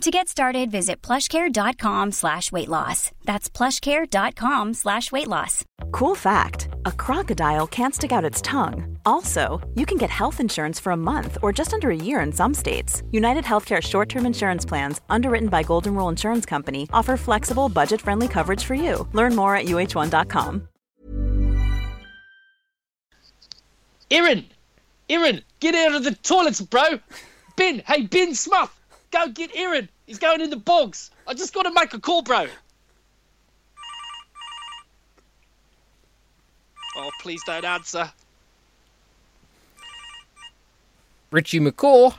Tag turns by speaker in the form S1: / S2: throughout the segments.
S1: To get started, visit plushcare.com slash weight loss. That's plushcare.com slash weight loss.
S2: Cool fact a crocodile can't stick out its tongue. Also, you can get health insurance for a month or just under a year in some states. United Healthcare short term insurance plans, underwritten by Golden Rule Insurance Company, offer flexible, budget friendly coverage for you. Learn more at uh1.com.
S3: Erin! Erin! Get out of the toilets, bro! Ben! Hey, Ben Smith! Go get Erin! He's going in the bogs! I just gotta make a call, bro! Oh, please don't answer.
S4: Richie McCaw.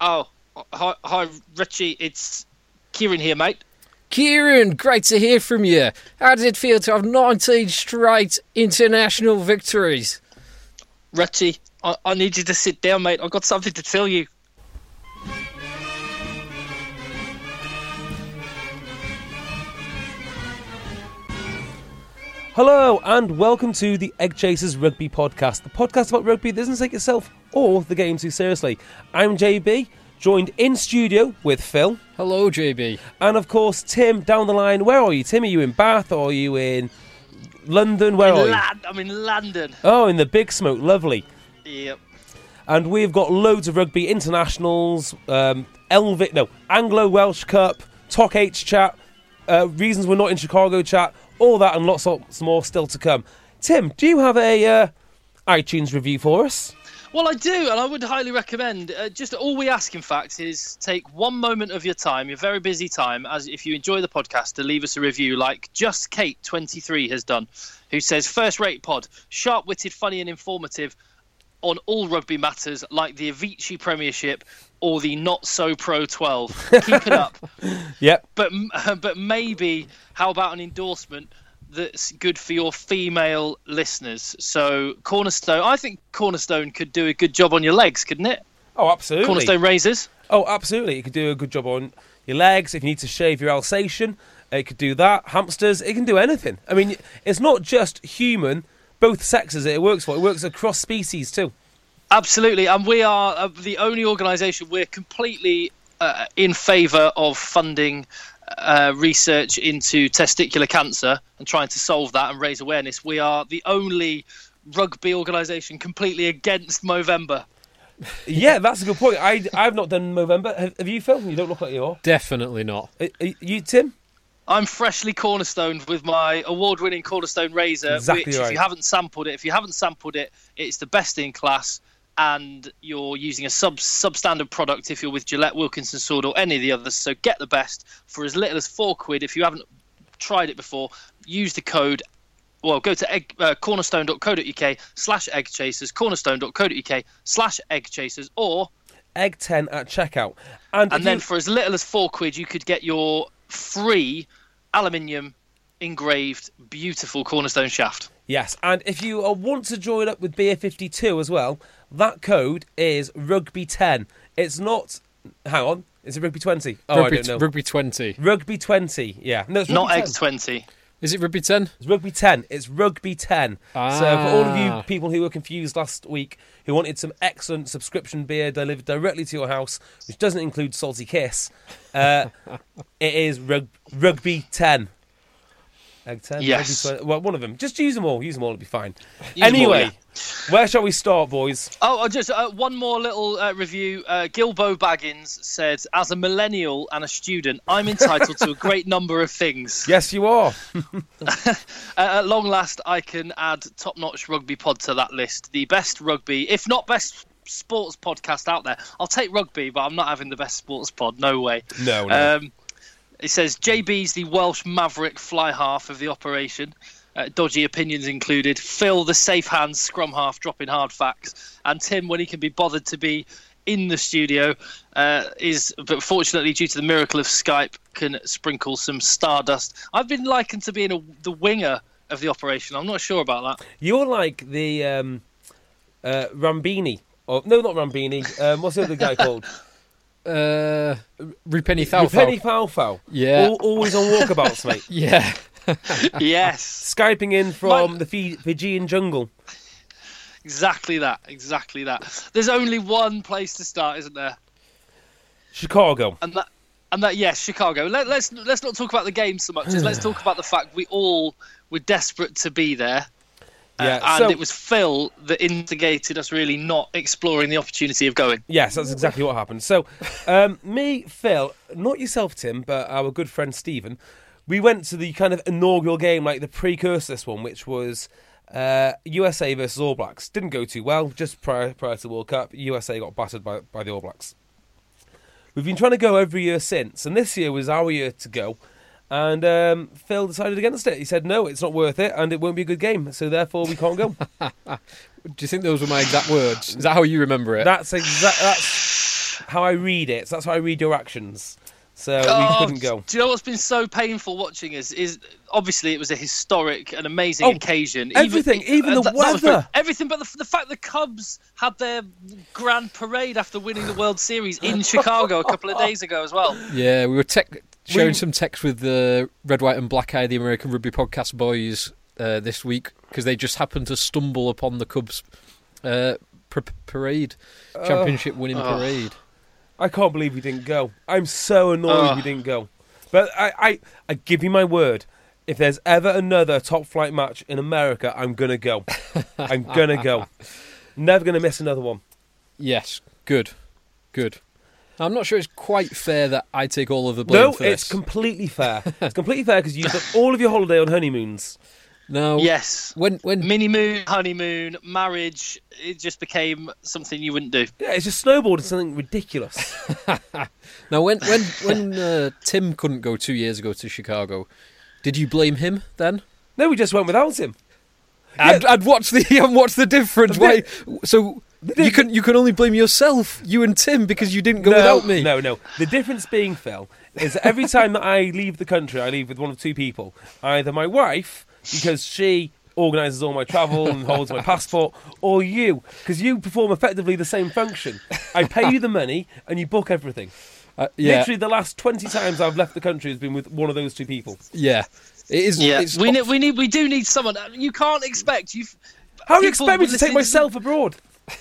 S3: Oh, hi, hi Richie. It's Kieran here, mate.
S4: Kieran, great to hear from you. How does it feel to have 19 straight international victories?
S3: Richie, I, I need you to sit down, mate. I've got something to tell you.
S5: Hello and welcome to the Egg Chasers Rugby Podcast, the podcast about rugby that doesn't take itself or the game too seriously. I'm JB, joined in studio with Phil
S4: Hello, JB.
S5: and of course Tim down the line. Where are you, Tim? Are you in Bath or are you in London? Where are
S3: In
S5: you?
S3: Lon- I'm in London.
S5: Oh, in the big smoke, lovely.
S3: Yep.
S5: And we've got loads of rugby internationals, um, Elvi- no, Anglo Welsh Cup, Talk H chat, uh, reasons we're not in Chicago chat, all that and lots of some more still to come. Tim, do you have a uh, iTunes review for us?
S3: Well, I do, and I would highly recommend. Uh, just all we ask, in fact, is take one moment of your time, your very busy time, as if you enjoy the podcast, to leave us a review, like Just Kate twenty three has done, who says first rate pod, sharp witted, funny and informative, on all rugby matters, like the Avicii Premiership or the not so pro twelve. Keep it up,
S5: Yep.
S3: but but maybe how about an endorsement? That's good for your female listeners. So Cornerstone, I think Cornerstone could do a good job on your legs, couldn't it?
S5: Oh, absolutely.
S3: Cornerstone Razors.
S5: Oh, absolutely. It could do a good job on your legs. If you need to shave your Alsatian, it could do that. Hamsters, it can do anything. I mean, it's not just human, both sexes it works for. It works across species too.
S3: Absolutely, and we are uh, the only organisation we're completely uh, in favour of funding uh, research into testicular cancer and trying to solve that and raise awareness. We are the only rugby organisation completely against Movember.
S5: Yeah, that's a good point. I, I've not done Movember. Have, have you, Phil? You don't look like you are.
S4: Definitely not.
S5: Uh, uh, You, Tim?
S3: I'm freshly cornerstoned with my award-winning cornerstone razor,
S5: Exactly
S3: which, if
S5: right.
S3: you haven't sampled it, if you haven't sampled it, it's the best in class. And you're using a sub substandard product if you're with Gillette, Wilkinson Sword, or any of the others. So get the best for as little as four quid. If you haven't tried it before, use the code. Well, go to egg, uh, cornerstone.co.uk slash egg chasers, cornerstone.co.uk slash egg chasers, or
S5: Egg 10 at checkout. And, if
S3: and then
S5: you-
S3: for as little as four quid, you could get your free aluminium engraved, beautiful cornerstone shaft.
S5: Yes, and if you uh, want to join up with Beer 52 as well, that code is Rugby10. It's not. Hang on. Is it Rugby 20? Oh,
S4: rugby,
S5: I don't know.
S4: rugby 20.
S5: Rugby 20, yeah. No, it's
S3: Not
S5: rugby
S3: egg
S5: 10.
S3: twenty.
S4: Is it rugby 10?
S5: It's rugby 10. It's rugby 10. So, for all of
S4: Ah.
S5: you people who were confused last week, who wanted some excellent subscription beer delivered directly to your house, which doesn't include Salty Kiss, uh, it is rug- rugby 10. Egg 10?
S3: Yes.
S5: Rugby 20. Well, one of them. Just use them all. Use them all. It'll be fine.
S3: Use 'em all,
S5: anyway, where shall we start, boys?
S3: Oh, I just uh, one more little uh, review. Uh, Gilbo Baggins said, "As a millennial and a student, I'm entitled to a great number of things.
S5: Yes, you are.
S3: Uh, at long last, I can add Top Notch Rugby Pod to that list. The best rugby, if not best sports podcast out there. I'll take rugby, but I'm not having the best sports pod. No way.
S5: No, no.
S3: Um, it says JB's the Welsh maverick fly half of the operation. Uh, dodgy opinions included. Phil, the safe hands scrum half, dropping hard facts. And Tim, when he can be bothered to be in the studio, uh, is but fortunately, due to the miracle of Skype, can sprinkle some stardust. I've been likened to being a, the winger of the operation. I'm not sure about that.
S5: You're like the um, uh, Rambini. Or, no, not Rambini. Um, what's the other guy called?
S4: Uh, Rupenny
S5: Penny
S4: Thalfo.
S5: Falfal.
S4: Yeah.
S5: Al- always on walkabouts, mate.
S4: Yeah.
S3: yes,
S5: Skyping in from
S3: My-
S5: the Fi- Fijian jungle.
S3: exactly that. Exactly that. There's only one place to start, isn't there?
S5: Chicago.
S3: and that and that yes, Chicago. Let, let's let's not talk about the game so much as let's talk about the fact we all were desperate to be there. Uh,
S5: Yeah,
S3: and
S5: so-
S3: it was Phil that instigated us really not exploring the opportunity of going.
S5: Yes, that's exactly what happened. So, um, me, Phil, not yourself, Tim, but our good friend Stephen, we went to the kind of inaugural game, like the precursor to this one, which was uh, USA versus All Blacks. Didn't go too well just prior, prior to the World Cup. USA got battered by, by the All Blacks. We've been trying to go every year since, and this year was our year to go. And um, Phil decided against it. He said, no, it's not worth it, and it won't be a good game, so therefore we can't go.
S4: Do you think those were my exact words? Is that how you remember it?
S5: That's exact. That's how I read it. So that's how I read your actions. So we couldn't go.
S3: Do you know what's been so painful watching is is obviously it was a historic and amazing
S5: Oh,
S3: occasion.
S5: everything, even
S3: uh,
S5: the
S3: that- that was brilliant.
S5: weather.
S3: everything, but the, the fact the Cubs had their grand parade after winning the World Series in Chicago a couple of days ago as well.
S4: yeah, we were tech- sharing
S5: We-
S4: some text with the Red, White, and Black Eye, the American Rugby Podcast boys, uh, this week because they just happened to stumble upon the Cubs uh, pr- parade, championship winning parade.
S5: I can't believe we didn't go. I'm so annoyed we didn't go. But I, I, I give you my word. If there's ever another top flight match in America, I'm gonna go. I'm gonna go. Never gonna miss another one.
S4: Yes, good, good. I'm not sure it's quite fair that I take all of the blame
S5: No,
S4: for
S5: it's
S4: this.
S5: completely fair. It's completely fair because you took all of your holiday on honeymoons.
S4: no,
S3: Yes.
S4: When when
S3: Mini moon, honeymoon, marriage, it just became something you wouldn't do.
S5: Yeah, it's just snowballed into something ridiculous.
S4: now when when when uh, Tim couldn't go two years ago to Chicago, did you blame him then?
S5: No, we just went without him.
S4: And, and what's the and what's the difference? Why? So you can you can only blame yourself, you and Tim, because you didn't go without me.
S5: No, no. The difference being, Phil, is that every time that I leave the country, I leave with one of two people. Either my wife, because she organises all my travel and holds my passport, or you, because you perform effectively the same function. I pay you the money and you book everything.
S4: Uh, yeah,
S5: Literally, the last 20 times I've left the country has been with one of those two people.
S4: yeah. It is.
S3: Yeah,
S4: it's
S3: we
S4: not-
S3: need, we need, we do need someone. Uh, You can't expect you.
S5: How do you
S3: People
S5: expect me to
S3: listening
S5: take
S3: to-
S5: myself abroad?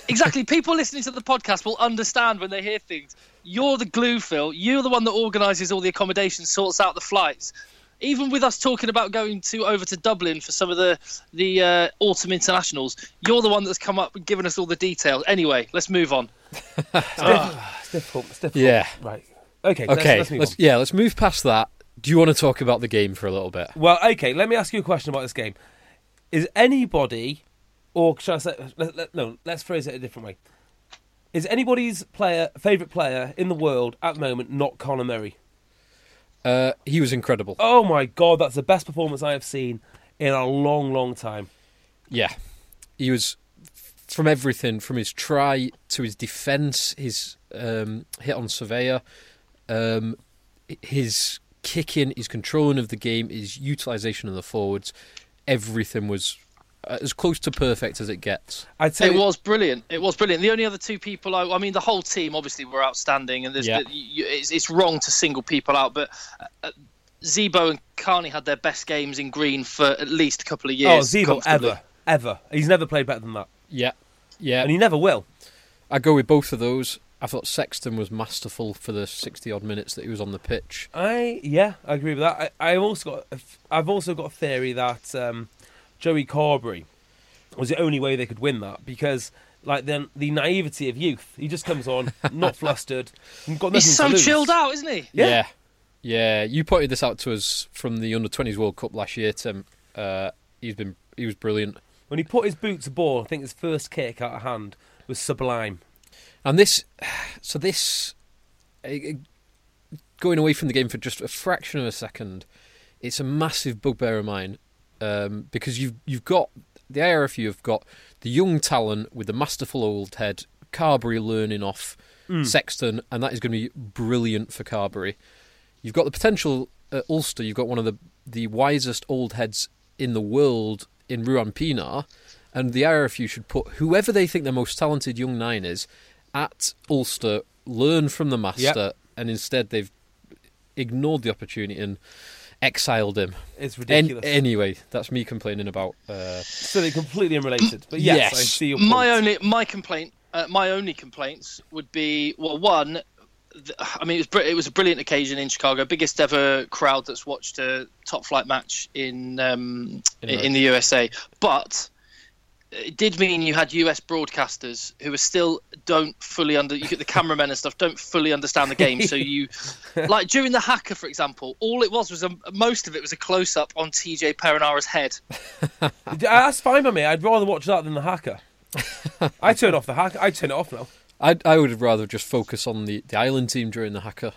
S3: Exactly, people listening to the podcast will understand when they hear things. You're the glue, Phil. You're the one that organises all the accommodation, sorts out the flights. Even with us talking about going to over to Dublin for some of the the uh, autumn internationals, you're the one that's come up and given us all the details. Anyway, let's move on.
S5: It's difficult. It's difficult.
S4: Yeah.
S5: Right. Okay. let's-
S4: Okay.
S5: let's move on.
S4: let's- yeah, let's move past that. Do you want to talk about the game for a little bit?
S5: Well, okay, let me ask you a question about this game. Is anybody, or shall I say, let, let- no, let's phrase it a different way. Is anybody's player, favourite player in the world at the moment not Conor Murray?
S4: Uh, he was incredible.
S5: Oh my god, that's the best performance I have seen in a long, long time.
S4: Yeah, he was from everything from his try to his defence, his um, hit on surveyor, um, his kicking, his controlling of the game, his utilisation of the forwards. Everything was uh, as close to perfect as it gets.
S5: I'd say
S3: it was brilliant. It was brilliant. The only other two people, I, I mean, the whole team obviously were outstanding, and there's,
S4: Yeah.
S3: you, it's, it's wrong to single people out. But uh, uh, Zebo and Carney had their best games in green for at least a couple of
S5: Oh,
S3: years.
S5: Zebo,
S3: comfortably.
S5: ever, ever. He's never played better than that,
S4: Yeah, yeah.
S5: and he never will.
S4: I go with both of those. I thought Sexton was masterful for the sixty odd minutes that he was on the pitch.
S5: I yeah, I agree with that. I, I've also got a f- I've also got a theory that um, Joey Carberry was the only way they could win that because like then the naivety of youth. He just comes on, not flustered, and got nothing
S3: He's so
S5: to lose.
S3: chilled out, isn't he?
S5: Yeah.
S4: yeah, Yeah, You pointed this out to us from the under twenties World Cup last year, Tim. Uh, he's been he was brilliant.
S5: When he put his boot to ball, I think his first kick out of hand was sublime.
S4: And this, so this, eh, eh, going away from the game for just a fraction of a second, it's a massive bugbear of mine um, because you've you've got the IRFU have got the young talent with the masterful old head, Carberry learning off Sexton, and that is going to be brilliant for Carberry. You've got the potential at Ulster. You've got one of the the wisest old heads in the world in Ruan Pinar, and the IRFU should put whoever they think their most talented young nine is at Ulster, learn from the master,
S5: Yep.
S4: and instead they've ignored the opportunity and exiled him.
S5: It's
S4: An-
S5: ridiculous.
S4: anyway, that's me complaining about. Uh,
S5: so they're completely unrelated. But yes, I
S4: Yes.
S5: see your point.
S3: my only my complaint uh, my only complaints would be well one th- I mean, it was br- it was a brilliant occasion in Chicago, biggest ever crowd that's watched a top flight match in um,
S4: In
S3: in,
S4: America.
S3: the USA. But it did mean you had US broadcasters who are still don't fully under you get the cameramen and stuff don't fully understand the game. So you like during the hacker, for example, all it was was a, most of it was a close up on TJ Perinara's head.
S5: That's fine by me. I'd rather watch that than the hacker. I turn off the hacker. I turn it off now.
S4: I I would rather just focus on the, the island team during the hacker.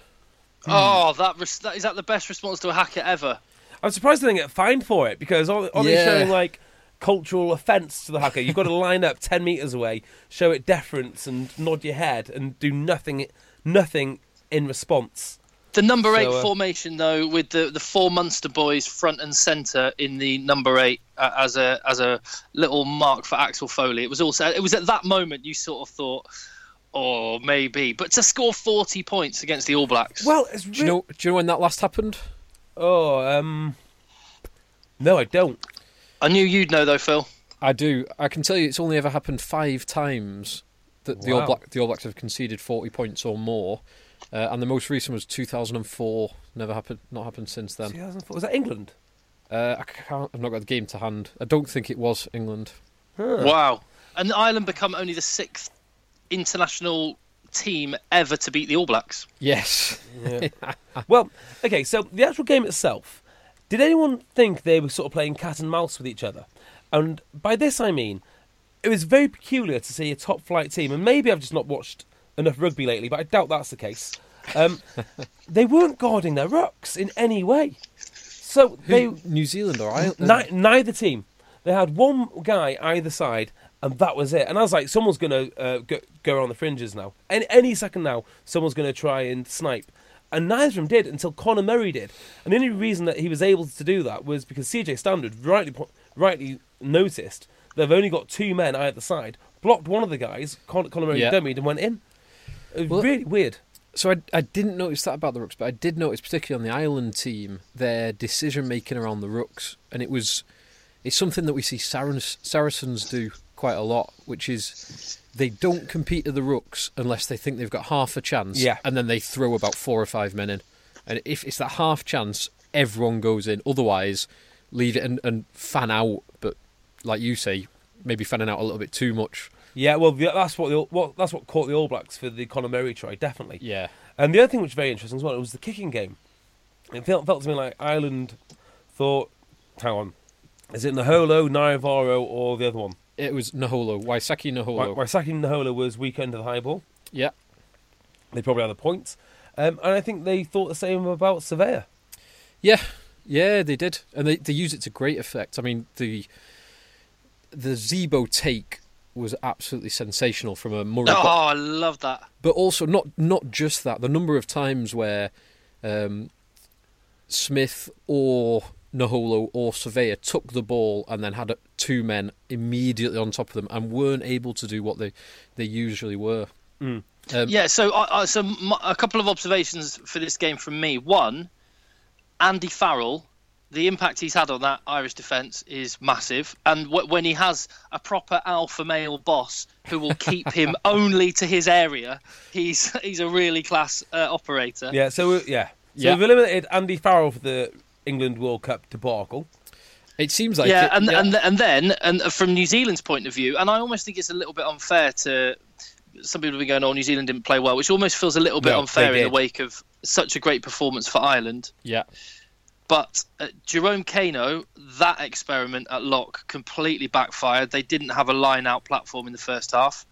S3: Oh, that, res- that is that the best response to a hacker ever?
S5: I'm surprised they didn't get fined for it because are are they
S4: Yeah.
S5: showing like cultural offence to the hacker? You've got to line up ten meters away, show it deference, and nod your head and do nothing, nothing in response.
S3: The number eight
S5: uh,
S3: formation, though, with the, the four Munster boys front and centre in the number eight uh, as a as a little mark for Axel Foley. It was also it was at that moment you sort of thought, oh maybe, but to score forty points against the All Blacks.
S5: Well, it's
S4: Do you know? Do you know when that last happened?
S5: Oh, um, no, I don't.
S3: I knew you'd know though, Phil.
S4: I do. I can tell you, it's only ever happened five times that the
S5: Wow.
S4: All Black the All Blacks have conceded forty points or more, uh, and the most recent was two thousand and four. Never happened. Not happened since then.
S5: 2004 Um, was that England?
S4: Uh, I can't. I've not got the game to hand. I don't think it was England.
S3: Wow! And Ireland become only the sixth international team ever to beat the All Blacks.
S4: Yes.
S5: Ah. Well, okay, so the actual game itself, did anyone think they were sort of playing cat and mouse with each other? And by this I mean, it was very peculiar to see a top flight team, and maybe I've just not watched enough rugby lately, but I doubt that's the case. Um, they weren't guarding their rucks in any way. So they
S4: Who- New Zealand or Ireland?
S5: Ni- neither team. They had one guy either side, and that was it. And I was like, someone's going to uh, go, go around the fringes now. And any second now, someone's going to try and snipe. And neither of them did until Connor Murray did. And the only reason that he was able to do that was because CJ Standard rightly, po- rightly noticed they've only got two men either side, blocked one of the guys, Con- Connor Murray
S4: Yeah.
S5: dummied, and went in. It was
S4: Well-
S5: really weird.
S4: So I, I didn't notice that about the rooks, but I did notice particularly on the Ireland team their decision making around the rooks, and it was it's something that we see Saracens, Saracens do quite a lot, which is they don't compete at the rooks unless they think they've got half a chance,
S5: Yeah.
S4: and then they throw about four or five men in, and if it's that half chance, everyone goes in. Otherwise, leave it and, and fan out. But like you say, maybe fanning out a little bit too much.
S5: Yeah, well, the- that's what, the, what that's what caught the All Blacks for the Conor Murray try, definitely.
S4: Yeah,
S5: And the other thing which was very interesting as well was the kicking game. It felt, felt to me like Ireland thought, hang on, is it Naholo, Naivaro, or the other one?
S4: it was Naholo, Waisaki
S5: Why,
S4: Naholo.
S5: why sacking Naholo was weak under the high ball.
S4: yeah.
S5: They probably had a point. Um, and I think they thought the same about Surveyor.
S4: Yeah, yeah, they did, and they they use it to great effect. I mean, the the Zebo take was absolutely sensational from a Murray,
S3: Oh,
S4: but,
S3: I love that.
S4: but also not not just that. The number of times where um, Smith or Naholo or Surveyor took the ball and then had uh, two men immediately on top of them and weren't able to do what they they usually were. Um,
S3: Yeah, so I I so m- a couple of observations for this game from me. One, Andy Farrell, the impact he's had on that Irish defence is massive, and w- when he has a proper alpha male boss who will keep him only to his area, he's he's a really class uh, operator.
S5: Yeah, so we- yeah. So
S4: Yeah.
S5: we've eliminated Andy Farrell for the England World Cup debacle.
S4: It seems like
S3: yeah,
S4: it-
S3: and and and then and from New Zealand's point of view, and I almost think it's a little bit unfair to some people have been going, "Oh, New Zealand didn't play well," which almost feels a little bit
S5: No, they
S3: unfair in the
S5: did.
S3: wake of such a great performance for Ireland.
S4: yeah.
S3: But uh, Jerome Kano, that experiment at lock completely backfired. They didn't have a line out platform in the first half,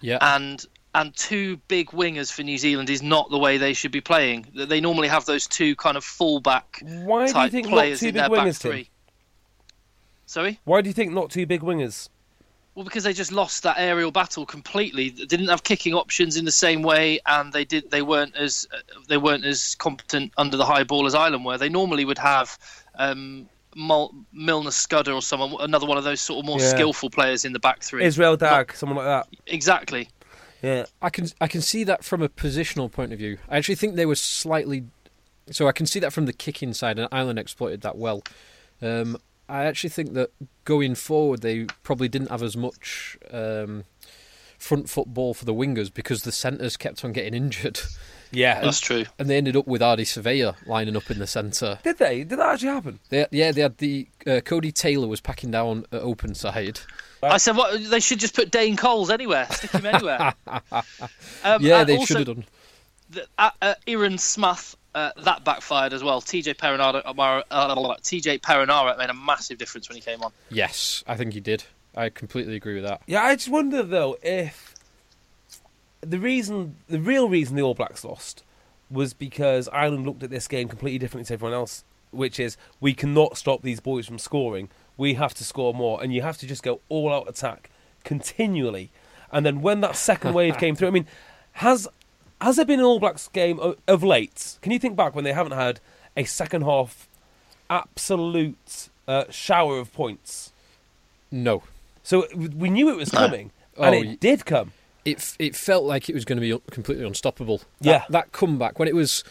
S4: Yeah,
S3: and and two big wingers for New Zealand is not the way they should be playing. Th- They normally have those two kind of fullback
S5: Why do you
S3: type
S5: think not
S3: players
S5: two
S3: in
S5: big
S3: their back
S5: wingers, Tim?
S3: three. Sorry.
S5: Why do you think not two big wingers?
S3: Well, because they just lost that aerial battle completely. They didn't have kicking options in the same way, and they did. They weren't as uh, they weren't as competent under the high ball as Ireland were. They normally would have um, Mul- Milner Scudder or someone, another one of those sort of more
S5: Yeah.
S3: skillful players in the back three.
S5: Israel Dag, someone like that.
S3: Exactly.
S5: Yeah.
S4: I can I can see that from a positional point of view. I actually think they were slightly, so I can see that from the kicking side, and Ireland exploited that well. Um, I actually think that going forward, they probably didn't have as much um, front football for the wingers because the centres kept on getting injured,
S5: Yeah.
S3: That's true.
S4: and they ended up with Ardy Surveyor lining up in the centre.
S5: Did they? Did that actually happen?
S4: They, yeah, they had the uh, Cody Taylor was packing down at open side.
S3: I said, what? They should just put Dane Coles anywhere. Stick him anywhere. um,
S4: Yeah,
S3: and
S4: they
S3: also,
S4: should have done.
S3: the- uh, uh, Aaron Smuth, uh, that backfired as well. TJ Perinara, Amara- uh, TJ Perinara made a massive difference when he came on.
S4: Yes, I think he did. I completely agree with that.
S5: Yeah, I just wonder though if the reason, the real reason the All Blacks lost was because Ireland looked at this game completely differently to everyone else, which is we cannot stop these boys from scoring. We have to score more, and you have to just go all out attack continually. And then when that second wave came through, I mean, has has there been an All Blacks game of, of late? Can you think back when they haven't had a second half absolute uh, shower of points?
S4: No,
S5: So it- we knew it was coming,
S4: Oh,
S5: and it
S4: y-
S5: did come.
S4: it f- it felt like it was going to be un- completely unstoppable. That,
S5: Yeah.
S4: that comeback when it was,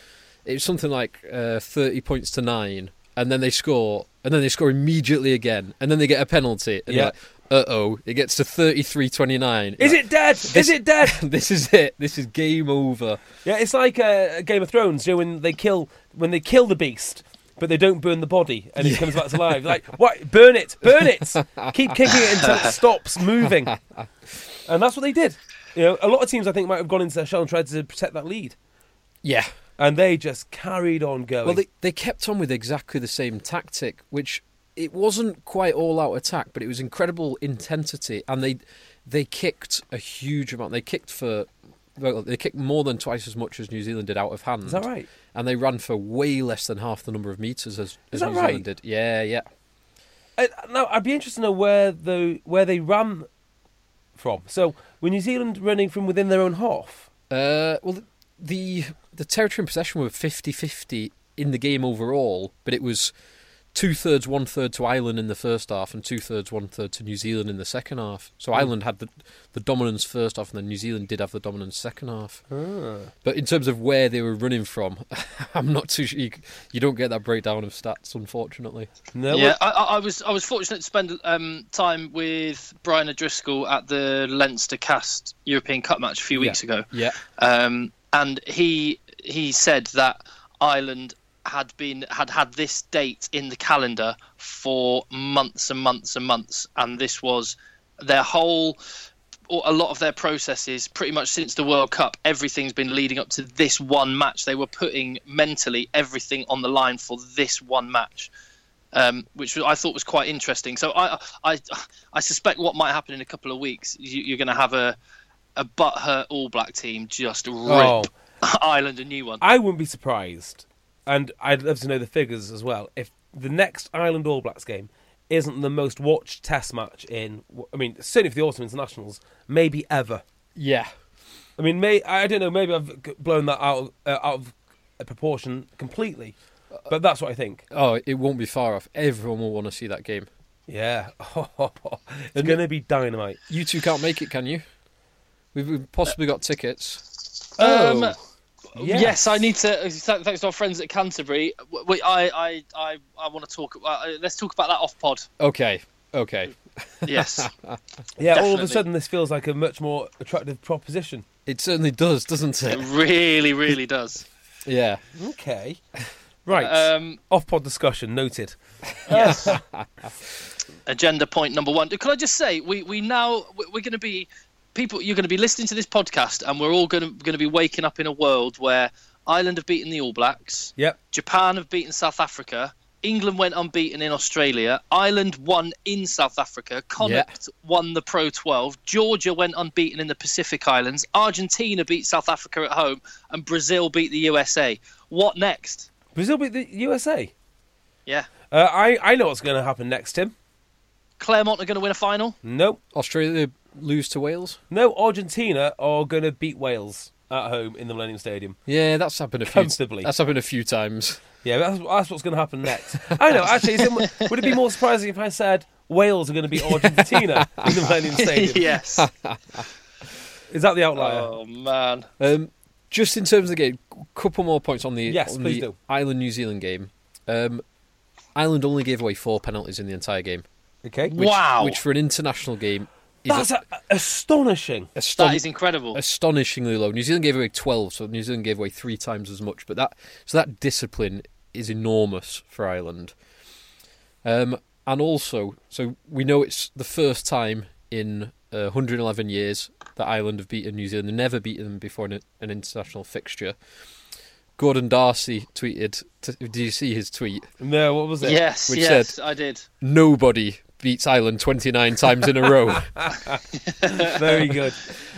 S4: it was something like uh, thirty points to nine, and then they score, and then they score immediately again, and then they get a penalty, and
S5: Yeah.
S4: uh oh, it gets to 33-29.
S5: Is it dead? Is it dead?
S4: this is it. This is game over.
S5: Yeah, it's like uh, Game of Thrones. You know, when they kill when they kill the beast, but they don't burn the body, and it comes back to life. Like, what? Burn it! Burn it! Keep kicking it until it stops moving. And that's what they did. You know, a lot of teams I think might have gone into their shell and tried to protect that lead,
S4: Yeah.
S5: and they just carried on going.
S4: Well, they they kept on with exactly the same tactic, which it wasn't quite all out attack, but it was incredible intensity, and they they kicked a huge amount. They kicked for well, they kicked more than twice as much as New Zealand did out of hand.
S5: Is that right?
S4: And they ran for way less than half the number of meters as, as
S5: that
S4: New
S5: right?
S4: Zealand did. Yeah, yeah.
S5: I, Uh, now I'd be interested to know where the where they ran from. So, were New Zealand running from within their own half?
S4: Uh, well, the the territory and possession were 50-50 in the game overall, but it was two thirds, one third to Ireland in the first half, and two thirds, one third to New Zealand in the second half. So Ireland had the the dominance first half, and then New Zealand did have the dominance second half. But in terms of where they were running from, I'm not too sure. You, you don't get that breakdown of stats, unfortunately.
S5: No.
S3: yeah, I, I I was I was fortunate to spend um, time with Brian O'Driscoll at the Leinster Cast European Cup match a few weeks ago.
S4: Yeah.
S3: um, and he he said that Ireland had been had had this date in the calendar for months and months and months, and this was their whole or a lot of their processes pretty much since the World Cup. Everything's been leading up to this one match. They were putting mentally everything on the line for this one match. Um, which I thought was quite interesting. So I, I, I suspect what might happen in a couple of weeks, you, you're going to have a, a butthurt All Black team just rip
S5: Oh.
S3: Ireland a new one.
S5: I wouldn't be surprised, and I'd love to know the figures as well. If the next Ireland All Blacks game isn't the most watched Test match in, I mean, certainly for the autumn internationals, maybe ever.
S4: Yeah.
S5: I mean, may I don't know. Maybe I've g- blown that out uh, out of proportion completely, but that's what I think.
S4: Oh, it won't be far off. Everyone will want to see that game.
S5: Yeah, it's going to be dynamite.
S4: You two can't make it, can you? We've, we've possibly got tickets.
S3: Um,
S5: Oh.
S3: Yes. I need to. th- Thanks to our friends at Canterbury, w- we, I, I, I, I want to talk. Uh, let's talk about that off pod.
S4: Okay. Okay.
S3: Yes,
S5: Yeah, all of a
S3: Definitely.
S5: sudden this feels like a much more attractive proposition.
S4: It certainly does, doesn't
S3: it
S4: it?
S3: really, really does.
S4: Yeah.
S5: Okay. Right.
S3: Um,
S5: Off pod discussion noted.
S3: yes. Agenda point number one. Could I just say we we now we- we're going to be people. You're going to be listening to this podcast, and we're all going to going to be waking up in a world where Ireland have beaten the All Blacks.
S5: Yep.
S3: Japan have beaten South Africa. England went unbeaten in Australia. Ireland won in South Africa. Connacht won the Pro 12. Georgia went unbeaten in the Pacific Islands. Argentina beat South Africa at home, and Brazil beat the USA. What next?
S5: Brazil beat the USA.
S3: Yeah,
S5: Uh, I I know what's going to happen next, Tim.
S3: Claremont are going to win a final.
S5: No,
S4: Australia lose to Wales.
S5: no, Argentina are going to beat Wales at home in the Millennium Stadium.
S4: Yeah, that's happened a few.
S5: Comfortably.
S4: That's happened a few times.
S5: Yeah, that's, that's what's going to happen next. I know. Actually, is it, mo- would it be more surprising if I said Wales are going to beat Argentina in the Millennium Stadium?
S3: yes.
S5: Is that the outlier?
S3: oh man.
S4: Um, just in terms of the game, c- couple more points on the,
S5: Yes,
S4: on
S5: please
S4: the
S5: do.
S4: Ireland New Zealand game. Um, Ireland only gave away four penalties in the entire game,
S5: okay,
S4: which,
S3: wow.
S4: which for an international game is
S5: that's a, astonishing.
S4: aston-
S3: that is incredible.
S4: astonishingly low. New Zealand gave away twelve, so New Zealand gave away three times as much. But that so that discipline is enormous for Ireland. Um, and also, so we know it's the first time in uh, 111 years that Ireland have beaten New Zealand. They've never beaten them before in a, an international fixture. Gordon Darcy tweeted. T- did you see his tweet?
S5: No, what was it?
S3: Yes,
S4: Which
S3: yes, I did.
S4: Nobody beats Ireland 29 times in a row.
S5: very good.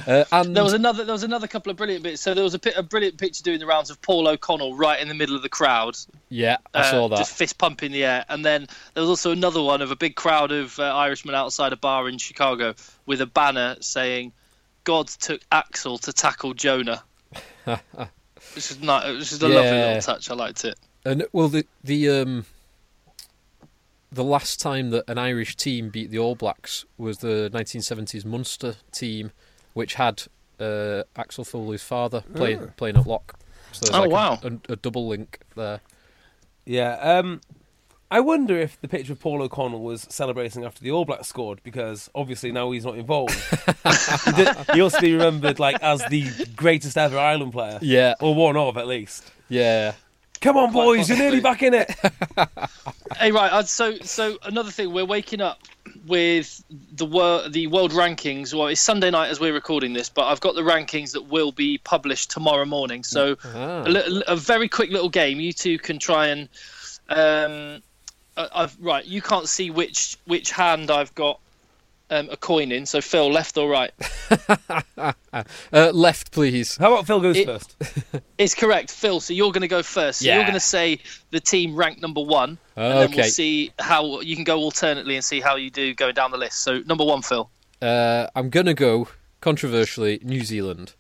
S4: Uh, and
S3: There was another. There was another couple of brilliant bits. So there was a, pi- a brilliant picture doing the rounds of Paul O'Connell right in the middle of the crowd,
S4: yeah, I
S3: uh,
S4: saw that.
S3: just fist pump in the air. And then there was also another one of a big crowd of uh, Irishmen outside a bar in Chicago with a banner saying, "God took Axel to tackle Jonah." This is not. This is a lovely
S4: Yeah.
S3: little touch. I liked it.
S4: And well, the the um the last time that an Irish team beat the All Blacks was the 1970s Munster team, which had uh, Axel Foley's father play, playing at lock. So there's
S3: Oh,
S4: like a-
S3: wow.
S4: a, a double link there.
S5: Yeah. Um, I wonder if the picture of Paul O'Connell was celebrating after the All Blacks scored because obviously now he's not involved. he, did, he also be remembered like as the greatest ever Ireland player,
S4: Yeah,
S5: or one of at least.
S4: yeah.
S5: Come on, boys! You're nearly
S3: possibly.
S5: back in it.
S3: Hey, right. I'd- So, so another thing, we're waking up with the wor- the world rankings. Well, it's Sunday night as we're recording this, but I've got the rankings that will be published tomorrow morning. So, a, li- a very quick little game. You two can try and. Um, I- I've, right, you can't see which which hand I've got um, a coin in. So, Phil, left or right?
S4: Uh, left, please.
S5: How about Phil goes
S3: It-
S5: first?
S3: It's correct, Phil. So you're going to go first. So
S4: Yeah.
S3: you're going to say the team ranked number one, and then
S4: Okay.
S3: we'll see how you can go alternately and see how you do going down the list. So number one, Phil.
S4: Uh, I'm gonna go controversially New Zealand.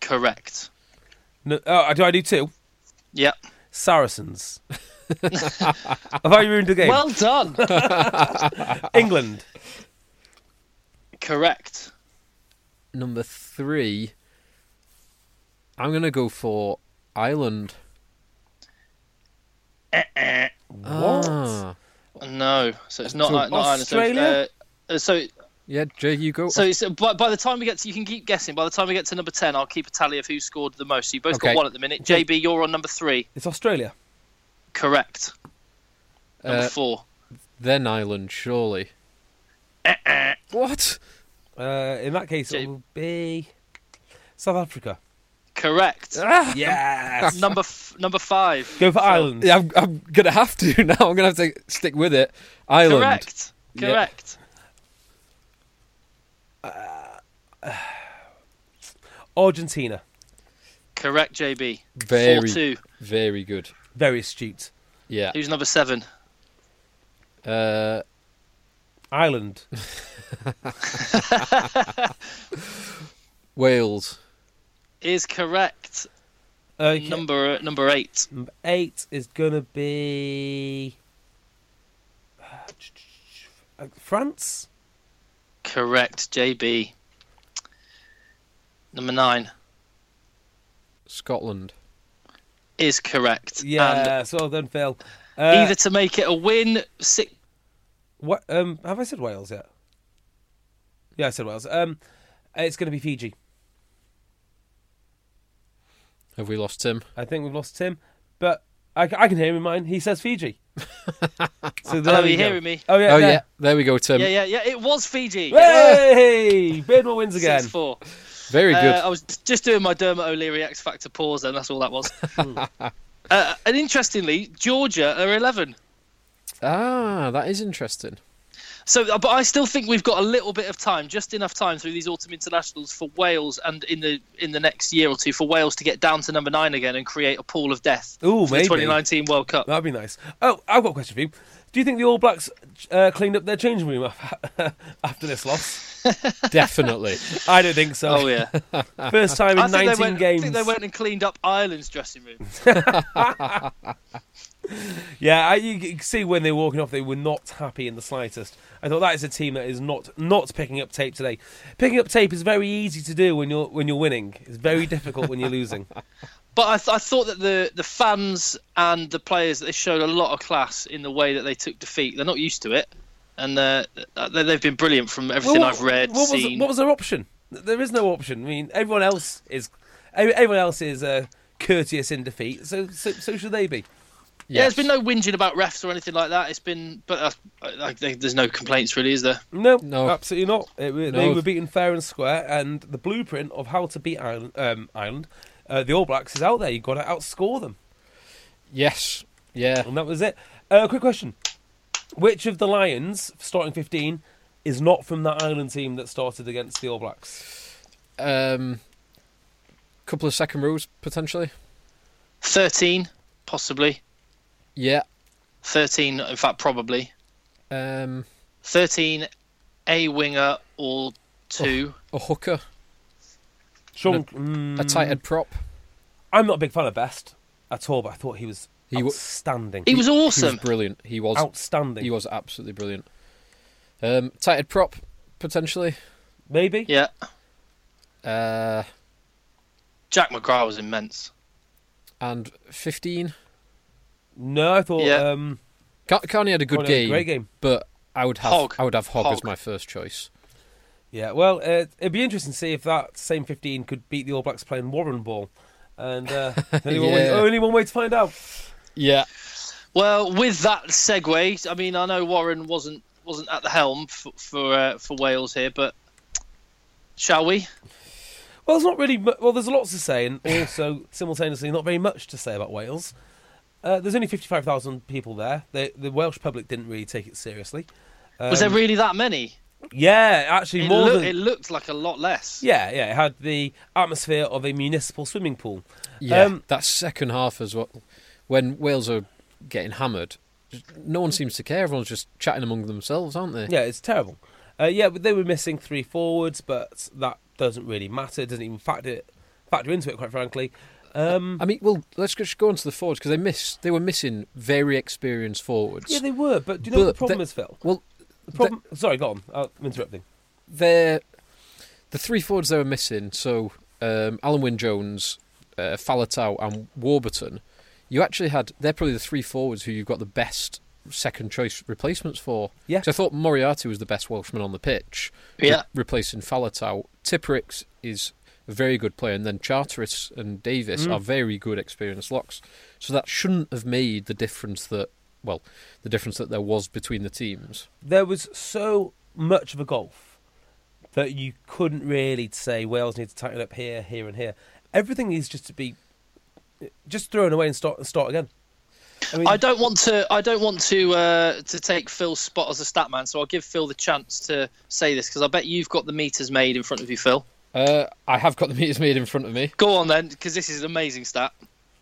S3: Correct.
S5: No, oh, do I do two?
S3: Yeah.
S5: Saracens. Have I ruined the game?
S3: Well done.
S5: England.
S3: correct.
S4: Number three, I'm gonna go for Ireland.
S3: Eh,
S5: What?
S4: Ah.
S3: No, so it's not,
S5: So
S3: not Ireland. So,
S5: Australia?
S3: uh, uh, so,
S4: Yeah, Jay, you go.
S3: so it's, by, by the time we get to, you can keep guessing. By the time we get to number ten, I'll keep a tally of who scored the most. So you both
S4: Okay.
S3: got one at the minute. JB, you're on number three.
S5: It's Australia.
S3: Correct. Number
S4: Uh,
S3: four.
S4: then Ireland, surely.
S3: Uh-uh.
S4: what?
S5: Uh, in that case,
S3: J-
S5: it will be South Africa.
S3: Correct.
S5: Yes.
S3: number f- number five.
S5: Go for Ireland.
S4: Yeah, I'm, I'm gonna have to now. I'm gonna have to stick with it. Ireland.
S3: Correct.
S4: Yeah.
S3: Correct.
S5: Argentina.
S3: Correct, JB.
S4: Very,
S3: Four two.
S4: very good.
S5: Very astute.
S4: Yeah.
S3: Who's number seven?
S4: Uh,
S5: Ireland.
S4: Wales.
S3: Is correct.
S5: Okay.
S3: Number number eight.
S5: Number eight is gonna be uh, France.
S3: Correct, JB. Number nine
S4: Scotland.
S3: is correct. And
S5: Yeah. well done, Phil. Uh,
S3: either to make it a win, six.
S5: What? Um, have I said Wales yet? Yeah, I said Wales. Um, it's going to be Fiji.
S4: Have we lost Tim?
S5: I think we've lost Tim, but I, c- I can hear him in mine. He says Fiji. so there
S3: Hello,
S5: we
S3: you
S5: go.
S3: hearing me?
S5: Oh yeah.
S4: oh
S5: there.
S4: yeah. There we go, Tim.
S3: Yeah, yeah, yeah. It was Fiji.
S5: Hey, Beardmore wins again.
S3: Six four.
S4: Very good.
S3: Uh, I was just doing my Dermot O'Leary X Factor pause, and that's all that was. uh, and interestingly, Georgia are eleven.
S4: ah, that is interesting.
S3: So, uh, but I still think we've got a little bit of time, just enough time through these autumn internationals for Wales and in the in the next year or two for Wales to get down to number nine again and create a pool of death
S5: Ooh,
S3: for
S5: maybe.
S3: the 2019 World Cup.
S5: That'd be nice. Oh, I've got a question for you. Do you think the All Blacks uh, cleaned up their changing room af- after this loss?
S4: Definitely.
S5: I don't think so.
S3: Oh yeah,
S5: First time in
S3: I think
S5: 19
S3: they went, I
S5: games.
S3: think they went and cleaned up Ireland's dressing room.
S5: Yeah, I, you c- see when they were walking off, they were not happy in the slightest. I thought that is a team that is not not picking up tape today. Picking up tape is very easy to do when you're when you're winning. It's very difficult when you're losing.
S3: But I, th- I thought that the, the fans and the players they showed a lot of class in the way that they took defeat. They're not used to it, and uh, they- they've been brilliant from everything I've read,
S5: what was,
S3: seen.
S5: what was their option? There is no option. I mean, everyone else is ev- everyone else is uh, courteous in defeat. So, so so should they be?
S3: Yeah, there's been no whinging about refs or anything like that. It's been, but uh, I, I, think there's no complaints really, is there?
S5: No,
S4: No.
S5: absolutely not. It, wa- They
S4: No.
S5: were beaten fair and square, and the blueprint of how to beat Ireland, um, Ireland uh, the All Blacks, is out there. You've got to outscore them.
S4: Yes. Yeah.
S5: And that was it. Uh, quick question: Which of the Lions starting fifteen is not from that Ireland team that started against the All Blacks?
S4: Um, couple of second rows potentially.
S3: Thirteen, possibly
S4: Yeah.
S3: thirteen. In fact, probably
S4: Um,
S3: thirteen. A winger or two.
S4: a hooker,
S5: Sean, mm,
S3: Hmm.
S4: a tight end prop.
S5: I'm not a big fan of Best at all, but I thought he was
S4: He wa-
S5: outstanding.
S3: He was
S4: He
S3: awesome.
S4: was brilliant. He was.
S5: outstanding.
S4: He was absolutely brilliant. Um, tight end prop potentially.
S5: Maybe.
S3: yeah,
S4: Uh,
S3: Jack McGrath was immense.
S4: and fifteen.
S5: No, I thought.
S3: Yeah.
S5: Um,
S4: Car- Carney had a good
S5: Carney had a
S4: game.
S5: great game.
S4: But I would have
S3: Hogg.
S4: I would have Hogg, as
S3: Hogg.
S4: my first choice.
S5: yeah. Well, uh, it'd be interesting to see if that same fifteen could beat the All Blacks playing Warren Ball. And uh, only, one way,
S4: Yeah.
S5: only one way to find out.
S4: Yeah.
S3: Well, with that segue, I mean, I know Warren wasn't wasn't at the helm for for, uh, for Wales here, but shall we?
S5: Well, there's not really. mu- Well, there's lots to say, and also simultaneously, not very much to say about Wales. Uh, there's only 55,000 people there. The, the Welsh public didn't really take it seriously.
S3: was there really that many?
S5: Yeah, actually,
S3: It,
S5: more
S3: loo-
S5: than.
S3: it looked like a lot less.
S5: yeah, yeah, it had the atmosphere of a municipal swimming pool.
S4: Yeah.
S5: Um,
S4: that second half as well. When Wales are getting hammered, no one seems to care. Everyone's just chatting among themselves, aren't they?
S5: Yeah, it's terrible. Uh, yeah, but they were missing three forwards, but that doesn't really matter. Doesn't even factor factor into it, quite frankly. Um,
S4: I mean, well, let's just go on to the forwards because they missed. They were missing very experienced forwards.
S5: yeah, they were, but do you know what
S4: But
S5: the problem
S4: they-
S5: is, Phil?
S4: well,
S5: The problem. Sorry, go on. I'm interrupting.
S4: they're the three forwards they were missing. So um, Alan Wynne Jones, uh, Falatau, and Warburton. You actually had they're probably the three forwards who you've got the best second choice replacements for.
S5: Yeah.
S4: 'Cause I thought Moriarty was the best Welshman on the pitch. re-
S3: Yeah.
S4: replacing Falatau. Tipperix is a very good player, and then Charteris and Davis are very good experienced locks. So that shouldn't have made the difference that well, the difference that there was between the teams.
S5: there was so much of a golf that you couldn't really say Wales need to tighten up here, here, and here. Everything needs just to be just thrown away and start start again. I mean,
S3: I don't want to. I don't want to uh, to take Phil's spot as a stat man. So I'll give Phil the chance to say this because I bet you've got the meters made in front of you, Phil.
S4: Uh, I have got the meters made in front of me.
S3: Go on then, because this is an amazing stat.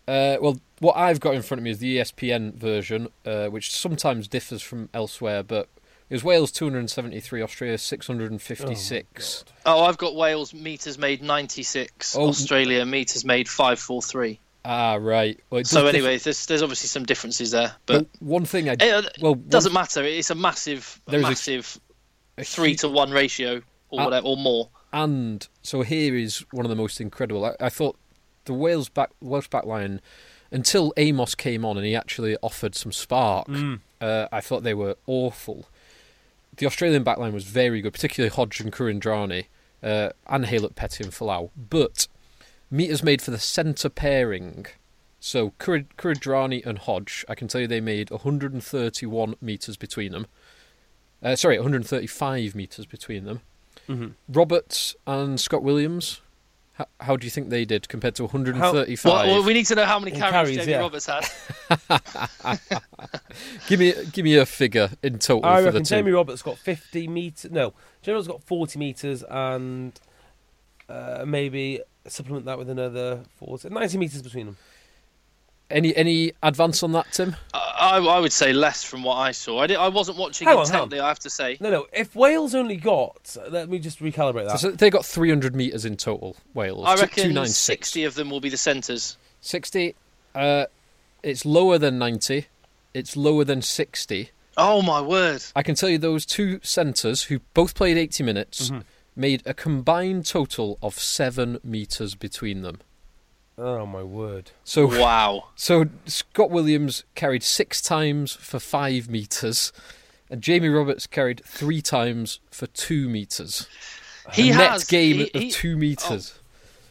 S4: Uh, well, what I've got in front of me is the E ESPN version, uh, which sometimes differs from elsewhere, but it was Wales 273, Australia 656.
S3: Oh, I've got Wales meters made 96,
S4: Oh.
S3: Australia meters made 543.
S4: ah, right. Well, it does
S3: So
S4: differ-
S3: anyway, there's there's obviously some differences there,
S4: but
S3: but
S4: one thing I
S3: it uh,
S4: well
S3: doesn't matter. It's a massive,
S4: There is a-
S3: massive
S4: one-
S3: three to one ratio or
S4: Uh,
S3: whatever, or more.
S4: And so here is one of the most incredible. I, I thought the Wales back Welsh back line until Amos came on and he actually offered some spark. Uh, I thought they were awful. The Australian back line was very good, particularly Hodge and Kurindrani uh, and Haylett Petty and Falau. But meters made for the centre pairing. So Kurid- Kuridrani and Hodge, I can tell you they made 131 meters between them. Uh, sorry, 135 meters between them.
S3: Mm-hmm.
S4: Roberts and Scott Williams. How, how do you think they did compared to 135?
S3: Well, well, we need to know how many
S5: In
S3: carries,
S5: carries,
S3: Jamie
S5: yeah.
S3: Roberts had.
S4: give me give me a figure in total
S5: I
S4: for the
S5: reckon
S4: two.
S5: Jamie Roberts got 50 meters. No, Jamie Roberts got 40 meters and uh, maybe supplement that with another 40, 90 meters between them.
S4: Any any advance on that, Tim?
S3: I, I would say less from what I saw. I, did, I wasn't watching
S5: Hang on,
S3: intently,
S5: hang
S3: I have to say.
S5: No, no. If Wales only got, let me just recalibrate that.
S4: So they got 300 meters in total. Wales.
S3: I
S4: Two-
S3: reckon
S4: 296.
S3: 60 of them will be the centres.
S4: 60. Uh, it's lower than 90. It's lower than 60.
S3: Oh my word!
S4: I can tell you those two centres who both played 80 minutes
S3: Mm-hmm.
S4: made a combined total of seven metres between them.
S5: Oh my word!
S4: So
S3: Wow.
S4: So Scott Williams carried six times for five meters, and Jamie Roberts carried three times for two meters.
S3: He
S4: a
S3: has
S4: net game
S3: he-
S4: of
S3: he- oh,
S4: two meters.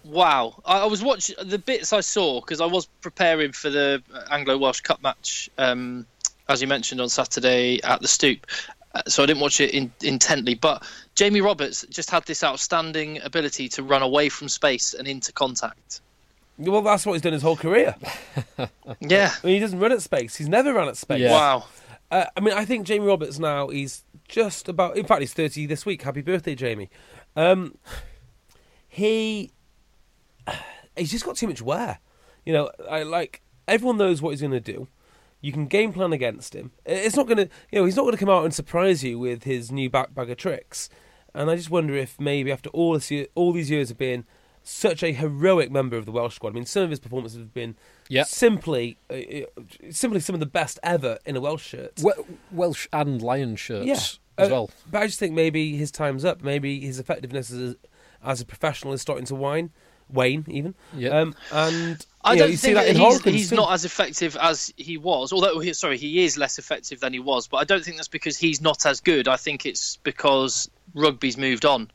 S3: Wow, I, I was watching the bits I saw because I was preparing for the Anglo Welsh Cup match, um, as you mentioned on Saturday at the Stoop. Uh, So I didn't watch it in, intently, but Jamie Roberts just had this outstanding ability to run away from space and into contact.
S5: Well, that's what he's done his whole career.
S3: Yeah,
S5: I mean, he doesn't run at space. He's never ran at space.
S4: Yeah.
S3: wow.
S5: Uh, I mean, I think Jamie Roberts now he's just about. In fact, he's thirty this week. Happy birthday, Jamie. Um, he he's just got too much wear. You know, I like everyone knows what he's going to do. You can game plan against him. It's not going to, you know, he's not going to come out and surprise you with his new back bag of tricks. And I just wonder if maybe after all this year, all these years of being such a heroic member of the Welsh squad. I mean, some of his performances have been
S4: Yeah.
S5: simply, uh, uh, simply some of the best ever in a Welsh shirt.
S4: We- Welsh and Lion shirts as
S5: Uh,
S4: well.
S5: But I just think maybe his time's up. Maybe his effectiveness as a, as a professional is starting to wane, wane even.
S4: Yeah.
S5: Um, and
S3: I
S5: you know,
S3: don't
S5: you see
S3: think
S5: that
S3: that
S5: in
S3: he's,
S5: Hawkins
S3: he's
S5: too.
S3: not as effective as he was. Although, he, sorry, he is less effective than he was. But I don't think that's because he's not as good. I think it's because rugby's moved on.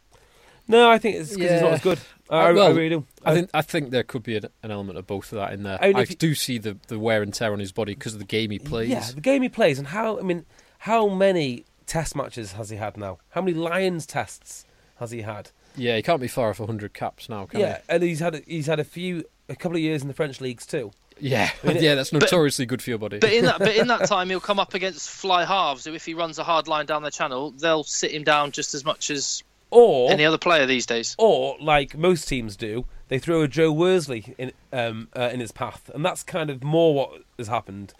S5: No, I think it's because he's not
S4: Yeah.
S5: as good. I,
S4: Uh,
S5: I
S4: well,
S5: really do.
S4: I think I think there could be an, an element of both of that in there.
S5: Only
S4: I
S5: if you-
S4: do see the, the wear and tear on his body because of the game he plays.
S5: Uh, Yeah, the game he plays and how I mean, how many test matches has he had now? How many Lions tests has he had?
S4: Yeah, he can't be far off 100 caps now, can
S5: yeah, and he's had a, he's had a few a couple of years in the French leagues too.
S4: he? Yeah, yeah, that's notoriously good for your body.
S3: But in that, but in that time, he'll come up against fly halves who, if he runs a hard line down their channel, they'll sit him down just as much as
S5: Or
S3: any other player these days.
S5: or like most teams do, they throw a Joe Worsley in um, uh, in his path, and that's kind of more what has happened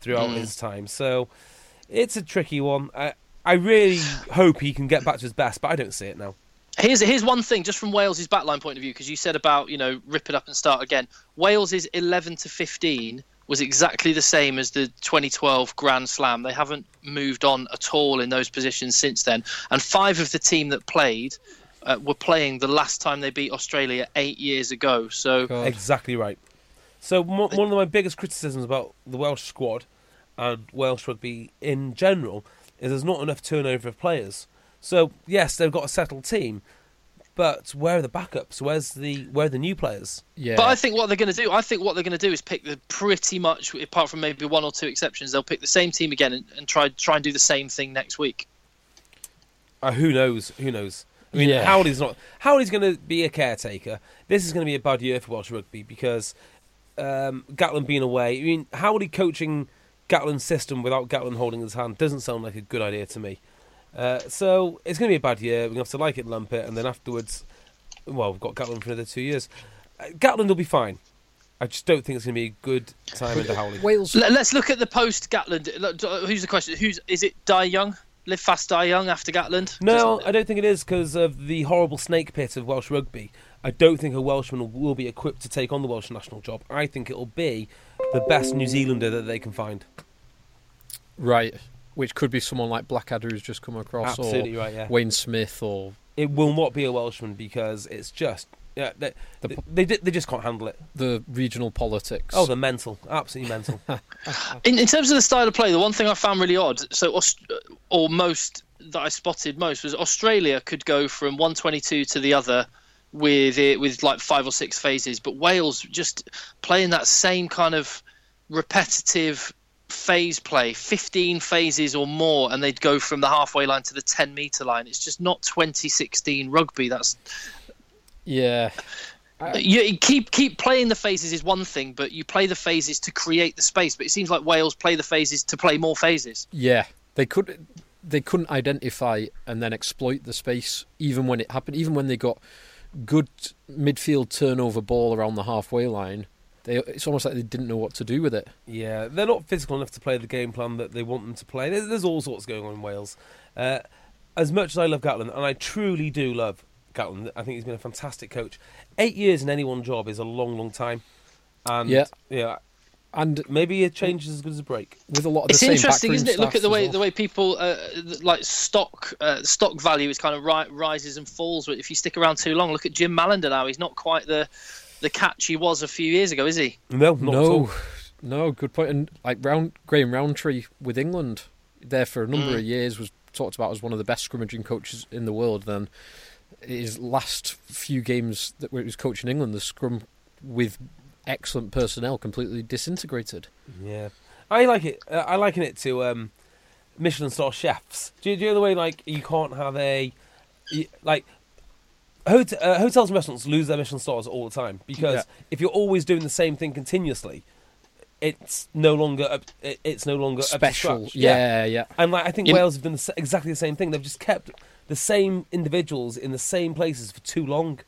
S5: throughout his time. So it's a tricky one. I I really hope he can get back to his best, but I don't see it now.
S3: Here's here's one thing just from Wales' backline point of view because you said about you know rip it up and start again. Wales' 11 to 15 was exactly the same as the 2012 Grand Slam. They haven't moved on at all in those positions since then. And five of the team that played uh, were playing the last time they beat Australia eight years ago. So
S4: God.
S5: Exactly right. So mo- one of my biggest criticisms about the Welsh squad and Welsh rugby in general is there's not enough turnover of players. So yes, they've got a settled team, but where are the backups? Where's the where are the new players?
S4: yeah,
S3: But I think what they're going to do, I think what they're going to do is pick the pretty much, apart from maybe one or two exceptions, they'll pick the same team again and, and try try and do the same thing next week.
S5: Uh, who knows? Who knows? I mean,
S4: Yeah.
S5: Howley's not. Howley's going to be a caretaker. This is going to be a bad year for Welsh rugby because um, Gatlin being away. I mean, Howley coaching Gatlin's system without Gatlin holding his hand doesn't sound like a good idea to me. Uh, so it's going to be a bad year. We're going to have to like it, lump it, and then afterwards, well, we've got Gatlin for another two years. Uh, Gatlin will be fine. I just don't think it's going to be a good time under Howley.
S4: Wales
S3: Let, us look at the post Gatland. Look, Who's the question? Who's is it? Die Young, live fast, die young after Gatland.
S5: No, I don't think it is because of the horrible snake pit of Welsh rugby. I don't think a Welshman will be equipped to take on the Welsh national job. I think it'll be the best New Zealander that they can find.
S4: Right, which could be someone like Blackadder who's just come across,
S5: Absolutely
S4: or
S5: right, yeah.
S4: Wayne Smith, or
S5: It will not be a Welshman because it's just yeah, they,
S4: The
S5: they,
S4: po-
S5: they, di- they just can't handle it.
S4: the regional politics.
S5: Oh, they're mental, absolutely mental.
S3: In, in terms of the style of play, the one thing I found really odd, so Aust- or most that I spotted most was Australia could go from 122 to the other with it with like five or six phases, but Wales just playing that same kind of repetitive phase play, 15 phases or more, and they'd go from the halfway line to the 10 meter line. It's just not 2016 rugby. That's
S4: yeah,
S3: you keep keep playing the phases is one thing, but you play the phases to create the space. But it seems like Wales play the phases to play more phases.
S4: yeah. They could, they couldn't identify and then exploit the space, even when it happened, even when they got good midfield turnover ball around the halfway line. They, it's almost like they didn't know what to do with it.
S5: Yeah, they're not physical enough to play the game plan that they want them to play. There's, there's all sorts going on in Wales. Uh, as much as I love Gatlin, and I truly do love Gatlin, I think he's been a fantastic coach. Eight years in any one job is a long, long time. And
S4: Yeah.
S5: yeah,
S4: and
S5: Maybe a change is as good as a break.
S4: with a lot of the
S3: It's
S4: same
S3: interesting, isn't
S4: backroom
S3: it? Look at
S4: staff
S3: the
S4: as
S3: way
S4: well.
S3: the way people uh, th- like stock uh, stock value is kind of ri- rises and falls. But if you stick around too long, look at Jim Malander now. He's not quite the the catch he was a few years ago, is he?
S5: No, not at all.
S4: no, no, good point. And like round Graham Roundtree with England, there for a number of years was talked about as one of the best scrimmaging coaches in the world. Then his last few games that where he was coaching England, the scrum with excellent personnel completely disintegrated.
S5: Yeah, I like it. Uh, I liken it to um, Michelin star chefs. Do you, do you know the way like you can't have a you- like hot- uh, hotels and restaurants lose their Michelin stars all the time because
S4: Yeah.
S5: if you're always doing the same thing continuously, it's no longer up, it- it's no longer Up
S4: Special,
S5: to scratch.
S4: yeah, yeah.
S5: And like I think
S3: In-
S5: Wales have done the, s- exactly the same thing. They've just kept the same individuals in the same places for too long,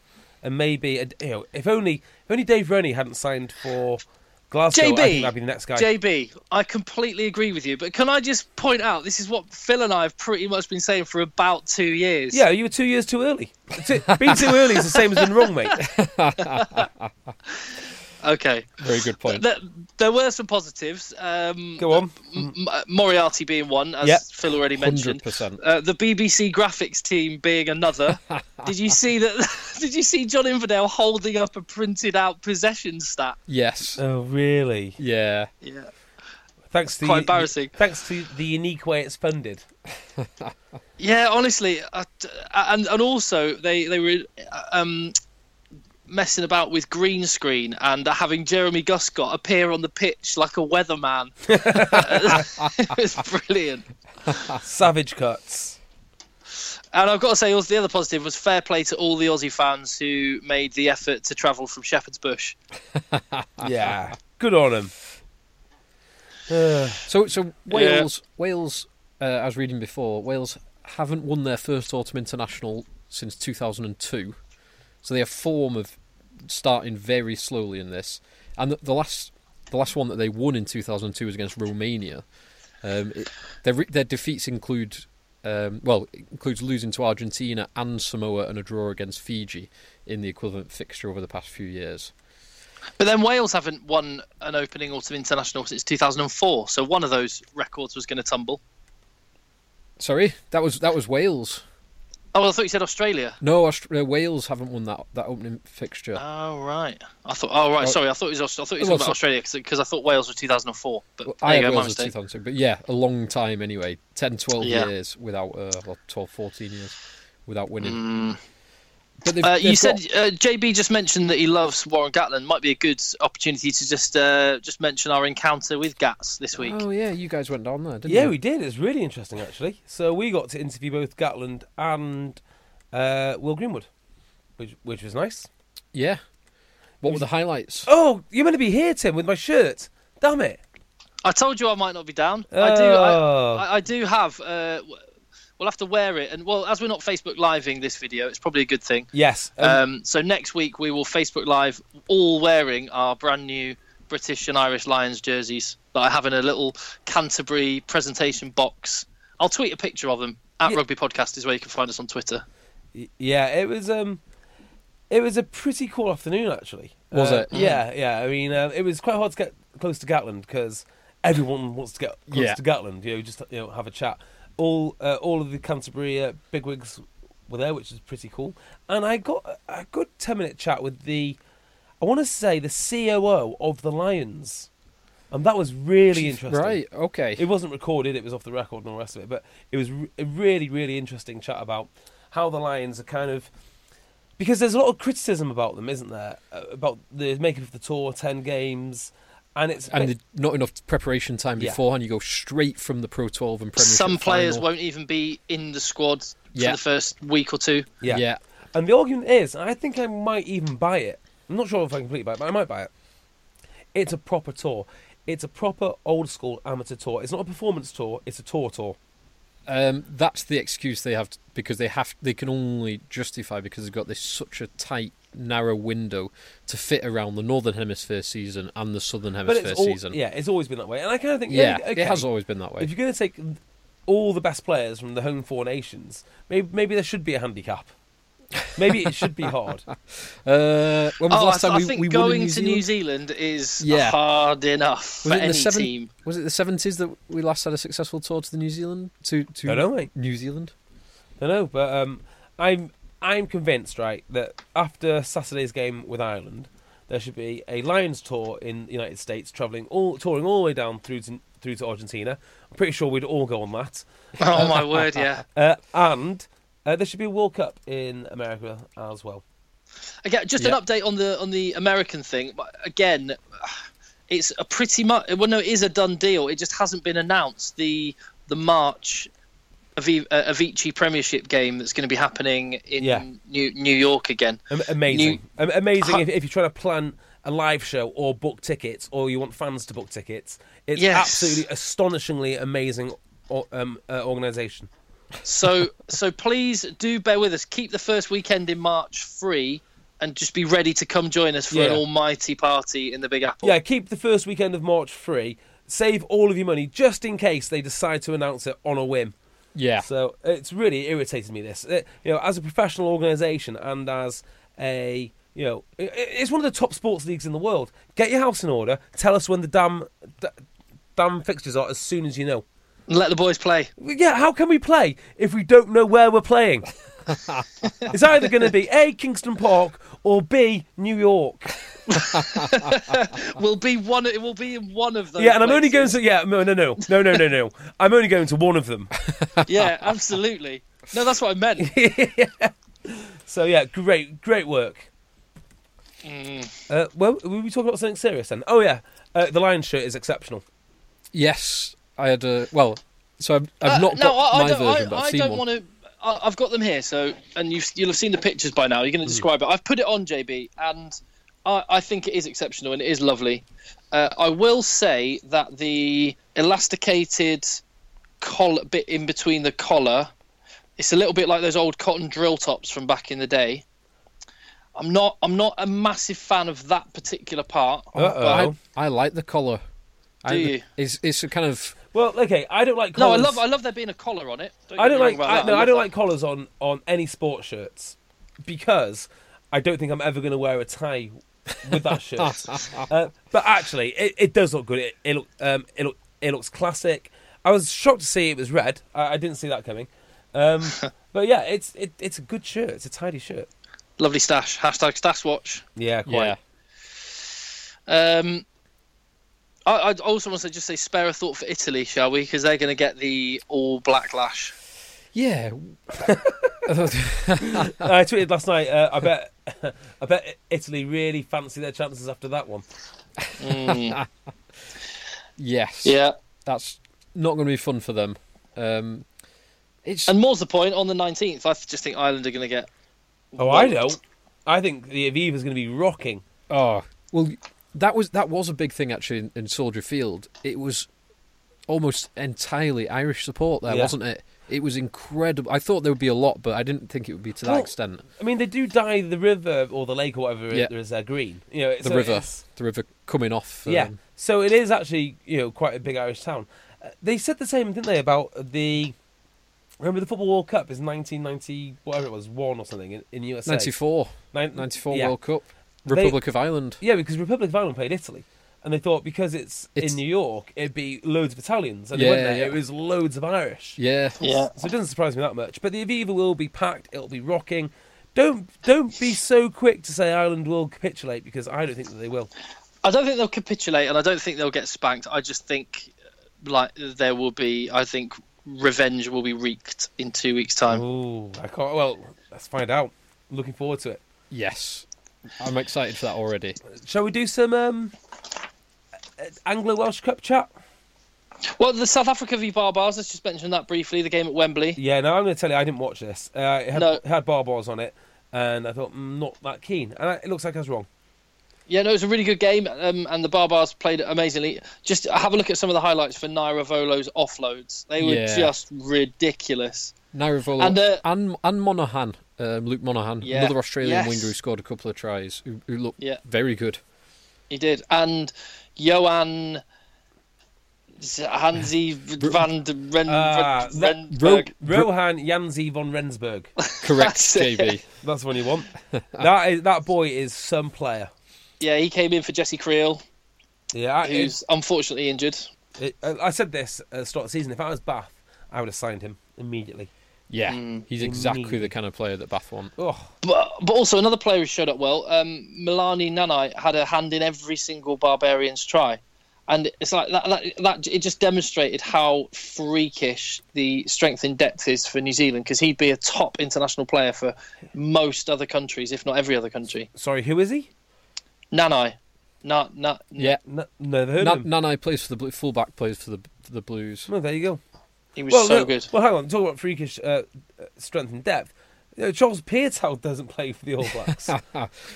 S5: and maybe uh, you know if only if only Dave Rennie hadn't signed for Glasgow, I think that'd be the next guy.
S3: JB, I completely agree with you. But can I just point out this is what Phil and I have pretty much been saying for about two years.
S5: Yeah, you were two years too early. Two- Being too early is the same as being wrong, mate.
S3: Okay.
S4: Very good point.
S3: There, there were some positives. Um,
S5: Go on.
S3: M- M- Moriarty being one, as
S5: Yep.
S3: Phil already mentioned.
S4: 100%.
S3: Uh, the BBC graphics team being another. did you see that? Did you see John Inverdale holding up a printed out possession stat?
S4: Yes,
S5: Oh, really?
S4: yeah.
S3: Yeah.
S5: Thanks to
S3: Quite
S5: you-
S3: embarrassing.
S5: Thanks to the unique way it's funded.
S3: Yeah, honestly, I, and and also they they were um, messing about with green screen and having Jeremy Guscott appear on the pitch like a weatherman. it was brilliant.
S5: Savage cuts.
S3: And I've got to say, also the other positive was fair play to all the Aussie fans who made the effort to travel from Shepherd's Bush.
S5: Yeah, good on him.
S4: So, so Wales, Wales. Uh, I was reading before. Wales haven't won their first autumn international since 2002, so they have form of starting very slowly in this. And the, the last, the last one that they won in 2002 was against Romania. Um, it, their re- their defeats include, um, well, it includes losing to Argentina and Samoa and a draw against Fiji in the equivalent fixture over the past few years.
S3: But then Wales haven't won an opening autumn international since 2004, so one of those records was going to tumble.
S4: Sorry, that was that was Wales.
S3: Oh, I thought you said Australia.
S4: No, Aust- uh, Wales haven't won that that opening fixture.
S3: Oh right, I thought. Oh right, sorry, I thought it was. Aus- I thought you were
S4: Well,
S3: talking about Australia because I thought Wales was 2004. But
S4: Well,
S3: there
S4: I
S3: you
S4: had
S3: go, my
S4: Wales as
S3: mistake.
S4: 2002, but yeah, a long time anyway. 10, 12
S3: Yeah.
S4: years without, uh, well, 12, 14 years without winning. But they've,
S3: Mm. Uh,
S4: they've
S3: you said
S4: got-
S3: uh, JB just mentioned that he loves Warren Gatlin. Might be a good opportunity to just uh, just mention our encounter with Gats this week.
S4: Oh, yeah, you guys went down there, didn't
S5: Yeah,
S4: you?
S5: we did. It's really interesting, actually. So we got to interview both Gatland and uh, Will Greenwood, which which was nice.
S4: Yeah. What were the highlights?
S5: Oh, you're meant to be here, Tim, with my shirt. Damn it.
S3: I told you I might not be down. I do.
S5: Oh.
S3: I, I, I do have. Uh, w- we'll have to wear it, and well, as we're not Facebook living this video, it's probably a good thing.
S5: Yes. Um,
S3: Um, so next week we will Facebook Live all wearing our brand new British and Irish Lions jerseys that I have in a little Canterbury presentation box. I'll tweet a picture of them at Rugby Podcast is where you can find us on Twitter.
S5: Y- Yeah, it was um, it was a pretty cool afternoon actually.
S4: Was
S5: Uh,
S4: it?
S5: Yeah, yeah. I mean, uh, it was quite hard to get close to Gatland because everyone wants to get close
S4: Yeah.
S5: to Gatland. You know, just you know, have a chat. All uh, all of the Canterbury uh, bigwigs were there, which is pretty cool. And I got a- a good ten minute chat with the, I want to say the COO of the Lions, and that was really interesting.
S4: Right, okay.
S5: It wasn't recorded; it was off the record and all the rest of it. But it was re- a really, really interesting chat about how the Lions are kind of because there's a lot of criticism about them, isn't there? Uh, About the makeup of the tour, ten games, and it's
S4: and the, not enough preparation time
S5: Yeah.
S4: beforehand. You go straight from the Pro 12 and Premier
S3: Some players won't even be in the squad for
S4: Yeah.
S3: the first week or two.
S5: yeah.
S4: yeah.
S5: And the argument is, and I think I might even buy it. I'm not sure if I completely buy it, but I might buy it. It's a proper tour. It's a proper old school amateur tour. It's not a performance tour. It's a tour tour.
S4: Um, that's the excuse they have t because they have they can only justify because they've got this such a tight narrow window to fit around the northern hemisphere season and the southern
S5: But
S4: hemisphere
S5: it's all,
S4: season.
S5: yeah, it's always been that way. And I kind of think
S4: Yeah,
S5: okay,
S4: it has always been that way.
S5: If you're going to take all the best players from the home four nations, maybe maybe there should be a handicap. Maybe it should be hard.
S4: Uh, when was the
S3: oh, I,
S4: last
S3: th- I
S4: time we,
S3: think
S4: we won in
S3: going
S4: New
S3: to
S4: Zealand?
S3: New Zealand is
S4: Yeah.
S3: hard enough
S4: was
S3: for
S4: it in
S3: any
S4: the seven-
S3: team.
S4: Was it the seventies that we last had a successful tour to the New Zealand to to
S5: Don't know, mate.
S4: New Zealand?
S5: I know, but um, I'm I'm convinced, right, that after Saturday's game with Ireland, there should be a Lions tour in the United States, traveling all touring all the way down through to through to Argentina. I'm pretty sure we'd all go on that.
S3: Oh my word, yeah.
S5: Uh, and uh, there should be a World Cup in America as well.
S3: Again, just
S4: Yeah.
S3: an update on the on the American thing. But Again, it's a pretty much well, no, it is a done deal. It just hasn't been announced. The the March Avi- uh, Avicii Premiership game that's going to be happening in
S5: Yeah.
S3: New New York again.
S5: Am- amazing, Am- amazing. if, if you're trying to plan a live show or book tickets, or you want fans to book tickets, it's
S3: Yes.
S5: absolutely astonishingly amazing o- um, uh, organization.
S3: So so please do bear with us. Keep the first weekend in March free, and just be ready to come join us for
S5: Yeah.
S3: an almighty party in the Big Apple.
S5: Yeah, keep the first weekend of March free. Save all of your money just in case they decide to announce it on a whim.
S4: Yeah,
S5: So it's really irritated me. This, Uh, you know, as a professional organisation and as a you know, i- i- it's one of the top sports leagues in the world. Get your house in order. Tell us when the damn d- damn fixtures are as soon as you know.
S3: Let the boys play.
S5: Yeah, how can we play if we don't know where we're playing? it's either going to be A, Kingston Park, or B, New York.
S3: Will be one. It will be in one of those.
S5: yeah, and I'm only going
S3: places.
S5: to. Yeah, no, no, no. No, no, no, no. I'm only going to one of them.
S3: Yeah, absolutely. No, that's what I meant.
S5: So, yeah, great, great work.
S3: Mm.
S5: Uh, well, were we talking about something serious then? Oh, yeah. Uh, the Lions shirt is exceptional.
S4: yes, I had a well. So I've, I've
S3: Uh,
S4: not
S3: no,
S4: got
S3: I, I
S4: my
S3: don't,
S4: version,
S3: I,
S4: but I've
S3: I
S4: seen
S3: don't
S4: one.
S3: want to. I've got them here, so and you've, you'll have seen the pictures by now. You're going to describe it. I've put it on JB, and I, I think it is exceptional and it is lovely. Uh, I will say that the elasticated collar bit in between the collar, it's a little bit like those old cotton drill tops from back in the day. I'm not. I'm not a massive fan of that particular part.
S5: Uh-oh.
S3: but-
S4: I, I like the collar. I,
S3: Oh. Do you?
S4: It's it's a kind of
S5: Well, okay, I don't like
S3: No, I
S5: collars.
S3: love. I love there being a collar on it. Don't
S5: I
S3: get
S5: don't
S3: me
S5: like
S3: wrong about that.
S5: I, no, I
S3: love
S5: don't
S3: that.
S5: like collars on on any sports shirts because I don't think I'm ever going to wear a tie with that shirt. uh, but actually, it, it does look good. It it, look, um, it look it looks classic. I was shocked to see it was red. I, I didn't see that coming. Um, but yeah, it's it, it's a good shirt. It's a tidy shirt.
S3: Lovely stash. Hashtag stash watch.
S5: Yeah, quite.
S4: yeah.
S3: Um, I, I also want to just say spare a thought for Italy, shall we? Because they're going to get the all black lash.
S4: Yeah.
S5: I tweeted last night. Uh, I bet I bet Italy really fancy their chances after that one.
S4: yes.
S3: Yeah.
S4: That's not going to be fun for them. Um, it's
S3: And more's the point. On the nineteenth, I just think Ireland are going to get.
S5: Oh, I know. I think the Aviva's going to be rocking.
S4: oh well, that was that was a big thing actually in, in Soldier Field. It was almost entirely Irish support there,
S5: Yeah.
S4: wasn't it? It was incredible. I thought there would be a lot, but I didn't think it would be to that
S5: Well,
S4: extent.
S5: I mean, they do dye the river or the lake or whatever
S4: Yeah.
S5: there is uh, green. You know,
S4: The
S5: so
S4: river,
S5: it's-
S4: the river coming off.
S5: yeah,
S4: um,
S5: so it is actually you know quite a big Irish town. Uh, they said the same, didn't they, about the remember the football World Cup is 1990 whatever it was one or something in, in USA
S4: 94,
S5: Nin-
S4: 94
S5: yeah.
S4: World Cup,
S5: They-
S4: Republic of Ireland.
S5: Yeah, because Republic of Ireland played Italy, and they thought because it's,
S4: It's-
S5: in New York, it'd be loads of Italians, and they went
S4: Yeah,
S5: there,
S4: yeah.
S5: it was loads of Irish.
S4: Yeah,
S3: Yeah.
S5: So it doesn't surprise me that much. But the Aviva will be packed. It'll be rocking. Don't don't be so quick to say Ireland will capitulate because I don't think that they will.
S3: I don't think they'll capitulate, and I don't think they'll get spanked. I just think, uh, like, there will be. I think revenge will be wreaked in two weeks' time.
S5: Ooh, I can't. Well, let's find out. Looking forward to it.
S4: yes. I'm excited for that already.
S5: Shall we do some um, uh, Anglo Welsh Cup chat?
S3: Well, the South Africa v Barbars. Let's just mention that briefly. The game at Wembley.
S5: Yeah, no, I'm going to tell you, I didn't watch this. Uh, it had,
S3: No.
S5: it had bar bars on it, and I thought, mm, not that keen. And I, it looks like I was wrong.
S3: Yeah, no, it was a really good game, um, and the Barbars played it amazingly. Just have a look at some of the highlights for Naira Volo's offloads. They were
S4: Yeah.
S3: just ridiculous.
S4: Nairavola and,
S3: And, uh,
S4: and Monaghan, um, Luke Monaghan,
S3: Yeah.
S4: another Australian
S3: Yes.
S4: winger who scored a couple of tries, who, who looked
S3: Yeah.
S4: very good.
S3: He did, and Johan Hansi van de Ren,
S5: Ah,
S3: Ren-
S5: that-
S3: Renberg.
S5: Rohan Janzi von Rensburg.
S4: Correct,
S3: That's it.
S4: JB.
S5: That's the one you want. that is that boy is some player.
S3: Yeah, he came in for Jesse Creel,
S5: Yeah, I,
S3: who's unfortunately injured.
S5: it- uh, I I said this at the start of the season. If I was Bath, I would have signed him immediately.
S4: Yeah,
S3: Mm.
S4: he's exactly
S5: indeed.
S4: the kind of player that Bath want.
S5: Oh,
S3: But but also another player who showed up well, um, Milani Nanai had a hand in every single Barbarians try, and it's like that, that, that it just demonstrated how freakish the strength in depth is for New Zealand because he'd be a top international player for most other countries, if not every other country.
S5: sorry, who is he?
S3: Nanai, na, na,
S4: Yeah,
S5: No, never heard of
S4: Nan-
S5: him.
S4: Nanai plays for the blue, fullback, plays for the for the Blues.
S5: Well, there you go.
S3: he was
S5: well,
S3: so
S5: no-
S3: good.
S5: Well, hang on. Talk about freakish uh, uh, strength and depth. You know, Charles Peartow doesn't play for the All Blacks.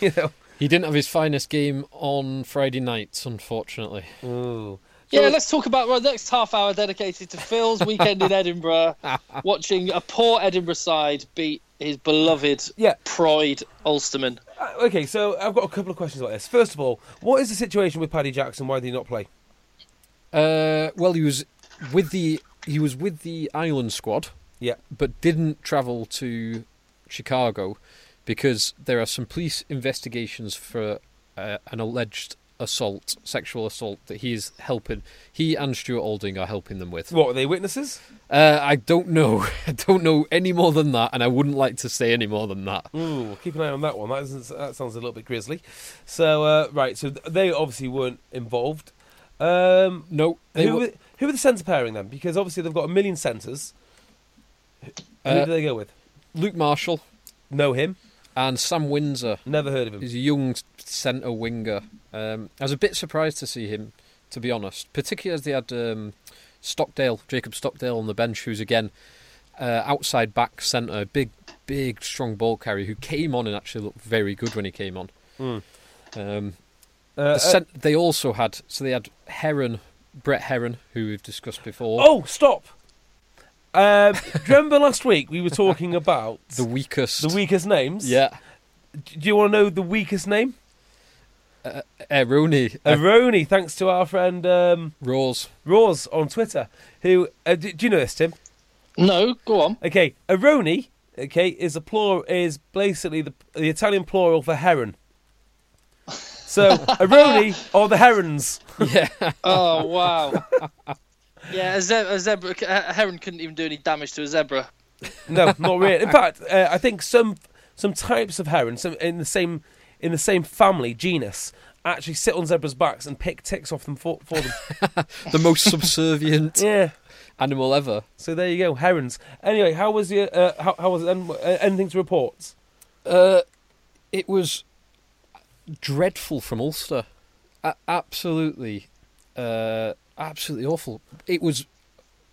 S5: you know.
S4: He didn't have his finest game on Friday nights, unfortunately.
S5: Ooh.
S3: Yeah, let's talk about well, the next half hour dedicated to Phil's weekend in Edinburgh, watching a poor Edinburgh side beat his beloved
S5: Yeah.
S3: Pride Ulsterman.
S5: Uh, okay, so I've got a couple of questions about this. First of all, what is the situation with Paddy Jackson? Why did he not play?
S4: Uh, well, he was with the he was with the Ireland squad,
S5: Yeah.
S4: but didn't travel to Chicago because there are some police investigations for uh, an alleged assault, sexual assault that he is helping. He and Stuart Alding are helping them with.
S5: What, are they witnesses?
S4: Uh, I don't know. I don't know any more than that, and I wouldn't like to say any more than that.
S5: Ooh, keep an eye on that one. That, isn't, that sounds a little bit grisly. So, uh, right, so th- they obviously weren't involved. Um,
S4: No, they
S5: who,
S4: were,
S5: were, who were the centre pairing then? Because obviously they've got a million centres. Who
S4: Uh,
S5: do they go with?
S4: Luke Marshall
S5: Know him?
S4: and Sam Windsor.
S5: Never heard of him.
S4: He's a young centre winger. Um, I was a bit surprised to see him, to be honest, particularly as they had um, Stockdale, Jacob Stockdale on the bench, who's again uh, outside back centre, big, big, strong ball carrier who came on and actually looked very good when he came on.
S5: Mm.
S4: Um,
S5: Uh,
S4: the
S5: uh,
S4: cent- they also had, so they had Heron, Brett Heron, who we've discussed before.
S5: oh, stop! Um, do you remember last week we were talking about
S4: The weakest.
S5: the weakest names?
S4: Yeah.
S5: D- Do you want to know the weakest name?
S4: Eroni.
S5: Uh, Rony, thanks to our friend um,
S4: Rose.
S5: Roz on Twitter. Who uh, do, do you know this, Tim?
S3: No, go on.
S5: Okay, Aroni. Okay, is a plural is basically the, the Italian plural for heron. So Aroni are the herons.
S3: Oh wow. yeah, a, ze- a zebra, a heron couldn't even do any damage to a zebra.
S5: No, not really. In fact, uh, I think some some types of heron, some in the same in the same family genus, actually sit on zebras' backs and pick ticks off them for, for them.
S4: The most subservient
S5: yeah.
S4: animal ever.
S5: So there you go, herons. Anyway, how was your uh, how, how was it? then? Uh, Anything to report?
S4: Uh, it was dreadful from Ulster. A- absolutely, uh, absolutely awful. It was.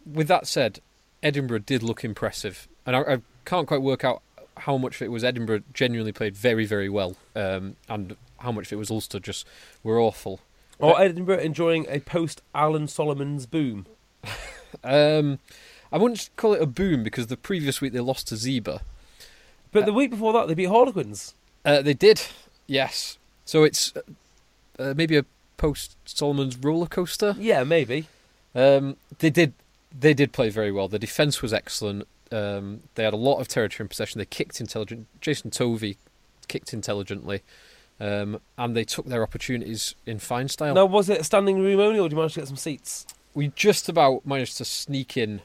S4: With that said, Edinburgh did look impressive, and I, I can't quite work out how much of it was Edinburgh genuinely played very, very well, um, and how much of it was Ulster just were awful.
S5: Or Edinburgh enjoying a post Alan Solomon's boom?
S4: Um, I wouldn't call it a boom because the previous week they lost to Zebra.
S5: But the week before that, they beat Harlequins.
S4: Uh, they did, yes. So it's uh, maybe a post Solomon's roller coaster.
S5: Yeah, maybe.
S4: Um, they did. They did play very well. The defense was excellent. Um, they had a lot of territory in possession. They kicked intelligent. Jason Tovey kicked intelligently, um, and they took their opportunities in fine style.
S5: Now, was it a standing room only, or did you manage to get some seats?
S4: We just about managed to sneak in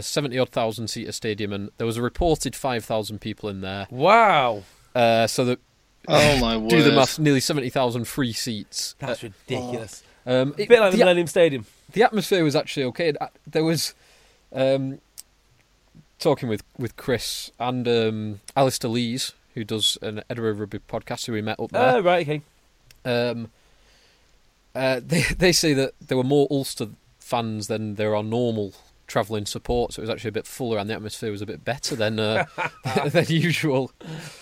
S4: seventy odd thousand seater stadium, and there was a reported five thousand people in there.
S5: Wow,
S4: Uh, so that
S3: Oh my word.
S4: do the math, nearly seventy thousand free seats.
S5: that's ridiculous.
S4: Um,
S5: A
S4: it-
S5: bit like the
S4: the-
S5: Millennium Stadium.
S4: the atmosphere was actually okay. Uh, There was um, talking with, with Chris and um, Alistair Lees, who does an Edinburgh Rugby podcast, who we met up
S5: Oh,
S4: there.
S5: right, okay.
S4: um, uh, they they say that there were more Ulster fans than there are normal travelling support, so it was actually a bit fuller and the atmosphere was a bit better than uh, than usual.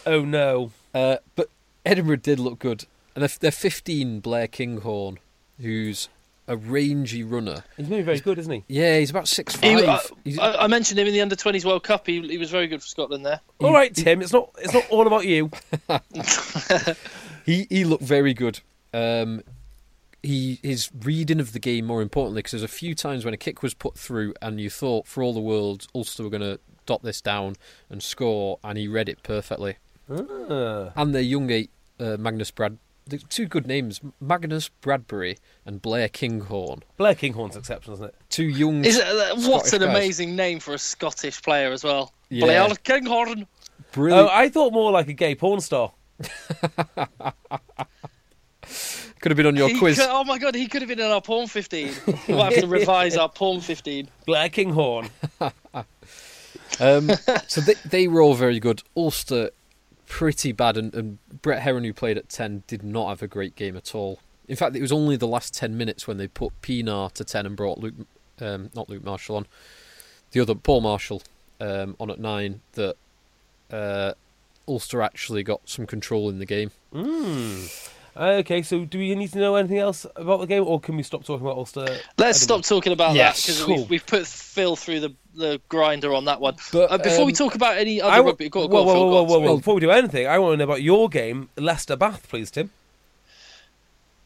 S5: Oh no,
S4: Uh, but Edinburgh did look good, and they're, they're 15 Blair Kinghorn, who's a rangy runner.
S5: he's moving very good, isn't he?
S4: Yeah, he's about six
S3: He- uh,
S4: five.
S3: I,
S4: he's,
S3: I- I mentioned him in the under 20s World Cup. He, he was very good for Scotland there.
S5: All right, Tim. It's not. It's not all about you.
S4: he he looked very good. Um, he his reading of the game more importantly because there's a few times when a kick was put through and you thought for all the world Ulster were going to dot this down and score and he read it perfectly
S5: Ah.
S4: and their young eight uh, Magnus Brad the two good names Magnus Bradbury and Blair Kinghorn
S5: Blair Kinghorn's exceptional, isn't it?
S4: two young
S3: Is it, uh, what
S4: Scottish
S3: an
S4: guys.
S3: amazing name for a Scottish player as well.
S4: Yeah.
S3: Blair Kinghorn.
S4: brilliant
S5: Oh, I thought more like a gay porn star.
S4: could have been on your
S3: Oh, He
S4: quiz
S3: could- oh my god, he could have been in our porn 15. We'll have to revise our porn 15.
S5: Blair Kinghorn.
S4: Um, so they, they were all very good. Ulster, pretty bad, and, and Brett Heron, who played at 10, did not have a great game at all. In fact, it was only the last 10 minutes when they put Pinar to 10 and brought Luke, um, not Luke Marshall on, the other, Paul Marshall, um, on at 9, that uh, Ulster actually got some control in the game.
S5: Uh, Okay, so do we need to know anything else about the game, or can we stop talking about Ulster?
S3: Let's
S5: I
S3: stop
S5: don't
S3: talking about
S4: Yes,
S3: that because
S4: cool.
S3: we've, we've put Phil through the, the grinder on that one.
S4: But,
S3: uh, before we
S4: um,
S3: talk about any
S5: know.
S3: other
S5: I w-
S3: rugby, go,
S5: whoa,
S3: go on,
S5: whoa,
S3: Phil, go
S5: whoa, whoa,
S3: on,
S5: whoa,
S3: sorry.
S5: whoa! Before we do anything, I want to know about your game, Leicester Bath, please, Tim.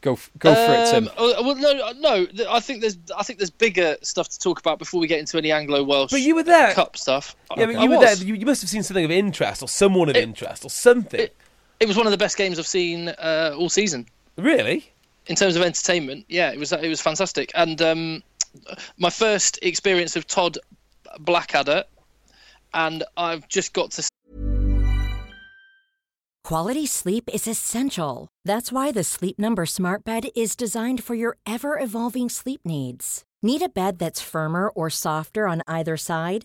S4: Go, f- go for it, Tim.
S3: Um, oh, well, no, no. th- I think there's, I think there's bigger stuff to talk about before we get into any Anglo-Welsh
S5: But you were there.
S3: Cup stuff.
S5: Yeah, but
S3: I
S5: you were there.
S3: was.
S5: You, you must have seen something of interest, or someone of
S3: It-
S5: interest, or something.
S3: it- It was one of the best games I've seen uh, all season
S5: really?
S3: in terms of entertainment. Yeah, it was, it was fantastic. And um, my first experience of Todd Blackadder, and I've just got to
S6: Quality sleep is essential. That's why the Sleep Number Smart Bed is designed for your ever evolving sleep needs. Need a bed that's firmer or softer on either side?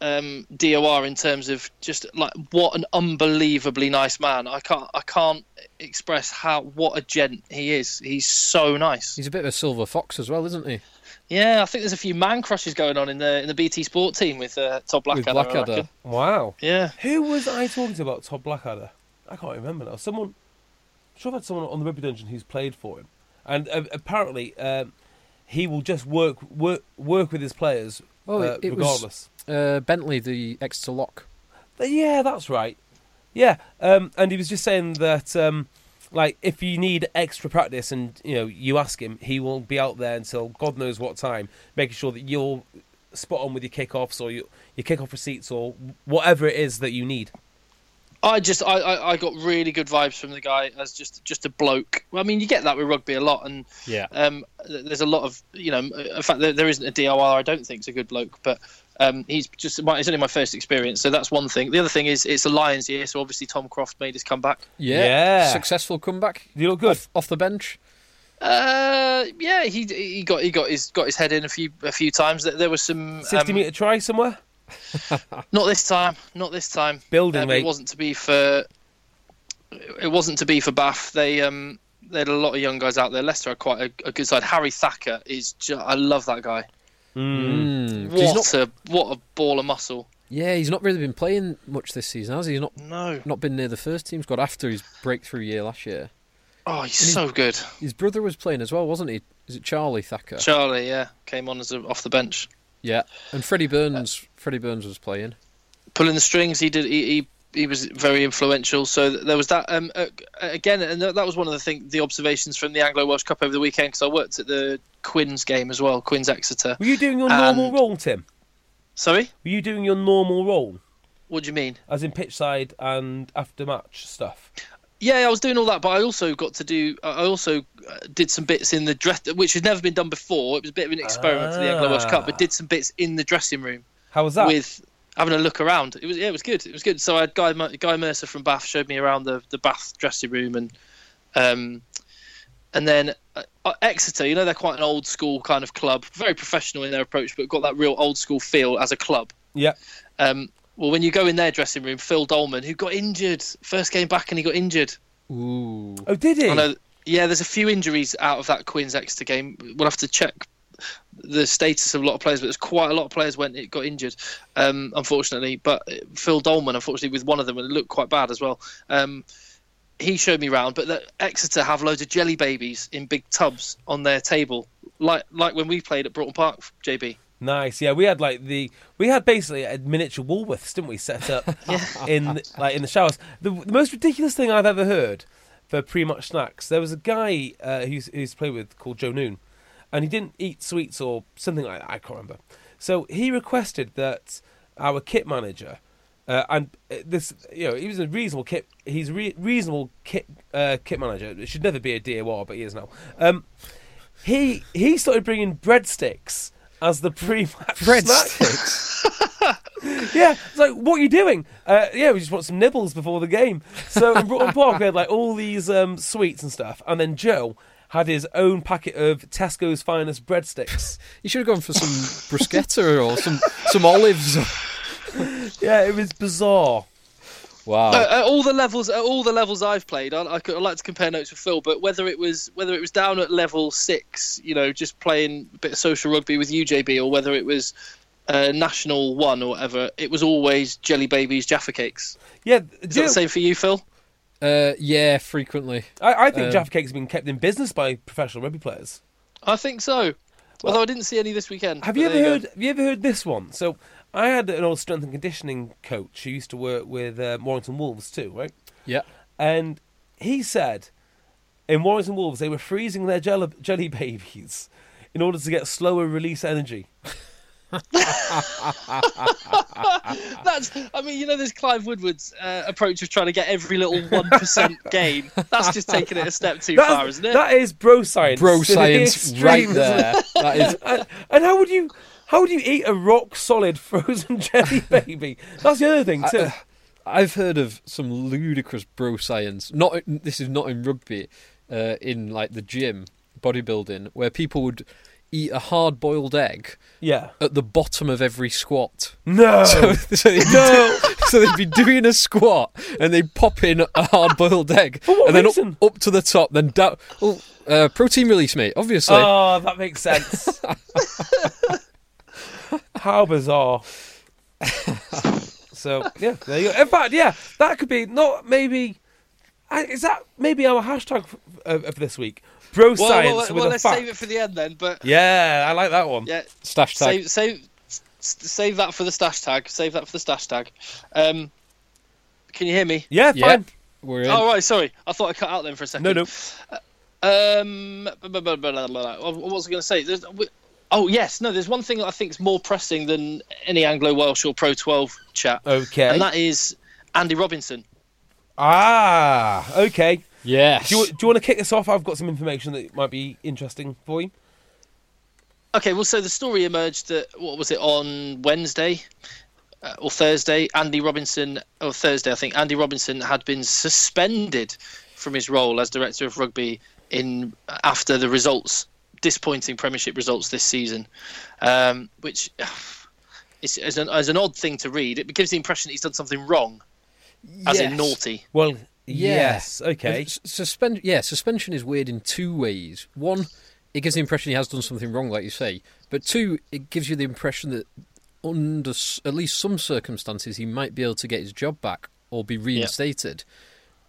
S3: um, DOR in terms of just like what an unbelievably nice man. I can't I can't express how what a gent he is. He's so nice.
S4: He's a bit of a silver fox as well, isn't he?
S3: Yeah, I think there's a few man crushes going on in the in the BT Sport team with uh, Todd
S4: With
S3: Blackadder. I
S4: Blackadder.
S3: reckon.
S5: Wow.
S3: Yeah.
S5: Who was I talking to about Todd Blackadder? I can't remember now. Someone, I'm sure I've had someone on the Rugby Dungeon who's played for him, and uh, apparently um, he will just work work work with his players
S4: Oh,
S5: uh,
S4: it- it was-
S5: regardless.
S4: Uh, Bentley, the Exeter lock.
S5: Th- Yeah, that's right. Yeah, um, and he was just saying that, um, like, if you need extra practice and you know you ask him, he will be out there until God knows what time, making sure that you're spot on with your kickoffs or your your kickoff receipts or whatever it is that you need.
S3: I just I, I, I got really good vibes from the guy as just just a bloke. Well, I mean, you get that with rugby a lot, and
S4: Yeah.
S3: um, th- there's a lot of you know. In fact, there, there isn't a DOR. I don't think is a good bloke, but um, he's just my, it's only my first experience, so that's one thing. The other thing is it's a Lions year, so obviously Tom Croft made his comeback.
S4: Yeah.
S5: Yeah.
S4: Successful comeback.
S5: You look good.
S4: Off, off the bench.
S3: Uh, yeah, he he got he got his got his head in a few a few times. There, there was some
S5: Sixty
S3: um,
S5: meter try somewhere.
S3: Not this time. Not this time.
S5: Building,
S3: Um,
S5: mate.
S3: It wasn't to be for. It wasn't to be for Bath. They um they had a lot of young guys out there. Leicester are quite a, a good side. Harry Thacker is. Ju- I love that guy.
S4: Mm. He's
S3: What
S4: not,
S3: a what a ball of muscle.
S4: yeah, he's not really been playing much this season, has he? He's not
S3: No.
S4: not been near the first team squad after his breakthrough year last year.
S3: Oh, he's so good.
S4: His brother was playing as well, wasn't he? Is it Charlie Thacker?
S3: Charlie, yeah, came on as a, off the bench,
S4: yeah, and Freddie Burns. Freddie Burns was playing.
S3: pulling the strings. He did. He. he he was very influential, so th- there was that. Um, uh, again, and th- that was one of the thing, the observations from the Anglo Welsh Cup over the weekend because I worked at the Quinns game as well, Quinns Exeter.
S5: Were you doing your
S3: And-
S5: normal role, Tim?
S3: Sorry,
S5: Were you doing your normal role,
S3: what do you mean?
S5: as in pitch side and after match stuff?
S3: Yeah, I was doing all that, but I also got to do. I also uh, did some bits in the dress, which had never been done before. It was a bit of an experiment for the Anglo Welsh Cup, but did some bits in the dressing room
S5: How was that?
S3: with having a look around. It was yeah, it was good. It was good. So I had Guy Mer- Guy Mercer from Bath showed me around the the Bath dressing room and um and then uh, uh, Exeter. You know they're quite an old school kind of club, very professional in their approach, but got that real old school feel as a club.
S5: Yeah.
S3: Um, well, when you go in their dressing room, Phil Dolman, who got injured first game back, and he got injured.
S4: Ooh.
S5: Oh, did he?
S3: I know. Yeah, there's a few injuries out of that Queens Exeter game. We'll have to check the status of a lot of players, but there's quite a lot of players went it got injured, um, unfortunately. But Phil Dolman, unfortunately, with one of them, and it looked quite bad as well. Um, he showed me round, but the Exeter have loads of jelly babies in big tubs on their table, like like when we played at Broughton Park, JB.
S5: Nice. Yeah, we had like the we had basically a miniature Woolworths, didn't we? Set up in like in the showers. The, the most ridiculous thing I've ever heard for pre-match snacks. There was a guy uh, who's who's played with called Joe Noon, and he didn't eat sweets or something like that. I can't remember. So he requested that our kit manager. Uh, and uh, this, you know, he was a reasonable kit. He's a re- reasonable kit uh, kit manager. It should never be a DOR, but he is now. Um, he he started bringing breadsticks as the pre-match
S4: Breadsticks.
S5: snack. Yeah, it's like what are you doing? Uh, yeah, we just want some nibbles before the game. So in Broughton Park, we had like all these um, sweets and stuff, and then Joe had his own packet of Tesco's finest breadsticks.
S4: You should have gone for some bruschetta or some some olives.
S5: yeah, it was bizarre.
S4: Wow.
S3: at all the levels, at all the levels I've played, I, I, could, I like to compare notes with Phil. But whether it was whether it was down at level six, you know, just playing a bit of social rugby with UJB, or whether it was uh, national one or whatever, it was always jelly babies, jaffa cakes.
S5: Yeah,
S3: Is
S5: do you
S3: that
S5: know-
S3: the same for you, Phil?
S4: Uh, yeah, frequently.
S5: I, I think
S4: Um,
S5: Jaffa Cakes have been kept in business by professional rugby players.
S3: I think so. Although I didn't see any this weekend.
S5: Have
S3: but
S5: you
S3: there
S5: ever heard?
S3: go.
S5: Have you ever heard this one? So I had an old strength and conditioning coach who used to work with uh, Warrington Wolves too, right?
S4: Yeah.
S5: And he said, in Warrington Wolves, they were freezing their jelly, jelly babies in order to get slower release energy.
S3: That's. I mean, you know, there's Clive Woodward's uh, approach of trying to get every little one percent gain. That's just taking it a step too
S5: That's-
S3: far, isn't it?
S5: That is bro science. to
S4: Bro
S5: the
S4: science
S5: extreme,
S4: right
S5: isn't
S4: there. That is
S5: and, and how would you how would you eat a rock solid frozen jelly baby? That's the other thing too.
S4: uh, I've heard of some ludicrous bro science. Not this is not in rugby, uh, in like the gym, bodybuilding, where people would eat a hard-boiled egg
S5: yeah.
S4: at the bottom of every squat.
S5: No.
S4: So, so they'd no. so they'd be doing a squat and they'd pop in a hard-boiled egg,
S5: what
S4: and then
S5: reason?
S4: Up, up to the top, then down. Well, uh, protein release, mate. Obviously,
S5: oh, that makes sense. How bizarre. so yeah, there you go. In fact, yeah, that could be not maybe. I- Is that maybe our hashtag f- of, of this week?
S3: well,
S5: Bro
S3: well,
S5: science
S3: well,
S5: with
S3: well,
S5: a
S3: let's
S5: fact.
S3: save it for the end then. But
S5: Yeah, I like that one.
S3: yeah,
S4: stash tag.
S3: Save, save, s- save that for the stash tag. Save that for the stash tag. Um, can you hear me?
S5: Yeah,
S4: yeah,
S5: fine.
S4: we're in.
S3: Oh right, sorry. I thought I cut out then for a second.
S5: No, no.
S3: Um, blah, blah, blah, blah, blah. What what was I going to say? There's, we- oh yes, no. There's one thing that I think is more pressing than any Anglo-Welsh or Pro 12 chat,
S5: Okay.
S3: and that is Andy Robinson.
S5: Ah, okay.
S4: Yes.
S5: Do you, do you want to kick this off? I've got some information that might be interesting for you.
S3: Okay, well, so the story emerged that what was it on Wednesday uh, or Thursday? Andy Robinson, or Thursday, I think. Andy Robinson had been suspended from his role as director of rugby in uh, after the results, disappointing Premiership results this season, um, which is, is, an, is an odd thing to read. It gives the impression that he's done something wrong, as in
S4: Yes.
S3: naughty.
S5: Well,
S4: Yeah.
S5: yes. Okay.
S4: S- Suspend. Yeah, suspension is weird in two ways. One, it gives the impression he has done something wrong, like you say. But two, it gives you the impression that under s- at least some circumstances he might be able to get his job back or be reinstated.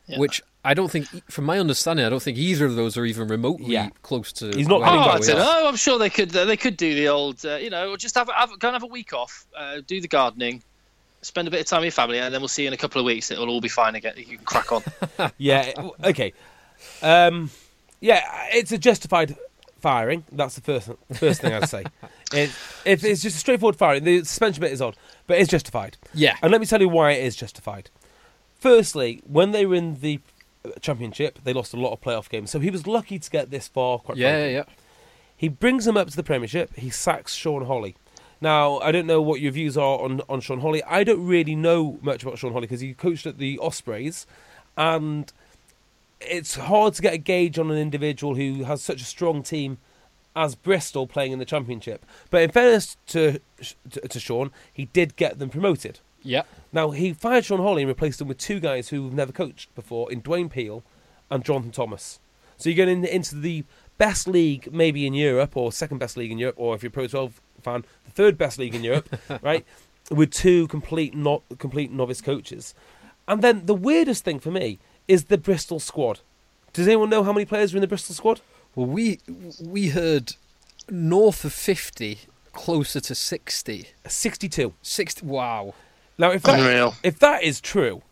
S3: Yeah.
S4: Which I don't think, from my understanding, I don't think either of those are even remotely
S5: Yeah.
S4: close to.
S5: He's not
S4: where
S5: gonna
S4: he
S3: Oh, I
S5: go
S4: was.
S3: don't know. I'm sure they could. uh, They could do the old, uh, you know, or just have, have go and have a week off, uh, do the gardening, spend a bit of time with your family, and then we'll see you in a couple of weeks. It'll all be fine again. You can crack on.
S5: Yeah. it- Okay. Um, yeah, it's a justified firing. That's the first first thing I'd say. It, if it's just a straightforward firing, the suspension bit is odd, but it's justified.
S4: Yeah.
S5: And let me tell you why it is justified. Firstly, when they were in the championship, they lost a lot of playoff games, so he was lucky to get this far. Quite
S4: Yeah,
S5: frankly.
S4: yeah, yeah.
S5: He brings him up to the Premiership. He sacks Sean Holly. Now, I don't know what your views are on, on Sean Holly. I don't really know much about Sean Holly because he coached at the Ospreys, and it's hard to get a gauge on an individual who has such a strong team as Bristol playing in the Championship. But in fairness to to, to Sean, he did get them promoted.
S4: Yeah.
S5: Now he fired Sean Holly and replaced him with two guys who've never coached before in Dwayne Peel and Jonathan Thomas. So you're going in- into the best league maybe in Europe or second best league in Europe, or if you're a Pro 12 fan, the third best league in Europe, right? With two complete not complete novice coaches, and then the weirdest thing for me is the Bristol squad. Does anyone know how many players are in the Bristol squad?
S4: Well, we we heard north of fifty, closer to 60.
S5: 62.
S4: 60 wow.
S5: Now, if that,
S3: Unreal.
S5: if that is true,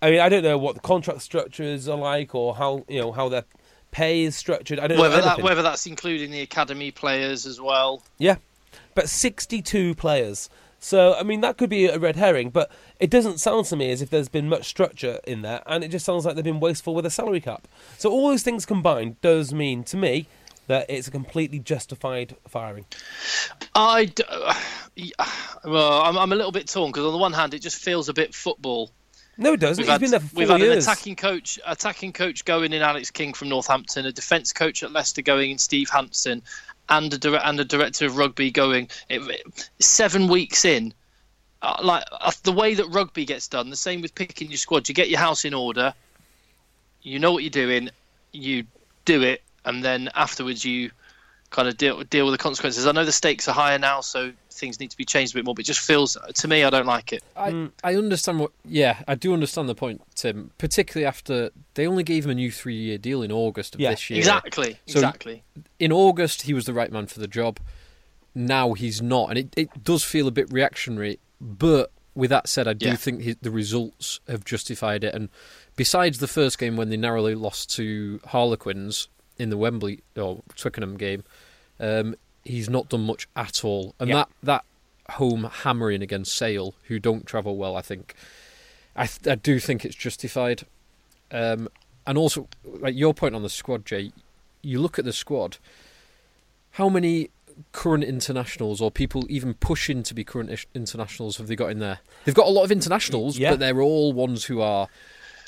S5: I mean, I don't know what the contract structures are like, or how you know how their pay is structured. I don't
S3: Whether
S5: know
S3: that
S5: anything.
S3: whether that's including the academy players as well.
S5: Yeah, but 62 players. So I mean, that could be a red herring, but it doesn't sound to me as if there's been much structure in there, and it just sounds like they've been wasteful with a salary cap. So all those things combined does mean to me that it's a completely justified firing.
S3: I d- well, I'm, I'm a little bit torn because on the one hand, it just feels a bit football.
S5: No, it doesn't.
S3: We've
S5: He's
S3: had,
S5: been there for four
S3: we've had an
S5: years.
S3: attacking coach, attacking coach going in Alex King from Northampton, a defence coach at Leicester going in Steve Hampson, and a dire- and a director of rugby going it, it- seven weeks in. Uh, like uh, the way that rugby gets done, the same with picking your squad. You get your house in order, you know what you're doing, you do it, and then afterwards you kind of deal deal with the consequences. I know the stakes are higher now, so things need to be changed a bit more. But it just feels to me, I don't like it.
S4: I, I understand what. Yeah, I do understand the point, Tim. Particularly after they only gave him a new three year deal in August of
S5: Yeah,
S4: this year.
S3: Exactly,
S4: So-
S3: exactly.
S4: In August, he was the right man for the job. Now he's not. And it, it does feel a bit reactionary. But with that said, I do
S3: Yeah.
S4: think he, the results have justified it. And besides the first game when they narrowly lost to Harlequins in the Wembley or Twickenham game, um, he's not done much at all. And
S5: Yeah.
S4: that, that home hammering against Sale, who don't travel well, I think. I, th- I do think it's justified. Um, and also, like your point on the squad, Jay, you look at the squad. How many current internationals or people even pushing to be current ish- internationals have they got in there? They've got a lot of internationals,
S5: Yeah.
S4: but they're all ones who are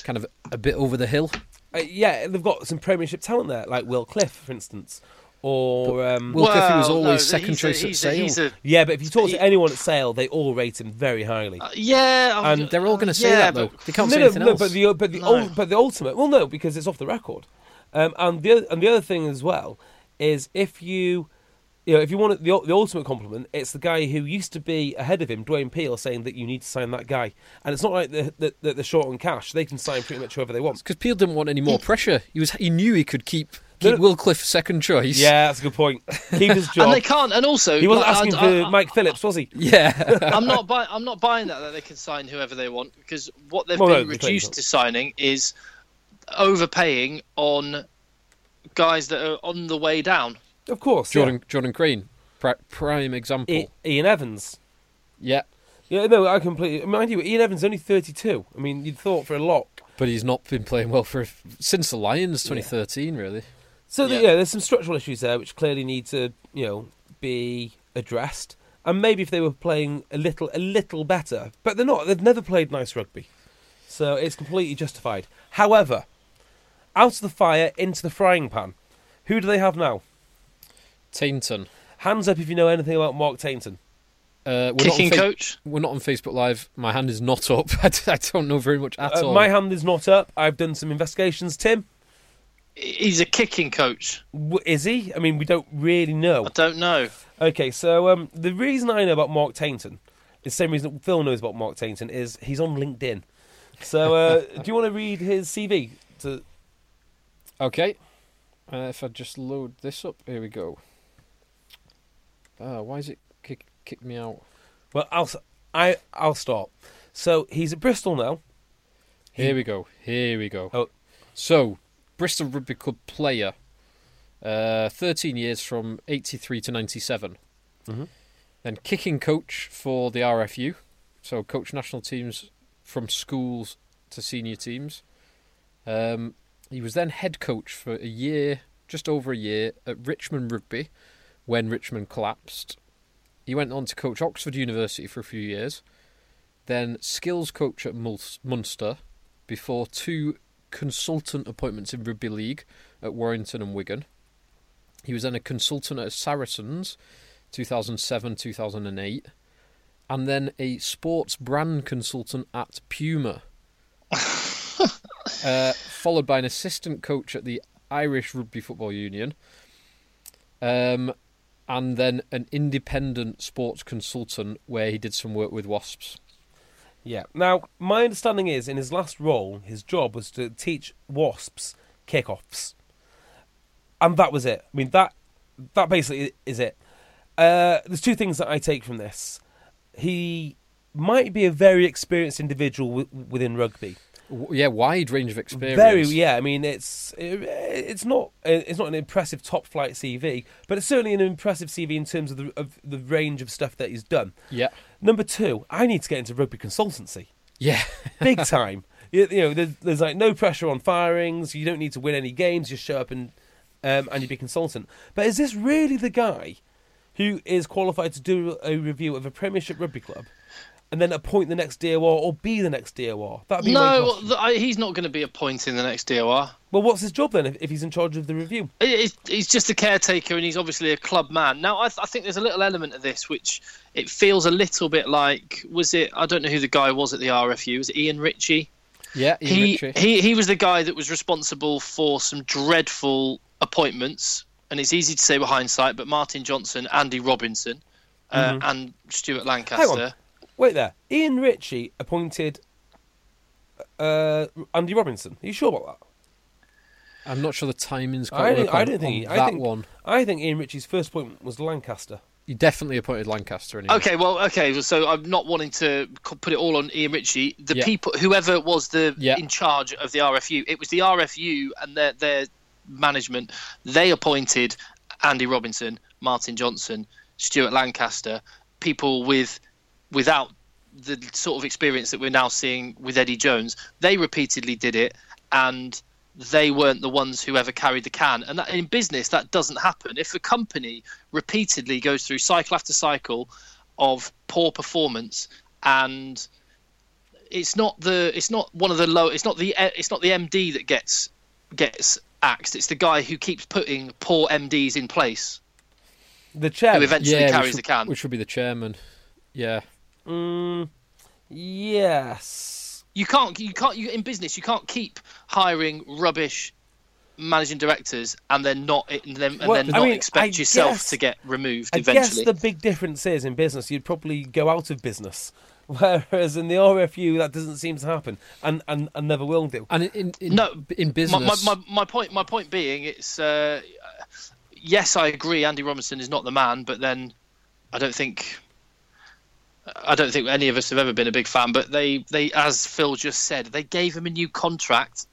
S4: kind of a bit over the hill.
S5: Uh, yeah, they've got some Premiership talent there, like Will Cliff, for instance, or um,
S4: Will Cliffy was
S3: Well,
S4: always
S3: no,
S4: second
S3: he's a-
S4: choice at
S3: he's a-
S4: Sale.
S3: he's a-
S5: yeah. But if you talk
S3: he-
S5: to anyone at Sale, they all rate him very highly.
S3: Uh, yeah, I-
S5: And
S4: They're all going to say
S3: yeah,
S4: that though.
S3: but-
S4: They can't
S5: no,
S4: say
S5: no,
S4: anything
S5: no,
S4: else.
S5: But the uh, but the
S3: No.
S5: ul- but the ultimate. Well, no, because it's off the record. Um, and the oth- and the other thing as well is if you. You know, if you want the, ul- the ultimate compliment, it's the guy who used to be ahead of him, Dwayne Peel, saying that you need to sign that guy. And it's not like they're, that they're short on cash; they can sign pretty much whoever they want.
S4: because Peel didn't want any more pressure. He was he knew he could keep
S5: No,
S4: keep
S5: no.
S4: Wilcliffe second choice.
S5: Yeah, that's a good point. Keep his job.
S3: and they can't. And also,
S5: He wasn't
S3: like,
S5: asking
S3: I-
S5: for
S3: I-
S5: Mike Phillips, was he?
S4: yeah.
S3: I'm not buying. I'm not buying that that they can sign whoever they want because what they've
S5: Well, no,
S3: been
S5: they clearly
S3: reduced
S5: don't.
S3: to signing is overpaying on guys that are on the way down.
S5: Of course.
S4: Jordan Jordan Crane, pri- prime example.
S5: yeah. I- Ian Evans.
S4: yeah,
S5: Yeah, no, I completely. Mind you, Ian Evans is only 32. I mean, you'd thought for a lot.
S4: but he's not been playing well for since the Lions 2013, really.
S5: So, yeah.
S3: Yeah.
S5: there's some structural issues there which clearly need to, you know, be addressed. And maybe if they were playing a little, a little better, but they're not. They've never played nice rugby, so it's completely justified. However, out of the fire into the frying pan. Who do they have now?
S4: Tainton,
S5: Hands up if you know anything about Mark Tainton.
S4: uh, we're
S3: Kicking
S4: not on Fa-
S3: coach.
S4: We're not on Facebook Live. My hand is not up. I, d- I don't know very much at
S5: Uh,
S4: all.
S5: my hand is not up. I've done some investigations. Tim,
S3: He's a kicking coach.
S5: w- is he? I mean, we don't really
S4: Oh.
S5: know.
S3: I don't know.
S5: Okay, so um, the reason I know about Mark Tainton is the same reason Phil knows about Mark Tainton is he's on LinkedIn. So uh, do you want to read his CV? To...
S4: okay, uh, if I just load this up, here we go. Uh, why is it kick kick me out?
S5: Well, I'll s- I I'll start. So he's at Bristol now.
S4: Here we go. Here we go.
S5: Oh.
S4: So, Bristol Rugby Club player, uh, 13 years from 83 to 97.
S5: Mhm.
S4: Then kicking coach for the RFU. So, coach national teams from schools to senior teams. Um, he was then head coach for a year, just over a year, at Richmond Rugby when Richmond collapsed. He went on to coach Oxford University for a few years, then skills coach at Mul- Munster, before two consultant appointments in rugby league at Warrington and Wigan. He was then a consultant at Saracens, 2007 2008, and then a sports brand consultant at Puma. uh, followed by an assistant coach at the Irish Rugby Football Union, um, and then an independent sports consultant where he did some work with Wasps.
S5: Yeah. Now, my understanding is in his last role, his job was to teach wasps kickoffs, and that was it. I mean that that basically is it. Uh, there's two things that I take from this. He might be a very experienced individual w- within rugby.
S4: W- Yeah, wide range of experience.
S5: Very yeah. I mean it's it, it's not it's not an impressive top flight CV, but it's certainly an impressive CV in terms of the of the range of stuff that he's done.
S4: Yeah.
S5: Number two, I need to get into rugby consultancy
S4: Yeah.
S5: big time. You, you know, there's, there's like no pressure on firings. You don't need to win any games. You show up and um, and you be consultant. But is this really the guy who is qualified to do a review of a Premiership rugby club and then appoint the next DOR or be the next DOR? That'd be my
S3: No,
S5: question.
S3: th- I, he's not going to be appointing the next DOR.
S5: Well, what's his job then if, if he's in charge of the review?
S3: It- it's- He's just a caretaker, and he's obviously a club man. Now, I, th- I think there's a little element of this which it feels a little bit like was it? I don't know who the guy was at the RFU. Was it Ian Ritchie?
S4: Yeah, Ian
S3: he,
S4: Ritchie.
S3: he he was the guy that was responsible for some dreadful appointments, and it's easy to say with hindsight, but Martin Johnson, Andy Robinson, uh,
S4: Mm-hmm.
S3: and Stuart
S5: Hang
S3: Lancaster.
S5: on, wait there. Ian Ritchie appointed uh, Andy Robinson. Are you sure about that?
S4: I'm not sure the timing's quite
S5: I,
S4: right
S5: don't-
S4: on,
S5: I don't think
S4: on
S5: he-
S4: that
S5: I think,
S4: one.
S5: I think Ian Ritchie's first appointment was Lancaster.
S4: He definitely appointed Lancaster. Anyway.
S3: Okay, well, okay. So I'm not wanting to co- put it all on Ian Ritchie. The
S4: Yeah.
S3: people, whoever was the
S4: Yeah.
S3: in charge of the RFU, it was the RFU and their their management. They appointed Andy Robinson, Martin Johnson, Stuart Lancaster, people with without the sort of experience that we're now seeing with Eddie Jones. They repeatedly did it, and they weren't the ones who ever carried the can. And that, in business, that doesn't happen. If a company repeatedly goes through cycle after cycle of poor performance and it's not the it's not one of the low it's not the it's not the MD that gets gets axed it's the guy who keeps putting poor MDs in place
S5: The chair.
S3: who eventually
S4: yeah,
S3: carries
S4: which,
S3: the
S4: would-
S3: can
S4: Which would be the chairman. Yeah.
S5: Mm, yes.
S3: You can't, you can't, you in business, you can't keep hiring rubbish managing directors and then not, and then, and
S5: Well,
S3: then
S5: I
S3: not
S5: mean,
S3: expect
S5: I
S3: yourself
S5: guess-
S3: to get removed
S5: I
S3: eventually.
S5: guess the big difference is in business, you'd probably go out of business, whereas in the RFU, that doesn't seem to happen, and and, and never will do.
S4: And in, in,
S3: No,
S4: in
S3: my,
S4: business.
S3: my, my, my point, my point being, it's uh, yes, I agree. Andy Robinson is not the man, but then I don't think. I don't think any of us have ever been a big fan, but they, they, as Phil just said, they gave him a new contract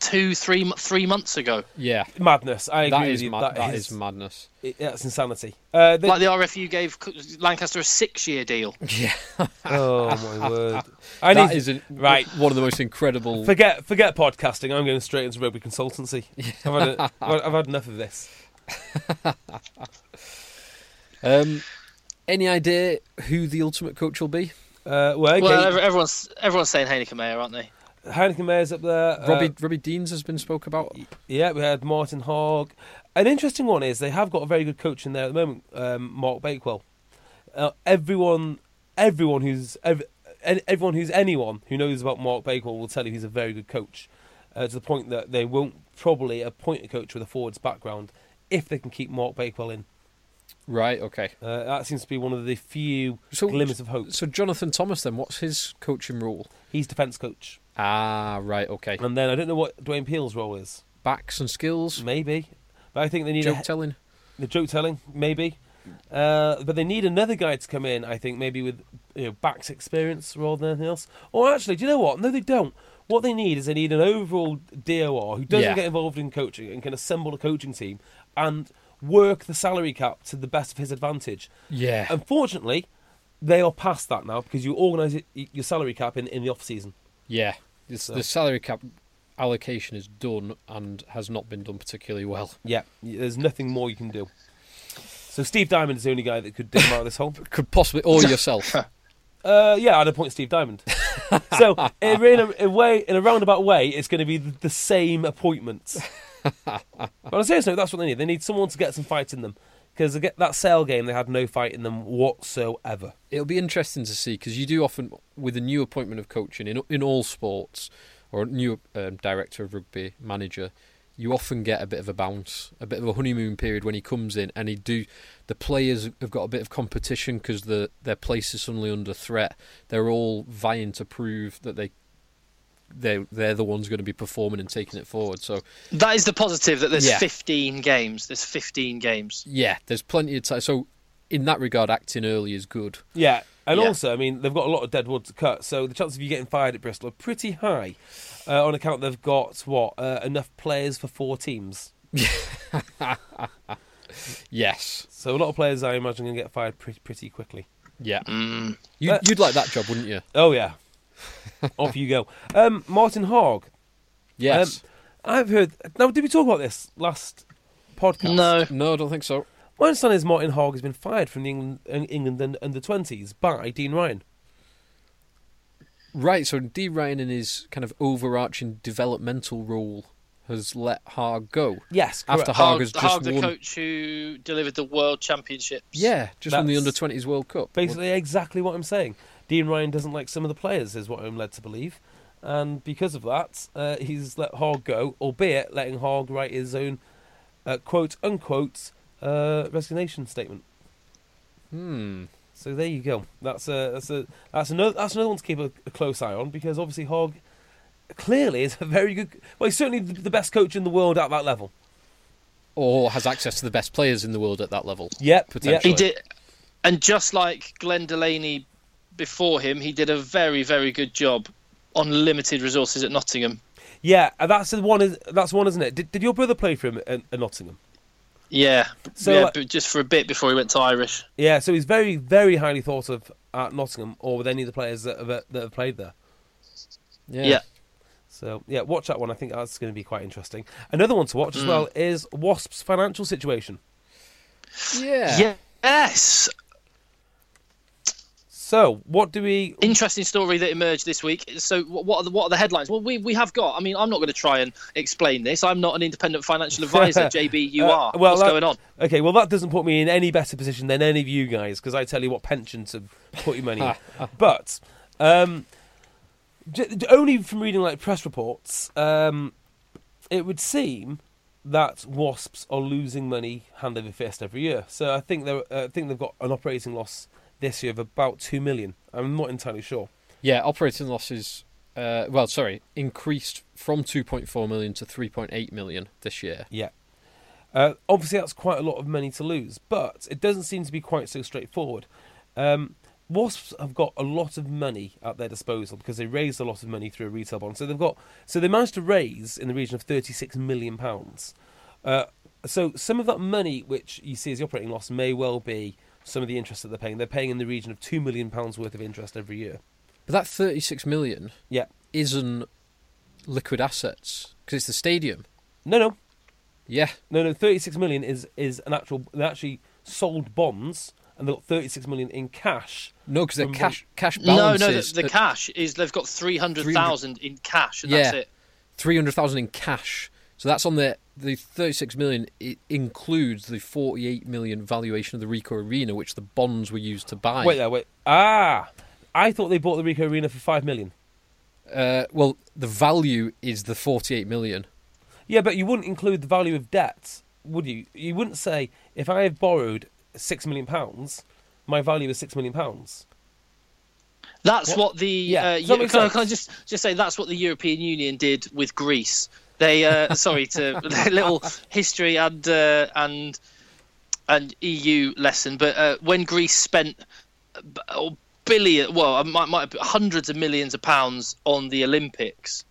S3: two, three, mo- three months ago.
S4: yeah.
S5: Madness. I agree
S4: That
S5: with
S4: is,
S5: you.
S4: mad, that is madness.
S5: it- that's insanity. Uh, the-
S3: Like the RFU gave Lancaster a six-year deal.
S4: Yeah.
S5: oh my word! I
S4: That
S5: need
S4: is in-
S5: right.
S4: one of the most incredible.
S5: Forget forget podcasting. I'm going straight into rugby consultancy. I've, had a, I've had enough of this.
S4: Um, any idea who the ultimate coach will be?
S5: Uh, well, okay.
S3: Well, ev- everyone's everyone's saying Heineken Mayer, aren't they?
S5: Heineken Mayer's up there. uh,
S4: Robbie Robbie Deans has been spoke about.
S5: Yeah, we had Martin Hogg. An interesting one is they have got a very good coach in there at the moment, um, Mark Bakewell. Uh, everyone, everyone who's ev- an- everyone who's anyone who knows about Mark Bakewell will tell you he's a very good coach. Uh, to the point that they won't probably appoint a coach with a forwards background if they can keep Mark Bakewell in.
S4: Right. Okay.
S5: Uh, that seems to be one of the few
S4: So-
S5: glimmers of hope.
S4: So Jonathan Thomas, then, what's his coaching role?
S5: He's defence coach,
S4: Ah, right. Okay.
S5: and then I don't know what Dwayne Peel's role is.
S4: Backs and skills.
S5: Maybe, but I think they need a,
S4: Joke
S5: he-
S4: telling.
S5: the joke telling, maybe. Uh, but they need another guy to come in, I think, maybe with you know, backs experience rather than anything else. Or actually, do you know what? No, they don't. What they need is they need an overall DOR who doesn't
S4: Yeah.
S5: get involved in coaching and can assemble a coaching team and work the salary cap to the best of his advantage.
S4: Yeah.
S5: Unfortunately, they are past that now because you organise it- your salary cap in, in the off season.
S4: yeah. It's- The salary cap allocation is done and has not been done particularly well.
S5: Yeah, there's nothing more you can do. So Steve Diamond is the only guy that could dig him out of this hole.
S4: Could possibly, or yourself.
S5: Uh, yeah, I'd appoint Steve Diamond. so in in a, in a way, in a roundabout way, it's going to be the same appointments. but on a serious note, that's what they need. They need someone to get some fight in them because that sale game they had no fight in them whatsoever.
S4: It'll be interesting to see because you do often with a new appointment of coaching in in all sports or a new um, director of rugby manager, you often get a bit of a bounce, a bit of a honeymoon period when he comes in and he do the players have got a bit of competition because the their place is suddenly under threat. They're all vying to prove that they they they're the ones going to be performing and taking it forward. So
S3: That is the positive that there's
S4: Yeah.
S3: 15 games. There's 15 games.
S4: yeah, there's plenty of time. So in that regard, acting early is good.
S5: Yeah, and
S3: Yeah.
S5: also, I mean, they've got a lot of dead wood to cut, so the chances of you getting fired at Bristol are pretty high, uh, on account they've got what uh, enough players for four teams.
S4: Yes,
S5: So a lot of players, I imagine, going to get fired pretty, pretty quickly.
S4: yeah. You,
S5: Uh,
S4: you'd like that job, wouldn't you?
S5: Oh yeah, off you go, um, Martin Hogg.
S4: Yes.
S5: Um, I've heard. Now, did we talk about this last podcast?
S3: No.
S4: Um, no, I don't think so.
S5: My understanding is Martin Hogg has been fired from the England, England and under twenties by Dean Ryan.
S4: Right, so D Ryan in his kind of overarching developmental role has let Haag go.
S5: Yes, correct.
S4: After Haag
S3: Hag,
S4: has just
S3: Hag the
S4: won.
S3: coach who delivered the World Championships.
S4: Yeah, just won the under
S5: That's-
S4: twenties World Cup.
S5: Basically, exactly what I'm saying. Dean Ryan doesn't like some of the players, is what I'm led to believe. And because of that, uh, he's let Hogg go, albeit letting Hogg write his own uh, quote unquote uh, resignation statement.
S4: Hmm.
S5: So there you go. That's a that's a that's another that's another one to keep a, a close eye on because obviously Hogg clearly is a very good. Well, he's certainly the the best coach in the world at that level.
S4: Or has access to the best players in the world at that level.
S5: Yep,
S4: Potentially.
S3: He did, and just like Glenn Delaney before him, he did a very, very good job on limited resources at Nottingham.
S5: Yeah, and that's the one. is- That's one, isn't it? Did, did your brother play for him at, at Nottingham?
S3: Yeah,
S5: So,
S3: yeah,
S5: like-
S3: but just for a bit before he went to Irish.
S5: Yeah, so he's very, very highly thought of at Nottingham or with any of the players that have, that have played there.
S4: Yeah.
S3: yeah.
S5: So yeah, watch that one. I think that's going to be quite interesting. Another one to watch as well is Wasps' financial situation.
S4: Yeah.
S3: Yes.
S5: So what do we?
S3: Interesting story that emerged this week. So, wh- what are the, what are the headlines? Well, we, we have got. I mean, I'm not going to try and explain this. I'm not an independent financial advisor. JB, you
S5: Uh,
S3: are.
S5: well,
S3: What's
S5: that-
S3: going on?
S5: Okay, well that doesn't put me in any better position than any of you guys because I tell you what pension to put your money in. But um, j- j- only from reading like press reports, um, it would seem that Wasps are losing money hand over fist every year. So I think they are I think they've got an operating loss this year of about two million. I'm not entirely sure.
S4: Yeah, operating losses uh, well, sorry, increased from 2.4 million to 3.8 million this year.
S5: Yeah. Uh, obviously, that's quite a lot of money to lose, but it doesn't seem to be quite so straightforward. Um, Wasps have got a lot of money at their disposal because they raised a lot of money through a retail bond. So they've got, so they managed to raise in the region of thirty-six million pounds. Uh, so some of that money, which you see as the operating loss, may well be some of the interest that they're paying. They're paying in the region of two million pounds worth of interest every year.
S4: But that 36 million
S5: Yeah.
S4: isn't liquid assets because it's the stadium.
S5: No, no,
S4: Yeah.
S5: No, no, thirty-six million is is an actual. They actually sold bonds, and they got thirty-six million in cash.
S4: No, because the
S5: From
S4: cash cash
S3: No,
S4: balances.
S3: no. The, the
S4: at
S3: cash is they've got three hundred thousand in cash, and that's
S4: Yeah.
S3: it.
S4: three hundred thousand in cash. So that's on the the thirty six million. It includes the forty eight million valuation of the Rico Arena, which the bonds were used to buy.
S5: Wait uh, there, wait. Ah, I thought they bought the Rico Arena for five million.
S4: uh, well, the value is the forty eight million.
S5: Yeah, but you wouldn't include the value of debt, would you? You wouldn't say if I have borrowed six million pounds, my value is six million pounds.
S3: That's what, the
S5: Yeah,
S3: uh,
S5: does that
S3: Eu-
S5: make
S3: can, I,
S5: sense?
S3: can I just just say that's what the European Union did with Greece. They uh, sorry to little history and uh, and and EU lesson, but uh, when Greece spent b- oh, billion, well, I might, might have- hundreds of millions of pounds on the Olympics,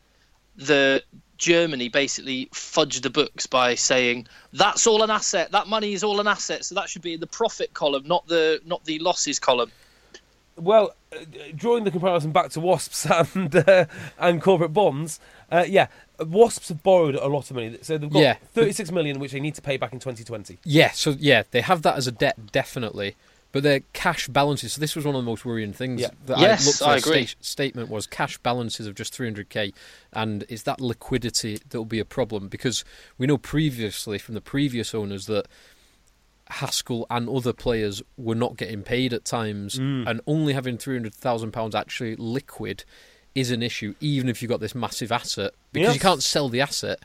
S3: the Germany basically fudged the books by saying that's all an asset. That money is all an asset, so that should be in the profit column, not the not the losses column.
S5: Well, uh, drawing the comparison back to wasps and uh, and corporate bonds, uh, yeah, Wasps have borrowed a lot of money, so they've got
S4: Yeah.
S5: 36 million, which they need to pay back in 2020.
S4: Yeah, so yeah, they have that as a debt definitely, but their cash balances. So this was one of the most worrying things
S5: Yeah.
S4: that
S3: Yes,
S4: I looked for.
S3: I
S4: a
S3: agree.
S4: sta- statement was cash balances of just 300k, and it's that liquidity that will be a problem because we know previously from the previous owners that Haskell and other players were not getting paid at times,
S5: Mm.
S4: and only having 300,000 pounds actually liquid is an issue, even if you've got this massive asset because
S5: Yes.
S4: you can't sell the asset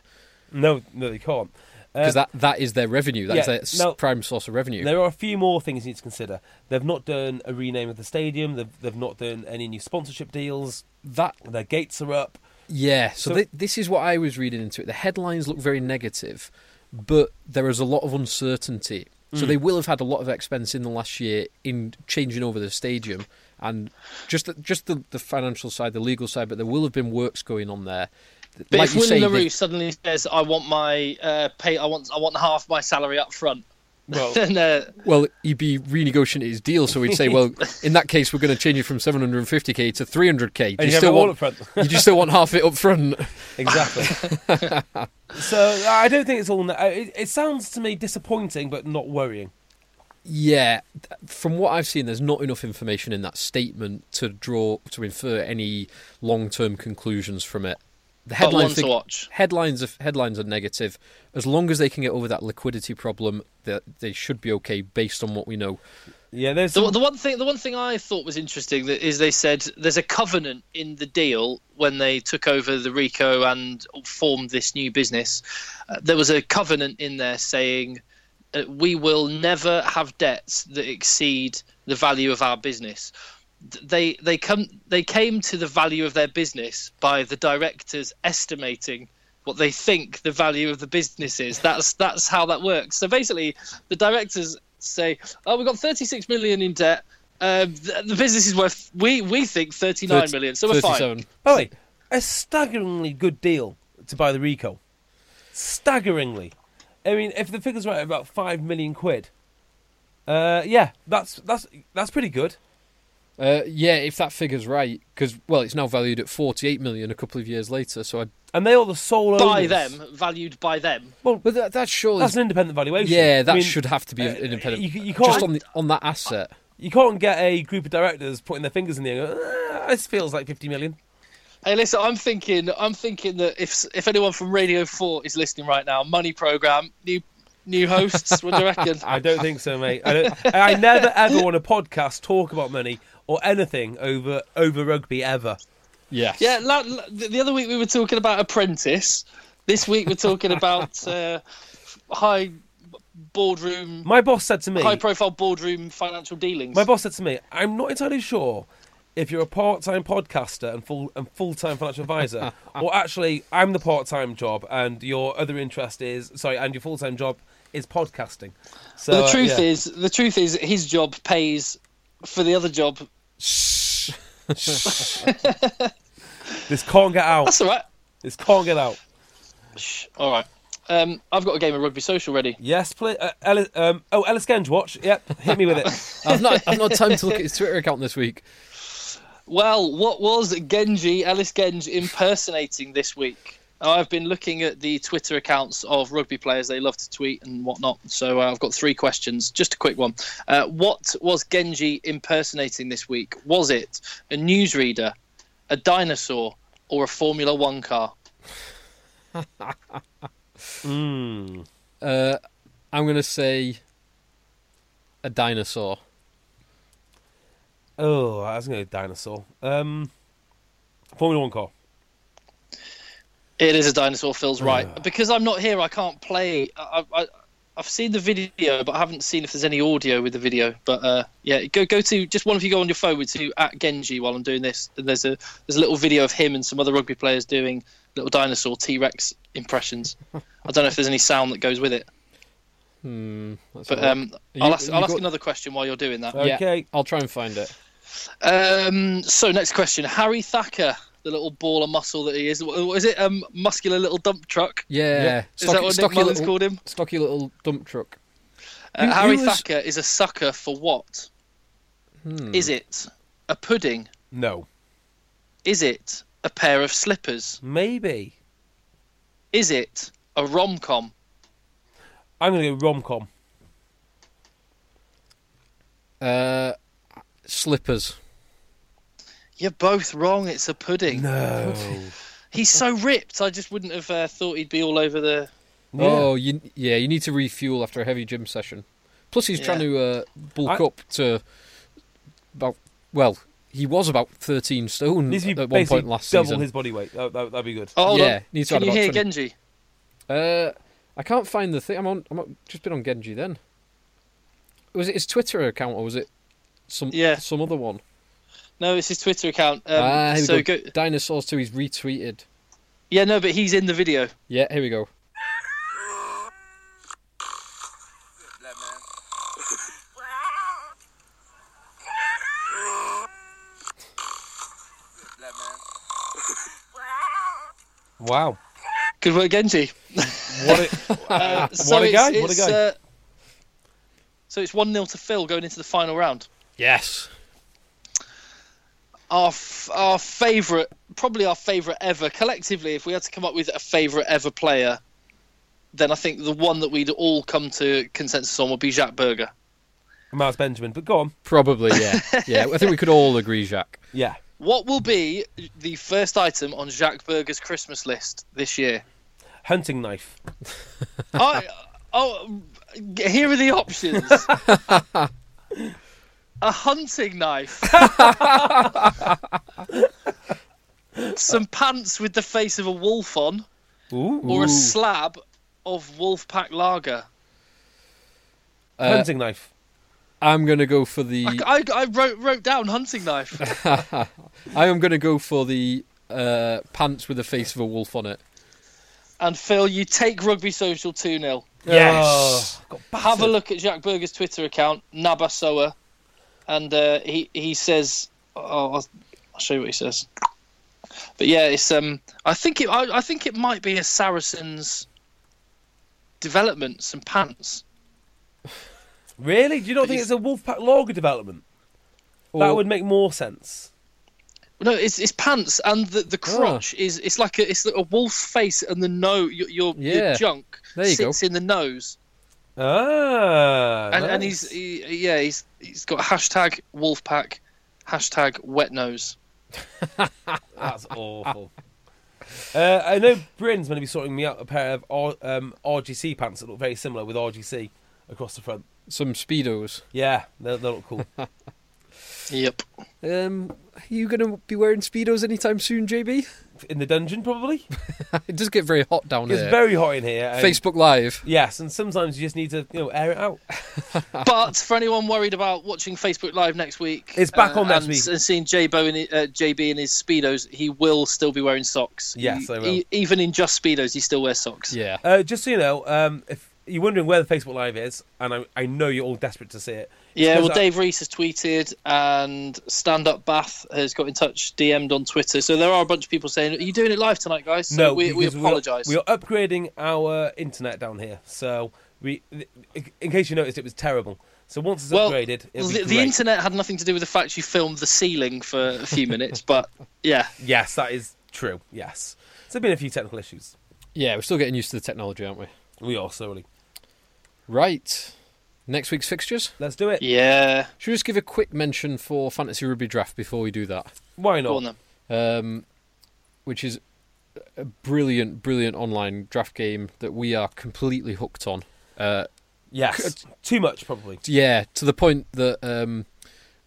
S5: No, no, they can't. Uh,
S4: because that that is their revenue. That is
S5: yeah,
S4: their s-
S5: no.
S4: prime source of revenue.
S5: There are a few more things you need to consider. They've not done a rename of the stadium. They've, they've not done any new sponsorship deals.
S4: that
S5: Their gates are up.
S4: Yeah, so,
S5: So-
S4: thi- this is what I was reading into it. The headlines look very negative, but there is a lot of uncertainty. So
S5: Mm.
S4: they will have had a lot of expense in the last year in changing over the stadium and just the, just the, the financial side, the legal side, but there will have been works going on there.
S3: But if
S4: you
S3: Willie
S4: say, they-
S3: LaRue suddenly says, "I want my uh, pay, I want, I want half my salary up front,"
S5: Well,
S3: then uh,
S4: well, he'd be renegotiating his deal, so he'd say, well, in that case, we're going to change it from 750k to 300k. Do
S5: and you have it
S4: still
S5: all
S4: want,
S5: up front.
S4: you just still want half it up front?
S5: Exactly. so I don't think it's all. Na- it, it sounds to me disappointing, but not worrying.
S4: Yeah, th- from what I've seen, there's not enough information in that statement to draw to infer any long-term conclusions from it. The
S3: But one
S4: headlines
S3: to watch.
S4: headlines of headlines are negative. As long as they can get over that liquidity problem, that they should be okay based on what we know.
S5: Yeah, there's
S3: the,
S5: some,
S3: the one thing, the one thing I thought was interesting that is they said there's a covenant in the deal when they took over the Rico and formed this new business. Uh, there was a covenant in there saying uh, we will never have debts that exceed the value of our business. Th- They they come they came to the value of their business by the directors estimating what they think the value of the business is. That's that's how that works. So basically, the directors say, "Oh, we've got 36 million in debt. Um, the, the business is worth we we think 39
S4: Thirt-
S3: million, so we're fine."
S4: 37.
S5: by the way, a staggeringly good deal to buy the Rico. Staggeringly. I mean, if the figure's right, about five million quid. Uh, yeah, that's that's that's pretty good.
S4: Uh, yeah, if that figure's right, because well, it's now valued at 48 million a couple of years later. So, I,
S5: And they are the sole
S3: By
S5: owners.
S3: them, valued by them.
S4: but that, that's surely
S5: That's an independent valuation.
S4: yeah, that
S5: I mean,
S4: should have to be
S5: uh,
S4: an independent.
S5: you- you can't-
S4: just on the, on that asset.
S5: You can't get a group of directors putting their fingers in the air. and go, "Ah, this feels like fifty million.
S3: Hey, listen, I'm thinking, I'm thinking that if if anyone from Radio Four is listening right now, Money Program, new new hosts, what do you reckon?
S5: I don't think so, mate. I, don't, I never ever want a podcast talk about money or anything over over rugby ever.
S4: Yes.
S3: Yeah, la- la- the the other week we were talking about Apprentice. This week we're talking about uh, high boardroom,
S5: My boss said to me,
S3: high profile boardroom financial dealings.
S5: my boss said to me, I'm not entirely sure if you're a part-time podcaster and full and full-time financial advisor, or actually I'm the part-time job and your other interest is sorry, and your full-time job is podcasting. So
S3: But
S5: uh,
S3: the truth
S5: yeah.
S3: is, the truth is, his job pays for the other job.
S5: this can't get out.
S3: That's all right.
S5: This can't get out.
S3: Shh, All right. Um, I've got a game of rugby social ready.
S5: Yes, play. Uh, Ellis, um, oh, Ellis Genge, watch. Yep, hit me with it.
S4: I've not I've not had time to look at his Twitter account this week.
S3: Well, what was Genji Ellis Genge impersonating this week? I've been looking at the Twitter accounts of rugby players. They love to tweet and whatnot. So uh, I've got three questions. Just a quick one. Uh, what was Genji impersonating this week? Was it a newsreader, a dinosaur, or a Formula One car?
S4: Uh, I'm gonna say a dinosaur.
S5: Oh, I was going to go dinosaur. Um, Formula One car.
S3: It is a dinosaur. Phil's right. Because I'm not here, I can't play. I, I, I've seen the video, but I haven't seen if there's any audio with the video. But uh, yeah, go go to just one of you go on your phone with to at Genji while I'm doing this. And there's a there's a little video of him and some other rugby players doing little dinosaur T Rex impressions. I don't know if there's any sound that goes with it.
S4: Let's
S3: But
S4: have a
S3: um,
S4: You-
S3: I'll ask,
S4: you
S3: I'll ask
S4: got-
S3: another question while you're doing that.
S4: look. Yeah,
S5: okay.
S4: I'll try and find it.
S3: Um, so next question, Harry Thacker. The little ball of muscle that he is. What what is it? Um, muscular little dump truck.
S4: Yeah,
S3: Is that what Nick Mullins
S4: little,
S3: called him?
S4: Stocky little dump truck.
S3: Uh,
S4: Who-
S3: Harry
S4: who was- Hmm.
S3: Thacker is a sucker for what? Is it a pudding?
S5: No.
S3: Is it a pair of slippers?
S5: Maybe.
S3: Is it a rom com?
S5: I'm going to go rom com.
S4: Uh, slippers.
S3: You're both wrong. It's a pudding.
S5: No.
S3: He's so ripped. I just wouldn't have uh, thought he'd be all over the.
S4: Oh, you, yeah. You need to refuel after a heavy gym session. Plus, he's trying
S3: Yeah.
S4: to uh, bulk
S5: I-
S4: up to about. Well, he was about thirteen stone
S5: Needs to be
S4: at one
S5: basically
S4: point last
S5: double
S4: season.
S5: his body weight. That, that, that'd be good.
S3: Oh, hold
S4: Yeah,
S3: on.
S4: needs to
S3: Can
S4: add
S3: you
S4: about
S3: hear
S4: 20.
S3: Genji?
S4: Uh, I can't find the thing. I'm on. I'm on, just been on Genji then. Was it his Twitter account or was it some
S3: Yeah.
S4: some other one?
S3: No, it's his Twitter account. Um,
S4: ah, here we
S3: so
S4: go.
S3: go-
S4: Dinosaurs too. He's retweeted.
S3: Yeah, no, but he's in the video.
S4: Yeah, here we go.
S5: Wow.
S3: Good work, Genji.
S5: What it,
S4: Ah,
S3: Uh, so
S5: a
S3: it's-
S5: guy, what a
S3: it's,
S5: guy.
S3: uh, so it's 1 0 to Phil going into the final round.
S4: Yes.
S3: Our, f- our favourite, probably our favourite ever, collectively, if we had to come up with a favourite ever player, then I think the one that we'd all come to consensus on would be Jacques Berger.
S5: Miles Benjamin, but go on.
S4: Probably. Yeah. yeah. I think we could all agree, Jacques.
S5: Yeah.
S3: What will be the first item on Jacques Berger's Christmas list this year?
S5: Hunting knife.
S3: I, oh, here are the options. a hunting knife. Some pants with the face of a wolf on,
S5: Ooh.
S3: or a slab of wolf pack lager.
S5: Hunting knife.
S4: I'm gonna go for the.
S3: I, I, I wrote wrote down hunting knife.
S4: I am going to go for the uh, pants with the face of a wolf on it.
S3: and Phil, you take rugby social 2 0.
S5: Yes.
S3: Have a look at Jack Berger's Twitter account, Nabasoa, and uh, he he says, oh, I'll, I'll show you what he says. But yeah, it's um, I think it I, I think it might be a Saracens development, some pants.
S5: Really? Do you not think it's a Wolfpack Lager development? That
S4: Or-
S5: would make more sense.
S3: No, it's it's pants, and the,
S5: Ah.
S3: the crotch is it's like a it's like a wolf's face, and the nose, your your,
S4: Yeah.
S3: your junk
S4: There you
S3: sits
S4: go.
S3: in the nose,
S5: Ah.
S3: and, and
S5: nice.
S3: he's he, yeah he's he's got hashtag Wolfpack, hashtag Wet Nose.
S5: That's awful. Uh, I know Bryn's going to be sorting me out a pair of R- um, RGC pants that look very similar with RGC across the front.
S4: Some speedos.
S5: Yeah, they, they look cool.
S3: Yep.
S4: Um, are you going to be wearing speedos anytime soon, JB?
S5: in the dungeon, probably.
S4: It does get very hot down
S5: It's
S4: here.
S5: very hot in here. and-
S4: Facebook Live.
S5: Yes, and sometimes you just need to you know air it out.
S3: But for anyone worried about watching Facebook Live next week, uh,
S5: It's back on next
S3: and,
S5: week.
S3: And seeing Jbo and uh, JB in his speedos, he will still be wearing socks.
S5: Yes,
S3: He-
S5: I will.
S3: e- even in just speedos, he still wears socks.
S4: Yeah.
S5: Uh, just so you know, um, if you're wondering where the Facebook Live is, and I, I know you're all desperate to see it. it's
S3: Yeah,
S5: 'cause
S3: well,
S5: I-
S3: Dave Reese has tweeted, and Stand Up Bath has got in touch, DM'd on Twitter. So there are a bunch of people saying, "Are you doing it live tonight, guys?" So
S5: no,
S3: we, we
S5: because are-
S3: apologise.
S5: We are upgrading our internet down here, so we, in case you noticed, it was terrible. So once it's
S3: Well,
S5: upgraded, it'll
S3: the,
S5: be
S3: the
S5: great.
S3: internet had nothing to do with the fact you filmed the ceiling for a few minutes, but yeah,
S5: Yes, that is true. Yes, there's been a few technical issues.
S4: Yeah, we're still getting used to the technology, aren't we?
S5: We are slowly.
S4: Right. Next week's fixtures.
S5: Let's do it.
S3: yeah.
S4: Should we just give a quick mention for Fantasy Rugby Draft before we do that?
S5: Why
S3: Go on
S5: not?
S3: then.
S4: um, which is a brilliant, brilliant online draft game that we are completely hooked on. Uh,
S5: Yes, too much probably.
S4: yeah, to the point that um,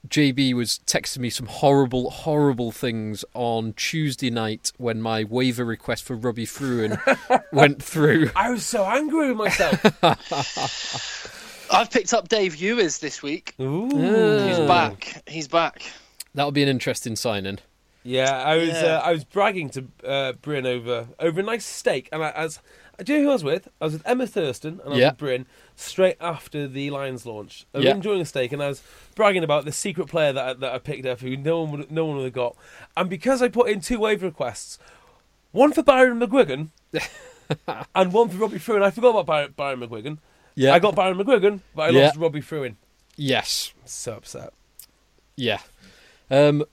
S4: JB was texting me some horrible, horrible things on Tuesday night when my waiver request for Robbie Fruin went through.
S5: I was so angry with myself.
S3: I've picked up Dave Ewers this week.
S5: Ooh.
S3: He's back. He's back.
S4: That'll be an interesting signing.
S5: Yeah, I was
S3: Yeah.
S5: Uh, I was bragging to uh, Bryn over over a nice steak, and I, I was. Do you know who I was with? I was with Emma Thurston and I was
S4: Yeah.
S5: with Bryn straight after the Lions launch. I was
S4: Yeah.
S5: enjoying a steak, and I was bragging about the secret player that I, that I picked up who no one would, no one would have got, and because I put in two waiver requests, one for Byron McGuigan, and one for Robbie Fruin. I forgot about Byron, Byron McGuigan.
S4: Yeah.
S5: I got Byron McGuigan, but I
S4: Yeah.
S5: lost Robbie Fruin.
S4: Yes.
S5: So upset.
S4: Yeah. Um,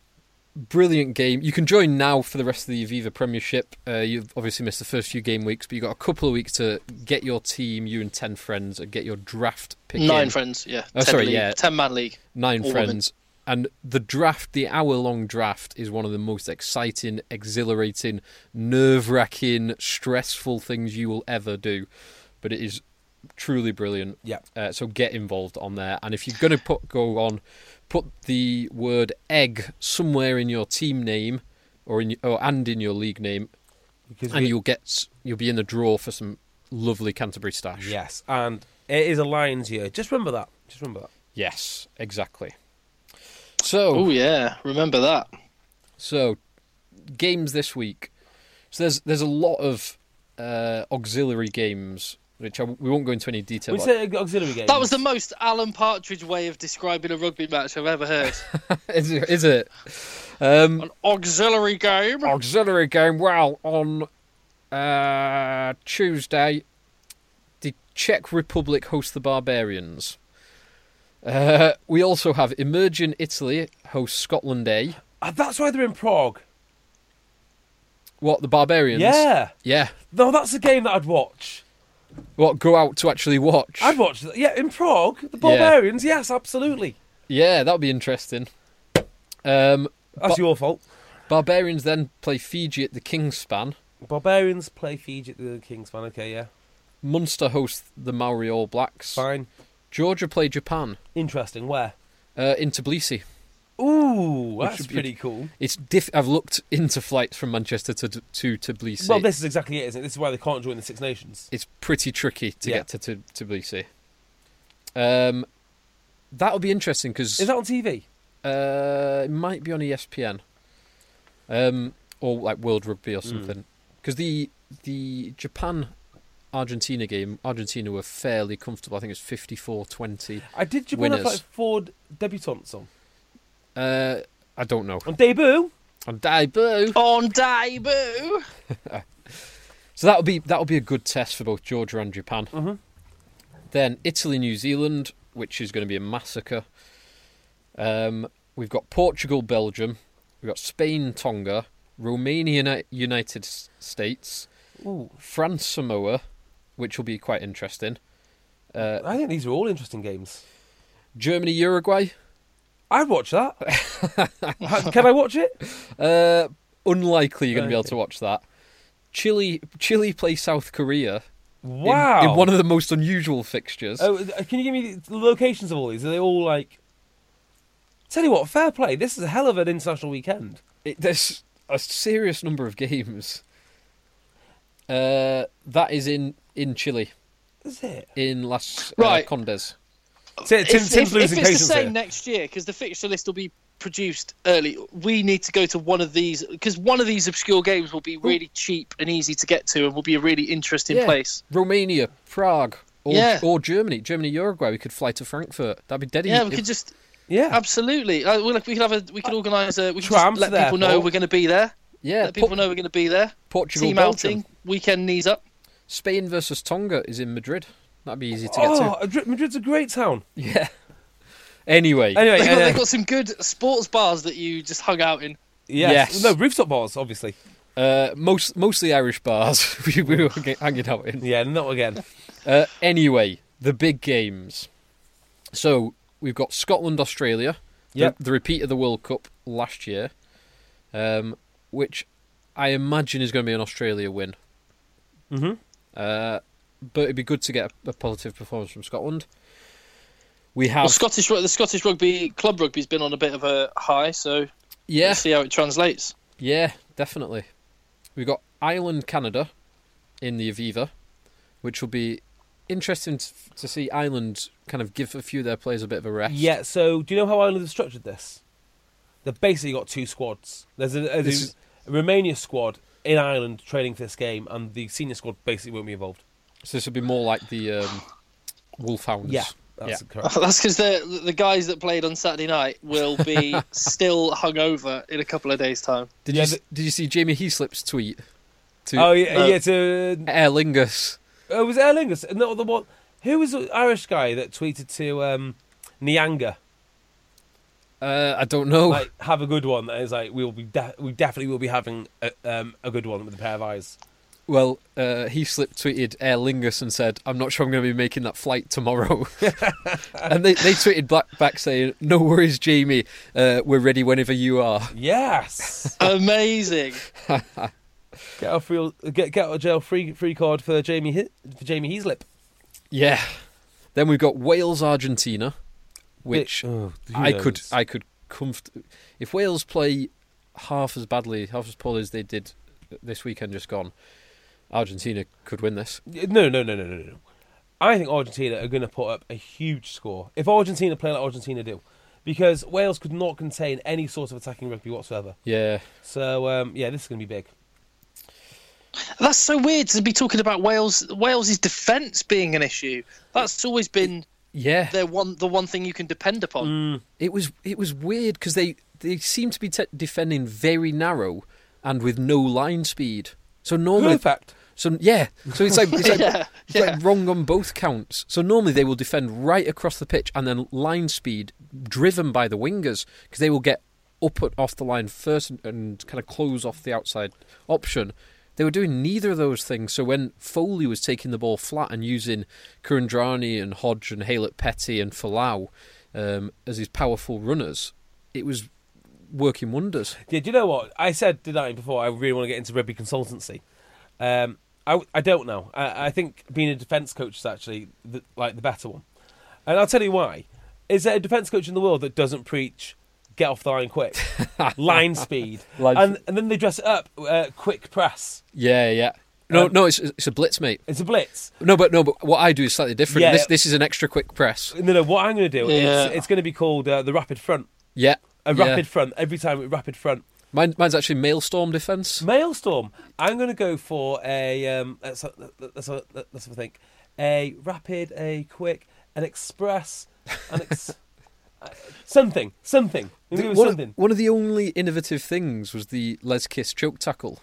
S4: brilliant game. You can join now for the rest of the Aviva Premiership. Uh, you've obviously missed the first few game weeks, but you've got a couple of weeks to get your team, you and 10 friends, and get your draft pick
S3: Nine
S4: in.
S3: friends, yeah.
S4: Oh,
S3: Ten
S4: sorry,
S3: league,
S4: yeah.
S3: Ten man league.
S4: nine
S3: Or women.
S4: friends. And the draft, the hour long draft, is one of the most exciting, exhilarating, nerve wracking, stressful things you will ever do. But it is truly brilliant.
S5: Yeah.
S4: Uh, so get involved on there. And if you're going to put go on, put the word egg somewhere in your team name or in or, and in your league name,
S5: Because
S4: and
S5: we-
S4: you'll get you'll be in the draw for some lovely Canterbury stash.
S5: Yes, and it is a Lions year. Just remember that. Just remember that.
S4: Yes, exactly. So
S3: Oh yeah, remember that.
S4: So, games this week. So there's there's a lot of uh, auxiliary games, which I, we won't go into any detail.
S5: We said auxiliary game.
S3: That was the most Alan Partridge way of describing a rugby match I've ever heard.
S4: is, it- is it um,
S3: An auxiliary game.
S4: Oh, auxiliary game? Well, on uh, Tuesday, the Czech Republic host the Barbarians. Uh, we also have Emerging Italy host Scotland A.
S5: Ah, that's why they're in Prague.
S4: What the Barbarians?
S5: Yeah.
S4: yeah.
S5: No, that's a game that I'd watch.
S4: What go out to actually watch?
S5: I'd watch that. Yeah, in Prague, the Barbarians. Yes, absolutely.
S4: Yeah, that would be interesting. Um, Ba-
S5: That's your fault.
S4: Barbarians then play Fiji at the Kingspan.
S5: Barbarians play Fiji at the Kings fan. Okay, yeah,
S4: Munster host the Maori All Blacks.
S5: fine.
S4: Georgia play Japan
S5: Interesting. Where?
S4: uh, in Tbilisi.
S5: Ooh, that's
S4: would be-
S5: pretty cool.
S4: It's diff- I've looked into flights from Manchester to to Tbilisi.
S5: Well, this is exactly it, isn't it? This is why they can't join the Six Nations.
S4: it's pretty tricky to
S5: Yeah.
S4: get to, to Tbilisi. Um, that'll be interesting because
S5: Is that on TV?
S4: Uh, it might be on ESPN, um, or like World Rugby
S5: Hmm.
S4: or something. Because the the Japan Argentina game, Argentina were fairly comfortable. I think it's 54-20.
S5: I did Japan have
S4: Winners.
S5: like four debutants on
S4: Uh, I don't know.
S5: on debut.
S4: On debut,
S3: On debut.
S4: so that'll be that'll be a good test for both Georgia and Japan.
S5: Mm-hmm.
S4: Then Italy, New Zealand, which is going to be a massacre. Um, we've got Portugal, Belgium. We've got Spain, Tonga, Romania, Uni- United S- States.
S5: Ooh,
S4: France Samoa, which will be quite interesting. Uh,
S5: I think these are all interesting games.
S4: Germany Uruguay,
S5: I'd watch that. Can I watch it?
S4: uh, unlikely you're going to be able
S5: Okay.
S4: to watch that. Chile Chile play South Korea in-
S5: Wow.
S4: in, one of the most unusual fixtures.
S5: Oh, uh, can you give me the locations of all these? Are they all like? Tell you what, fair play. This is a hell of an international weekend.
S4: It, there's a serious number of games. Uh, that is in in Chile
S5: Is it?
S4: in Las
S3: Right.
S4: uh, Condes.
S5: Tim,
S3: If,
S5: Tim's
S3: if- if
S5: losing
S3: it's the
S5: patience
S3: same
S5: here.
S3: next year, because the fixture list will be produced early, we need to go to one of these because one of these obscure games will be really cheap and easy to get to, and will be a really interesting
S4: Yeah.
S3: place.
S4: Romania, Prague, or,
S3: Yeah.
S4: or Germany. Germany Uruguay. We could fly to Frankfurt. That'd be dead.
S3: Yeah,
S4: easy.
S3: we could just
S5: Yeah.
S3: absolutely. Uh, we we could have a. We could organise a. We could
S5: Tram
S3: just let
S5: to the
S3: people know
S5: airport.
S3: we're going to be there.
S4: yeah.
S3: let people
S4: Por-
S3: know we're going to be there.
S4: Portugal,
S3: Team
S4: Belgium.
S3: outing, weekend knees up.
S4: Spain versus Tonga is in Madrid. That'd be easy to get
S5: Oh,
S4: to.
S5: Madrid- Madrid's a great town.
S4: Yeah. Anyway,
S5: Anyway,
S3: They've got,
S5: uh,
S3: they've got some good sports bars that you just hung out in.
S5: yes.
S4: Yes.
S5: no rooftop bars, obviously.
S4: uh, most mostly Irish bars we, we were hang- hanging out in.
S5: Yeah, not again.
S4: Uh, anyway, the big games. So we've got Scotland, Australia. the-
S5: Yep.
S4: The, repeat of the World Cup last year, um, which I imagine is going to be an Australia win.
S5: hmm
S4: Uh, but it'd be good to get a, a positive performance from Scotland. We
S3: Well,
S4: have
S3: Scottish the Scottish rugby club rugby's been on a bit of a high, so
S4: yeah.
S3: let's see how it translates.
S4: Yeah, definitely. We've got Ireland, Canada in the Aviva, which will be interesting t- to see Ireland kind of give a few of their players a bit of a rest.
S5: Yeah. So, do you know how Ireland have structured this? They've basically got two squads. There's a, there's
S4: This is-
S5: a Romania squad in Ireland training for this game, and the senior squad basically won't be involved.
S4: So this will be more like the um, Wolfhounds.
S5: Yeah, that's correct.
S3: That's because the the guys that played on Saturday night will be still hungover in a couple of days' time.
S4: Did,
S5: Yeah,
S4: you, s
S5: the-
S4: did you see Jamie Heaslip's tweet to
S5: Oh yeah,
S3: Uh,
S5: yeah. To
S4: Aer Lingus?
S5: uh, was it Aer Lingus? No, the one. Who was the Irish guy that tweeted to um, Nyanga?
S4: Uh, I don't know.
S5: Like, have a good one. That is like we will be. De- we definitely will be having a, um, a good one with a pair of eyes.
S4: Well, uh, Heathslip tweeted Aer Lingus and said, I'm not sure I'm going to be making that flight tomorrow. and they, they tweeted back, back saying, No worries, Jamie. Uh, we're ready whenever you are.
S5: Yes.
S3: Amazing.
S5: get out free, get get out of jail free free card for Jamie Hi- for Jamie Heaslip.
S4: Yeah. Then we've got Wales Argentina, which
S5: oh, who
S4: I could
S5: knows?
S4: I could comfort. If Wales play half as badly, half as poorly as they did this weekend just gone, Argentina could win this.
S5: No, no, no, no, no, no. I think Argentina are going to put up a huge score if Argentina play like Argentina do, because Wales could not contain any sort of attacking rugby whatsoever.
S4: Yeah.
S5: So um, yeah, this is going to be big.
S3: That's so weird to be talking about Wales. Wales' defence being an issue. That's always been
S4: Yeah.
S3: their one, the one thing you can depend upon.
S5: Mm.
S4: It was it was weird because they they seem to be te- defending very narrow and with no line speed. So normally,
S5: Perfect.
S4: so yeah, so it's like it's, like,
S3: Yeah,
S4: it's like wrong on both counts. So normally they will defend right across the pitch and then line speed driven by the wingers because they will get up and off the line first and, and kind of close off the outside option. They were doing neither of those things. So when Foley was taking the ball flat and using Kurandrani and Hodge and Haylett Petty and Falau um, as his powerful runners, it was working wonders.
S5: Yeah, do you know what I said? Did I before? I really want to get into rugby consultancy. Um, I, I don't know. I, I think being a defence coach is actually the, like the better one, and I'll tell you why. Is there a defence coach in the world that doesn't preach get off the line quick, line speed,
S4: Line-
S5: and and then they dress it up uh, quick press?
S4: Yeah, yeah. No,
S5: Um,
S4: no, it's it's a blitz, mate.
S5: It's a blitz.
S4: No, but no, but what I do is slightly different.
S5: Yeah.
S4: This this is an extra quick press.
S5: No, no. What I'm going to do
S3: Yeah.
S5: is it's going to be called uh, the rapid front.
S4: Yeah,
S5: A
S4: yeah.
S5: rapid front every time. Rapid front.
S4: Mine, mine's actually mailstorm defense.
S5: Mailstorm. I'm going to go for a. Um, let's, let's, let's, let's have a think. A rapid, a quick, an express, an ex- uh, something, something. I'm gonna go with
S4: one,
S5: something.
S4: of, one of the only innovative things was the Les Kiss choke tackle.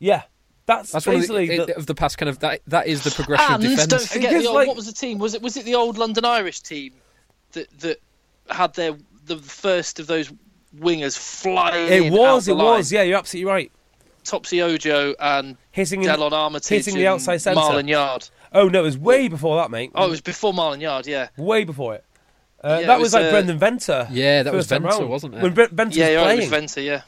S5: Yeah, that's,
S4: That's one of
S5: basically.
S4: the,
S5: the-
S4: of the past kind of that. That is the progression
S3: And
S4: of
S3: Ah, don't
S4: defense.
S3: forget
S5: Because,
S3: the old,
S5: like-
S3: what was the team? Was it was it the old London Irish team that that had their the first of those wingers flying?
S5: it
S3: in
S5: was,
S3: out
S5: it
S3: the
S5: was.
S3: line?
S5: Yeah, you're absolutely right.
S3: Topsy Ojo and
S5: Hitting in-
S3: Delon Armitage,
S5: hitting the
S3: and
S5: outside centre. Mm.
S3: Marlon Yard.
S5: Oh no, it was way before that, mate.
S3: Oh, it was before Marlon Yard. Yeah,
S5: way before it. Uh,
S3: Yeah,
S5: that
S3: it
S5: was,
S3: was,
S5: like
S3: uh,
S5: Brendan Venter.
S4: Yeah, that was
S5: first time
S4: Venter,
S5: round,
S4: wasn't it?
S5: When Bre- Venter
S3: yeah,
S5: was
S3: you're right, it was
S5: playing.
S3: Venter. Yeah,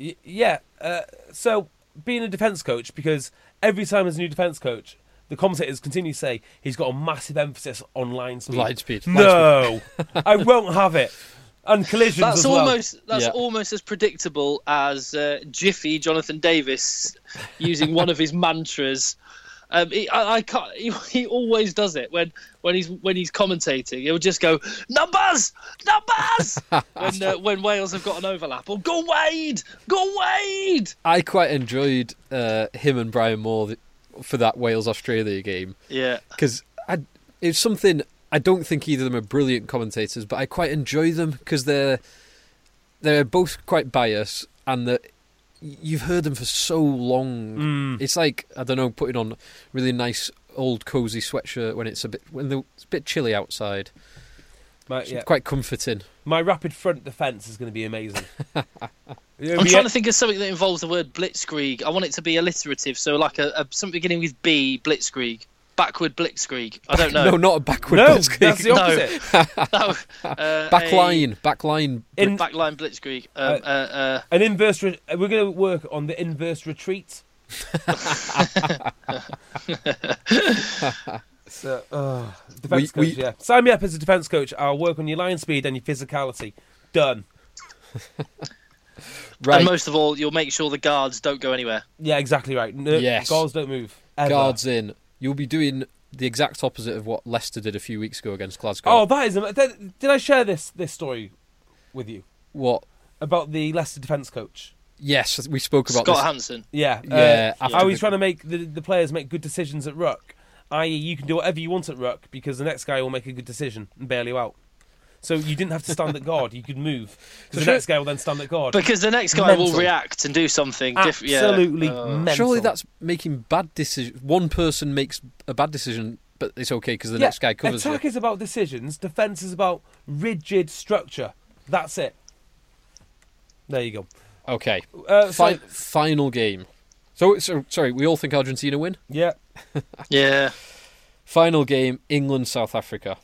S5: Y- yeah. Uh, so being a defence coach, because every time there's a new defence coach, the commentators continue to say he's got a massive emphasis on line speed.
S4: Line speed, line
S5: No, I won't have it. And collisions
S3: that's
S5: as well.
S3: almost that's
S4: Yeah.
S3: almost as predictable as uh, Jiffy Jonathan Davis using one of his mantras. Um, he, I, I can't. He, he always does it when, when he's when he's commentating. He'll just go numbers, numbers when uh, when Wales have got an overlap. Or go Wade, go Wade.
S4: I quite enjoyed uh, him and Brian Moore th- for that Wales Australia game.
S3: Yeah,
S4: because it's something I don't think either of them are brilliant commentators, but I quite enjoy them because they're they're both quite biased and that you've heard them for so long.
S5: Mm.
S4: It's like I don't know, putting on really nice old cozy sweatshirt when it's a bit when the, it's a bit chilly outside.
S5: My,
S4: It's
S5: Uh, yeah.
S4: quite comforting.
S5: My rapid front defence is going to be amazing. e-
S3: I'm trying to think of something that involves the word blitzkrieg. I want it to be alliterative, so like a, a something beginning with B, blitzkrieg, backward blitzkrieg. I don't know.
S4: No, not a backward.
S5: No,
S4: blitzkrieg.
S5: that's the
S3: No.
S5: opposite.
S3: no, uh,
S4: back
S3: a-
S4: line, back line.
S5: In-
S3: backline blitzkrieg. Um, uh, uh,
S5: An inverse. Re- we're going to work on the inverse retreat. so, uh, defense
S4: We-
S5: coach.
S4: we-
S5: yeah, sign me up as a defense coach. I'll work on your line speed and your physicality. Done.
S3: And
S4: Right,
S3: most of all, you'll make sure the guards don't go anywhere.
S5: Yeah, exactly right. No,
S4: Yes.
S5: guards don't move. Ever.
S4: guards in. You'll be doing the exact opposite of what Leicester did a few weeks ago against Glasgow.
S5: Oh, that is. am- Did, did I share this this story with you
S4: what?
S5: about the Leicester defense coach?
S4: Yes, we spoke about
S3: Scott
S4: this.
S3: Hansen.
S5: Yeah,
S4: Yeah,
S5: Uh,
S4: after
S5: I was
S4: the-
S5: trying to make the, the players make good decisions at ruck, i.e., you can do whatever you want at ruck because the next guy will make a good decision and bail you out. So you didn't have to stand at guard; you could move. So the
S4: Sure.
S5: next guy will then stand at guard.
S3: Because the next guy will
S5: Mental.
S3: react and do something different. Yeah.
S5: Absolutely
S3: Uh,
S5: mental.
S4: Surely that's making bad decisions. One person makes a bad decision, but it's okay because the
S5: Yeah,
S4: next guy covers
S5: Attack
S4: it.
S5: is about decisions. Defense is about rigid structure. That's it. There you go.
S4: Okay.
S5: Uh,
S4: Fi-
S5: so-
S4: final game. So, so sorry, we all think Argentina win.
S5: Yeah.
S3: Yeah.
S4: Final game: England South Africa.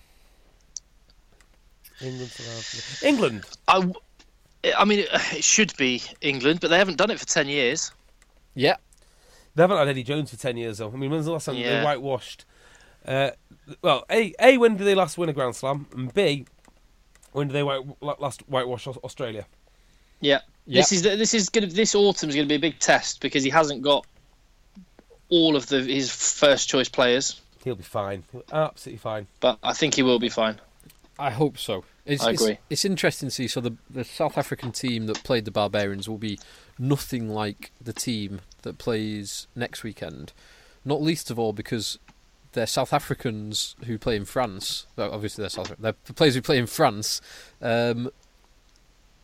S5: England. South Africa. England.
S3: I, w- I mean, it should be England, but they haven't done it for 10 years.
S4: Yeah,
S5: They haven't had Eddie Jones for 10 years, though. I mean, when's the last time they
S3: Yeah.
S5: whitewashed? Uh, well, A, A, when did they last win a Grand Slam? And B, when did they white, la- last whitewash Aus- Australia?
S3: Yeah.
S4: Yeah.
S3: This is the- this is gonna this autumn's gonna be a big test because he hasn't got all of the his first choice players,
S5: He'll be fine. He'll be absolutely fine.
S3: but I think he will be fine.
S4: I hope so. It's,
S3: I
S4: it's-
S3: agree.
S4: It's, interesting to see. So the the South African team that played the Barbarians will be nothing like the team that plays next weekend. Not least of all because they're South Africans who play in France. Well, obviously, they're South. They're the players who play in France um,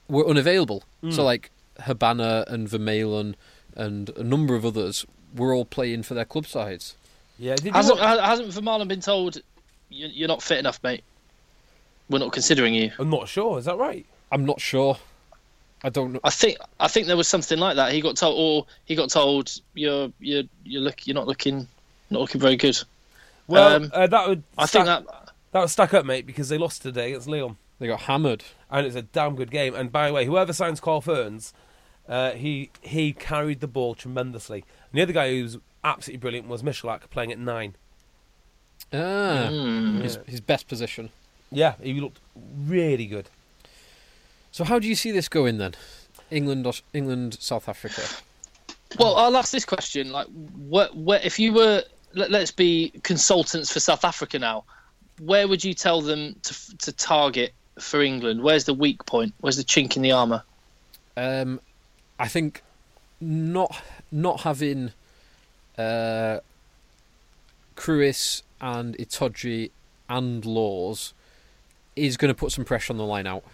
S4: were unavailable.
S3: Hmm.
S4: So like Habana and Vermeulen and a number of others were all playing for their club sides.
S5: Yeah, did you
S3: Hasn't
S5: watch-
S3: hasn't Vermaelen been told "You- you're not fit enough, mate? We're not considering you.
S5: I'm not sure. Is that right?
S3: Um,
S4: I'm not sure. I don't know.
S3: I think I think there was something like that. He got told, or he got told, you're you're you're look you're not looking not looking very good.
S5: Well,
S3: Um,
S5: uh, that would.
S3: I
S5: stack,
S3: think that
S5: that would stack up, mate, because they lost today against Leon,
S4: They got hammered.
S5: and it's a damn good game. And by the way, whoever signs Carl Ferns, uh, he he carried the ball tremendously. And the other guy who was absolutely brilliant was Michalak playing at nine.
S4: Ah, his, his best position.
S5: Yeah, he looked really good.
S4: So how do you see this going then? England, Aus- England, South Africa.
S3: Well, I'll ask this question: like, what, where, if you were, let, let's be consultants for South Africa now, where would you tell them to f- to target for England? Where's the weak point? Where's the chink in the armor?
S4: Um, I think not not having uh, Crewis and Itoji and Laws is going to put some pressure on the line out.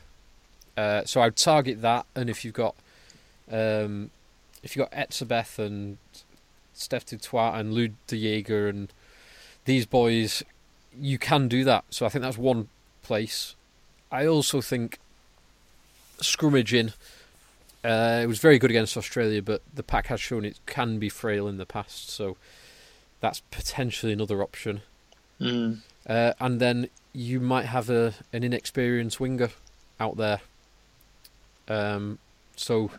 S4: Uh, so I'd target that, and if you've got um, if you've got Etzebeth and Steph Dutoit and Lou De Jager and these boys, you can do that. So I think that's one place. I also think scrummaging uh, it was very good against Australia, but the pack has shown it can be frail in the past, so that's potentially another option.
S3: Mm.
S4: Uh, and then you might have a an inexperienced winger out there. Um, so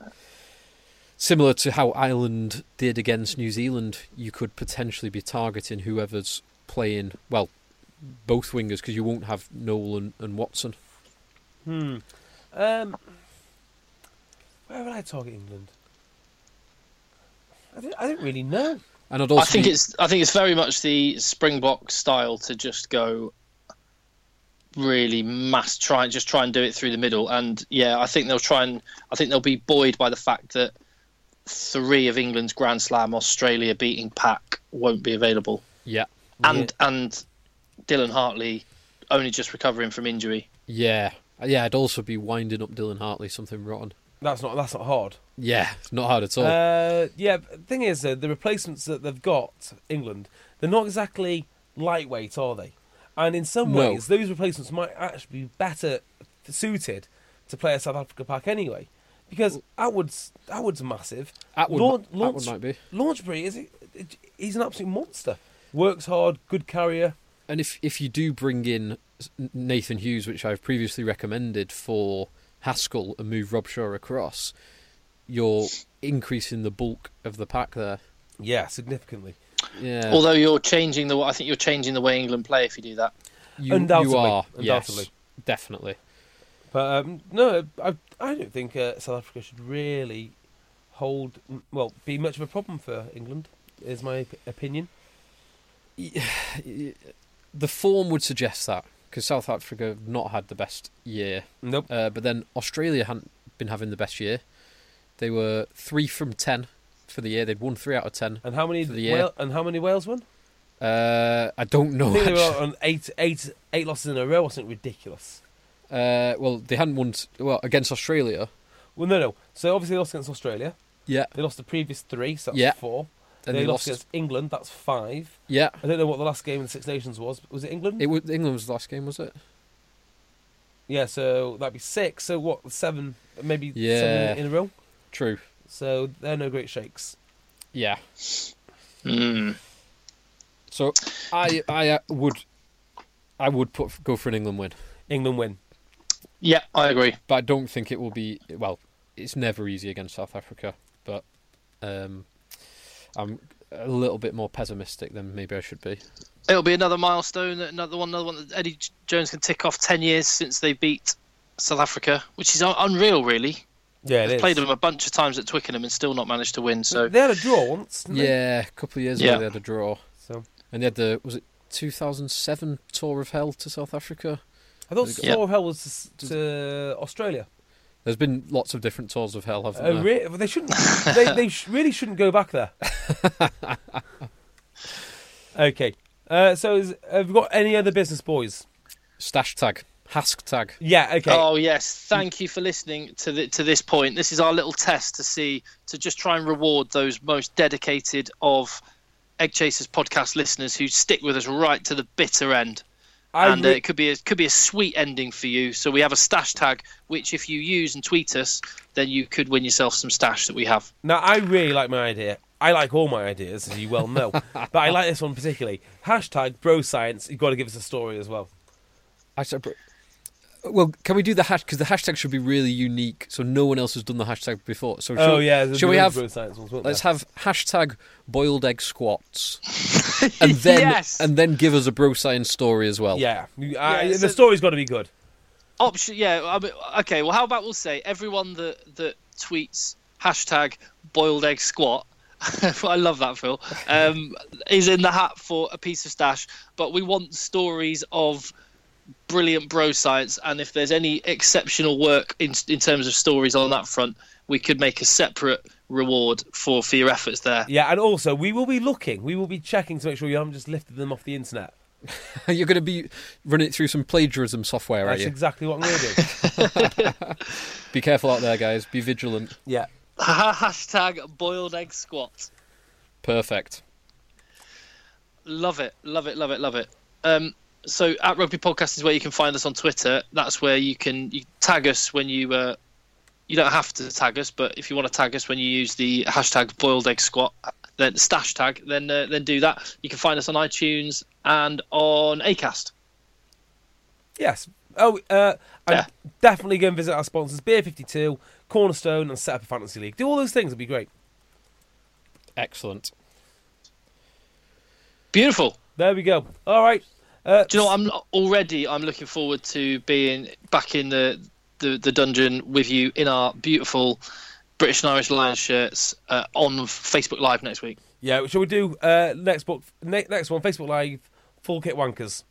S4: similar to how Ireland did against New Zealand, you could potentially be targeting whoever's playing well both wingers because you won't have Nolan and Watson.
S5: Hmm. Um, where would I target England? I don't, I don't really know.
S4: And I'd also
S3: I think
S4: be-
S3: it's I think it's very much the Springbok style to just go really mass try and just try and do it through the middle. And yeah, I think they'll try and I think they'll be buoyed by the fact that three of England's Grand Slam Australia beating pack won't be available.
S4: yeah.
S3: and and Dylan Hartley only just recovering from injury.
S4: Yeah, yeah. I'd also be winding up Dylan Hartley something rotten.
S5: That's not that's not hard.
S4: Yeah, it's not hard at all.
S5: Uh, yeah, but the thing is, though, the replacements that they've got, England, they're not exactly lightweight, are they? And in some
S4: No.
S5: ways, those replacements might actually be better suited to play a South Africa pack anyway. Because Atwood's, Atwood's massive.
S4: Atwood
S5: Laun-
S4: mi- Atwood might be.
S5: Launchbury, is, he's an absolute monster. Works hard, good carrier.
S4: and if if you do bring in S- Nathan Hughes, which I've previously recommended for Haskell, and move Robshaw across, you're increasing the bulk of the pack there.
S5: Yeah, significantly.
S4: Yeah,
S3: Although you're changing the, I think you're changing the way England play if you do that.
S4: you,
S5: undoubtedly,
S4: you are.
S5: undoubtedly.
S4: Yes, definitely.
S5: But um, no, I, I don't think uh, South Africa should really hold, well, be much of a problem for England, is my op- opinion.
S4: The form would suggest that because South Africa have not had the best year
S5: Nope.
S4: Uh, but then Australia hadn't been having the best year. They were three from ten for the year. They'd won three out of ten.
S5: And how many
S4: for the year.
S5: Wales, and how many Wales won?
S4: Uh, I don't know.
S5: I think they
S4: actually.
S5: were on eight, eight, eight losses in a row or something ridiculous.
S4: Uh, well, they hadn't won. s- Well, against Australia.
S5: Well, no, no. So obviously they lost against Australia.
S4: Yeah,
S5: They lost the previous three, so that's
S4: Yeah.
S5: four.
S4: Then
S5: they,
S4: they
S5: lost
S4: lost-
S5: against England, that's five.
S4: yeah.
S5: I don't know what the last game in the Six Nations was. But was it England?
S4: It was England was the last game, was it?
S5: Yeah, so that'd be six. So what? Seven, maybe
S4: Yeah.
S5: seven in a row.
S4: True.
S5: So they're no great shakes.
S4: Yeah. So I I uh, would I would put go for an England win,
S5: England win.
S3: Yeah, I agree.
S4: but I don't think it will be. Well, it's never easy against South Africa, but um, I'm a little bit more pessimistic than maybe I should be.
S3: It'll be another milestone, another one, another one that Eddie J- Jones can tick off. Ten years since they beat South Africa, which is un- unreal, really.
S5: Yeah, it
S3: They've
S5: is.
S3: played them a bunch of times at Twickenham and still not managed to win. So
S5: They had a draw once. didn't they?
S4: Yeah, a couple of years
S3: Yeah.
S4: ago they had a draw,
S5: So
S4: and they had the was it 2007 tour of hell to South Africa.
S5: I thought
S3: Yeah.
S5: Sawhill was to, to Australia.
S4: There's been lots of different tours of hell, haven't
S5: Uh,
S4: there?
S5: re- they shouldn't. they they sh- really shouldn't go back there. okay. Uh, so is, have we got any other business boys?
S4: Stash tag, hask tag.
S5: Yeah. Okay. Mm.
S3: Oh yes, thank you for listening to the, to this point. This is our little test to see to just try and reward those most dedicated of Egg Chasers podcast listeners who stick with us right to the bitter end.
S5: I
S3: and uh,
S5: re-
S3: it could be a, could be a sweet ending for you. So we have a stash tag, which if you use and tweet us, then you could win yourself some stash that we have.
S5: Now, I really like my idea. I like all my ideas, as you well know, but I like this one particularly. Hashtag bro science. You've got to give us a story as well.
S4: I said, but- well, can we do the hash? Because the hashtag should be really unique, so no one else has done the hashtag before. So shall,
S5: oh yeah, there's
S4: shall we
S5: loads
S4: have?
S5: of bro science ones? Won't
S4: Let's
S5: there?
S4: have hashtag boiled egg squats, and then
S3: Yes.
S4: and then give us a bro science story as
S3: Oh.
S4: well.
S5: Yeah, You- I-
S3: Yeah,
S5: the
S3: so-
S5: story's got to be good.
S3: Option, yeah. I mean, okay. Well, how about we'll say everyone that that tweets hashtag boiled egg squat. I love that, Phil. Um, is in the hat for a piece of stash, but we want stories of brilliant bro science. And if there's any exceptional work in in terms of stories on that front, we could make a separate reward for for your efforts there.
S5: Yeah, and also we will be looking. We will be checking to make sure you haven't just lifted them off the internet.
S4: You're going to be running it through some plagiarism software, are
S5: That's
S4: you?
S5: exactly what I'm going to do.
S4: Be careful out there, guys. Be vigilant.
S5: yeah.
S3: hashtag boiled egg squat.
S4: Perfect.
S3: Love it, love it, love it, love it. Um, so at Rugby Podcast is where you can find us on Twitter. That's where you can you tag us when you uh, you don't have to tag us, but if you want to tag us when you use the hashtag Boiled Egg Squat, then stash tag, then uh, then do that. You can find us on iTunes and on Acast.
S5: Yes. Oh, uh, I'm
S3: Yeah.
S5: definitely go and visit our sponsors: Beer Fifty Two, Cornerstone, and set up a fantasy league. Do all those things; it'd be great.
S4: Excellent.
S3: Beautiful.
S5: There we go. All right. Uh,
S3: Do you know what? I'm already I'm looking forward to being back in the the, the dungeon with you in our beautiful British and Irish Lions shirts uh, on Facebook Live next week.
S5: Yeah, shall we do uh, next book? Ne- next one, Facebook Live, full kit wankers,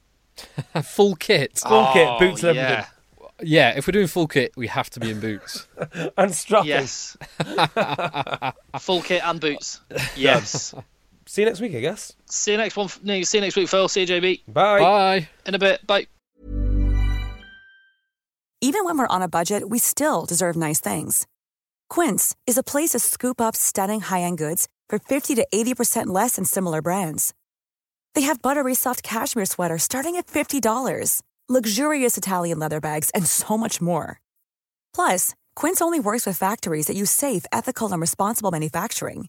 S4: A full kit.
S5: full kit,
S3: Oh,
S5: boots and everything,
S4: Yeah, if we're doing full kit, we have to be in boots.
S5: and strapping.
S3: Yes. Full kit and boots. Yes.
S5: See you next week, I guess.
S3: see you next one. no, See you next week, Phil. See you, JB.
S4: Bye.
S3: In a bit. Bye.
S7: Even when we're on a budget, we still deserve nice things. Quince is a place to scoop up stunning high-end goods for 50 to 80% less than similar brands. They have buttery soft cashmere sweaters starting at $50, luxurious Italian leather bags, and so much more. Plus, Quince only works with factories that use safe, ethical, and responsible manufacturing.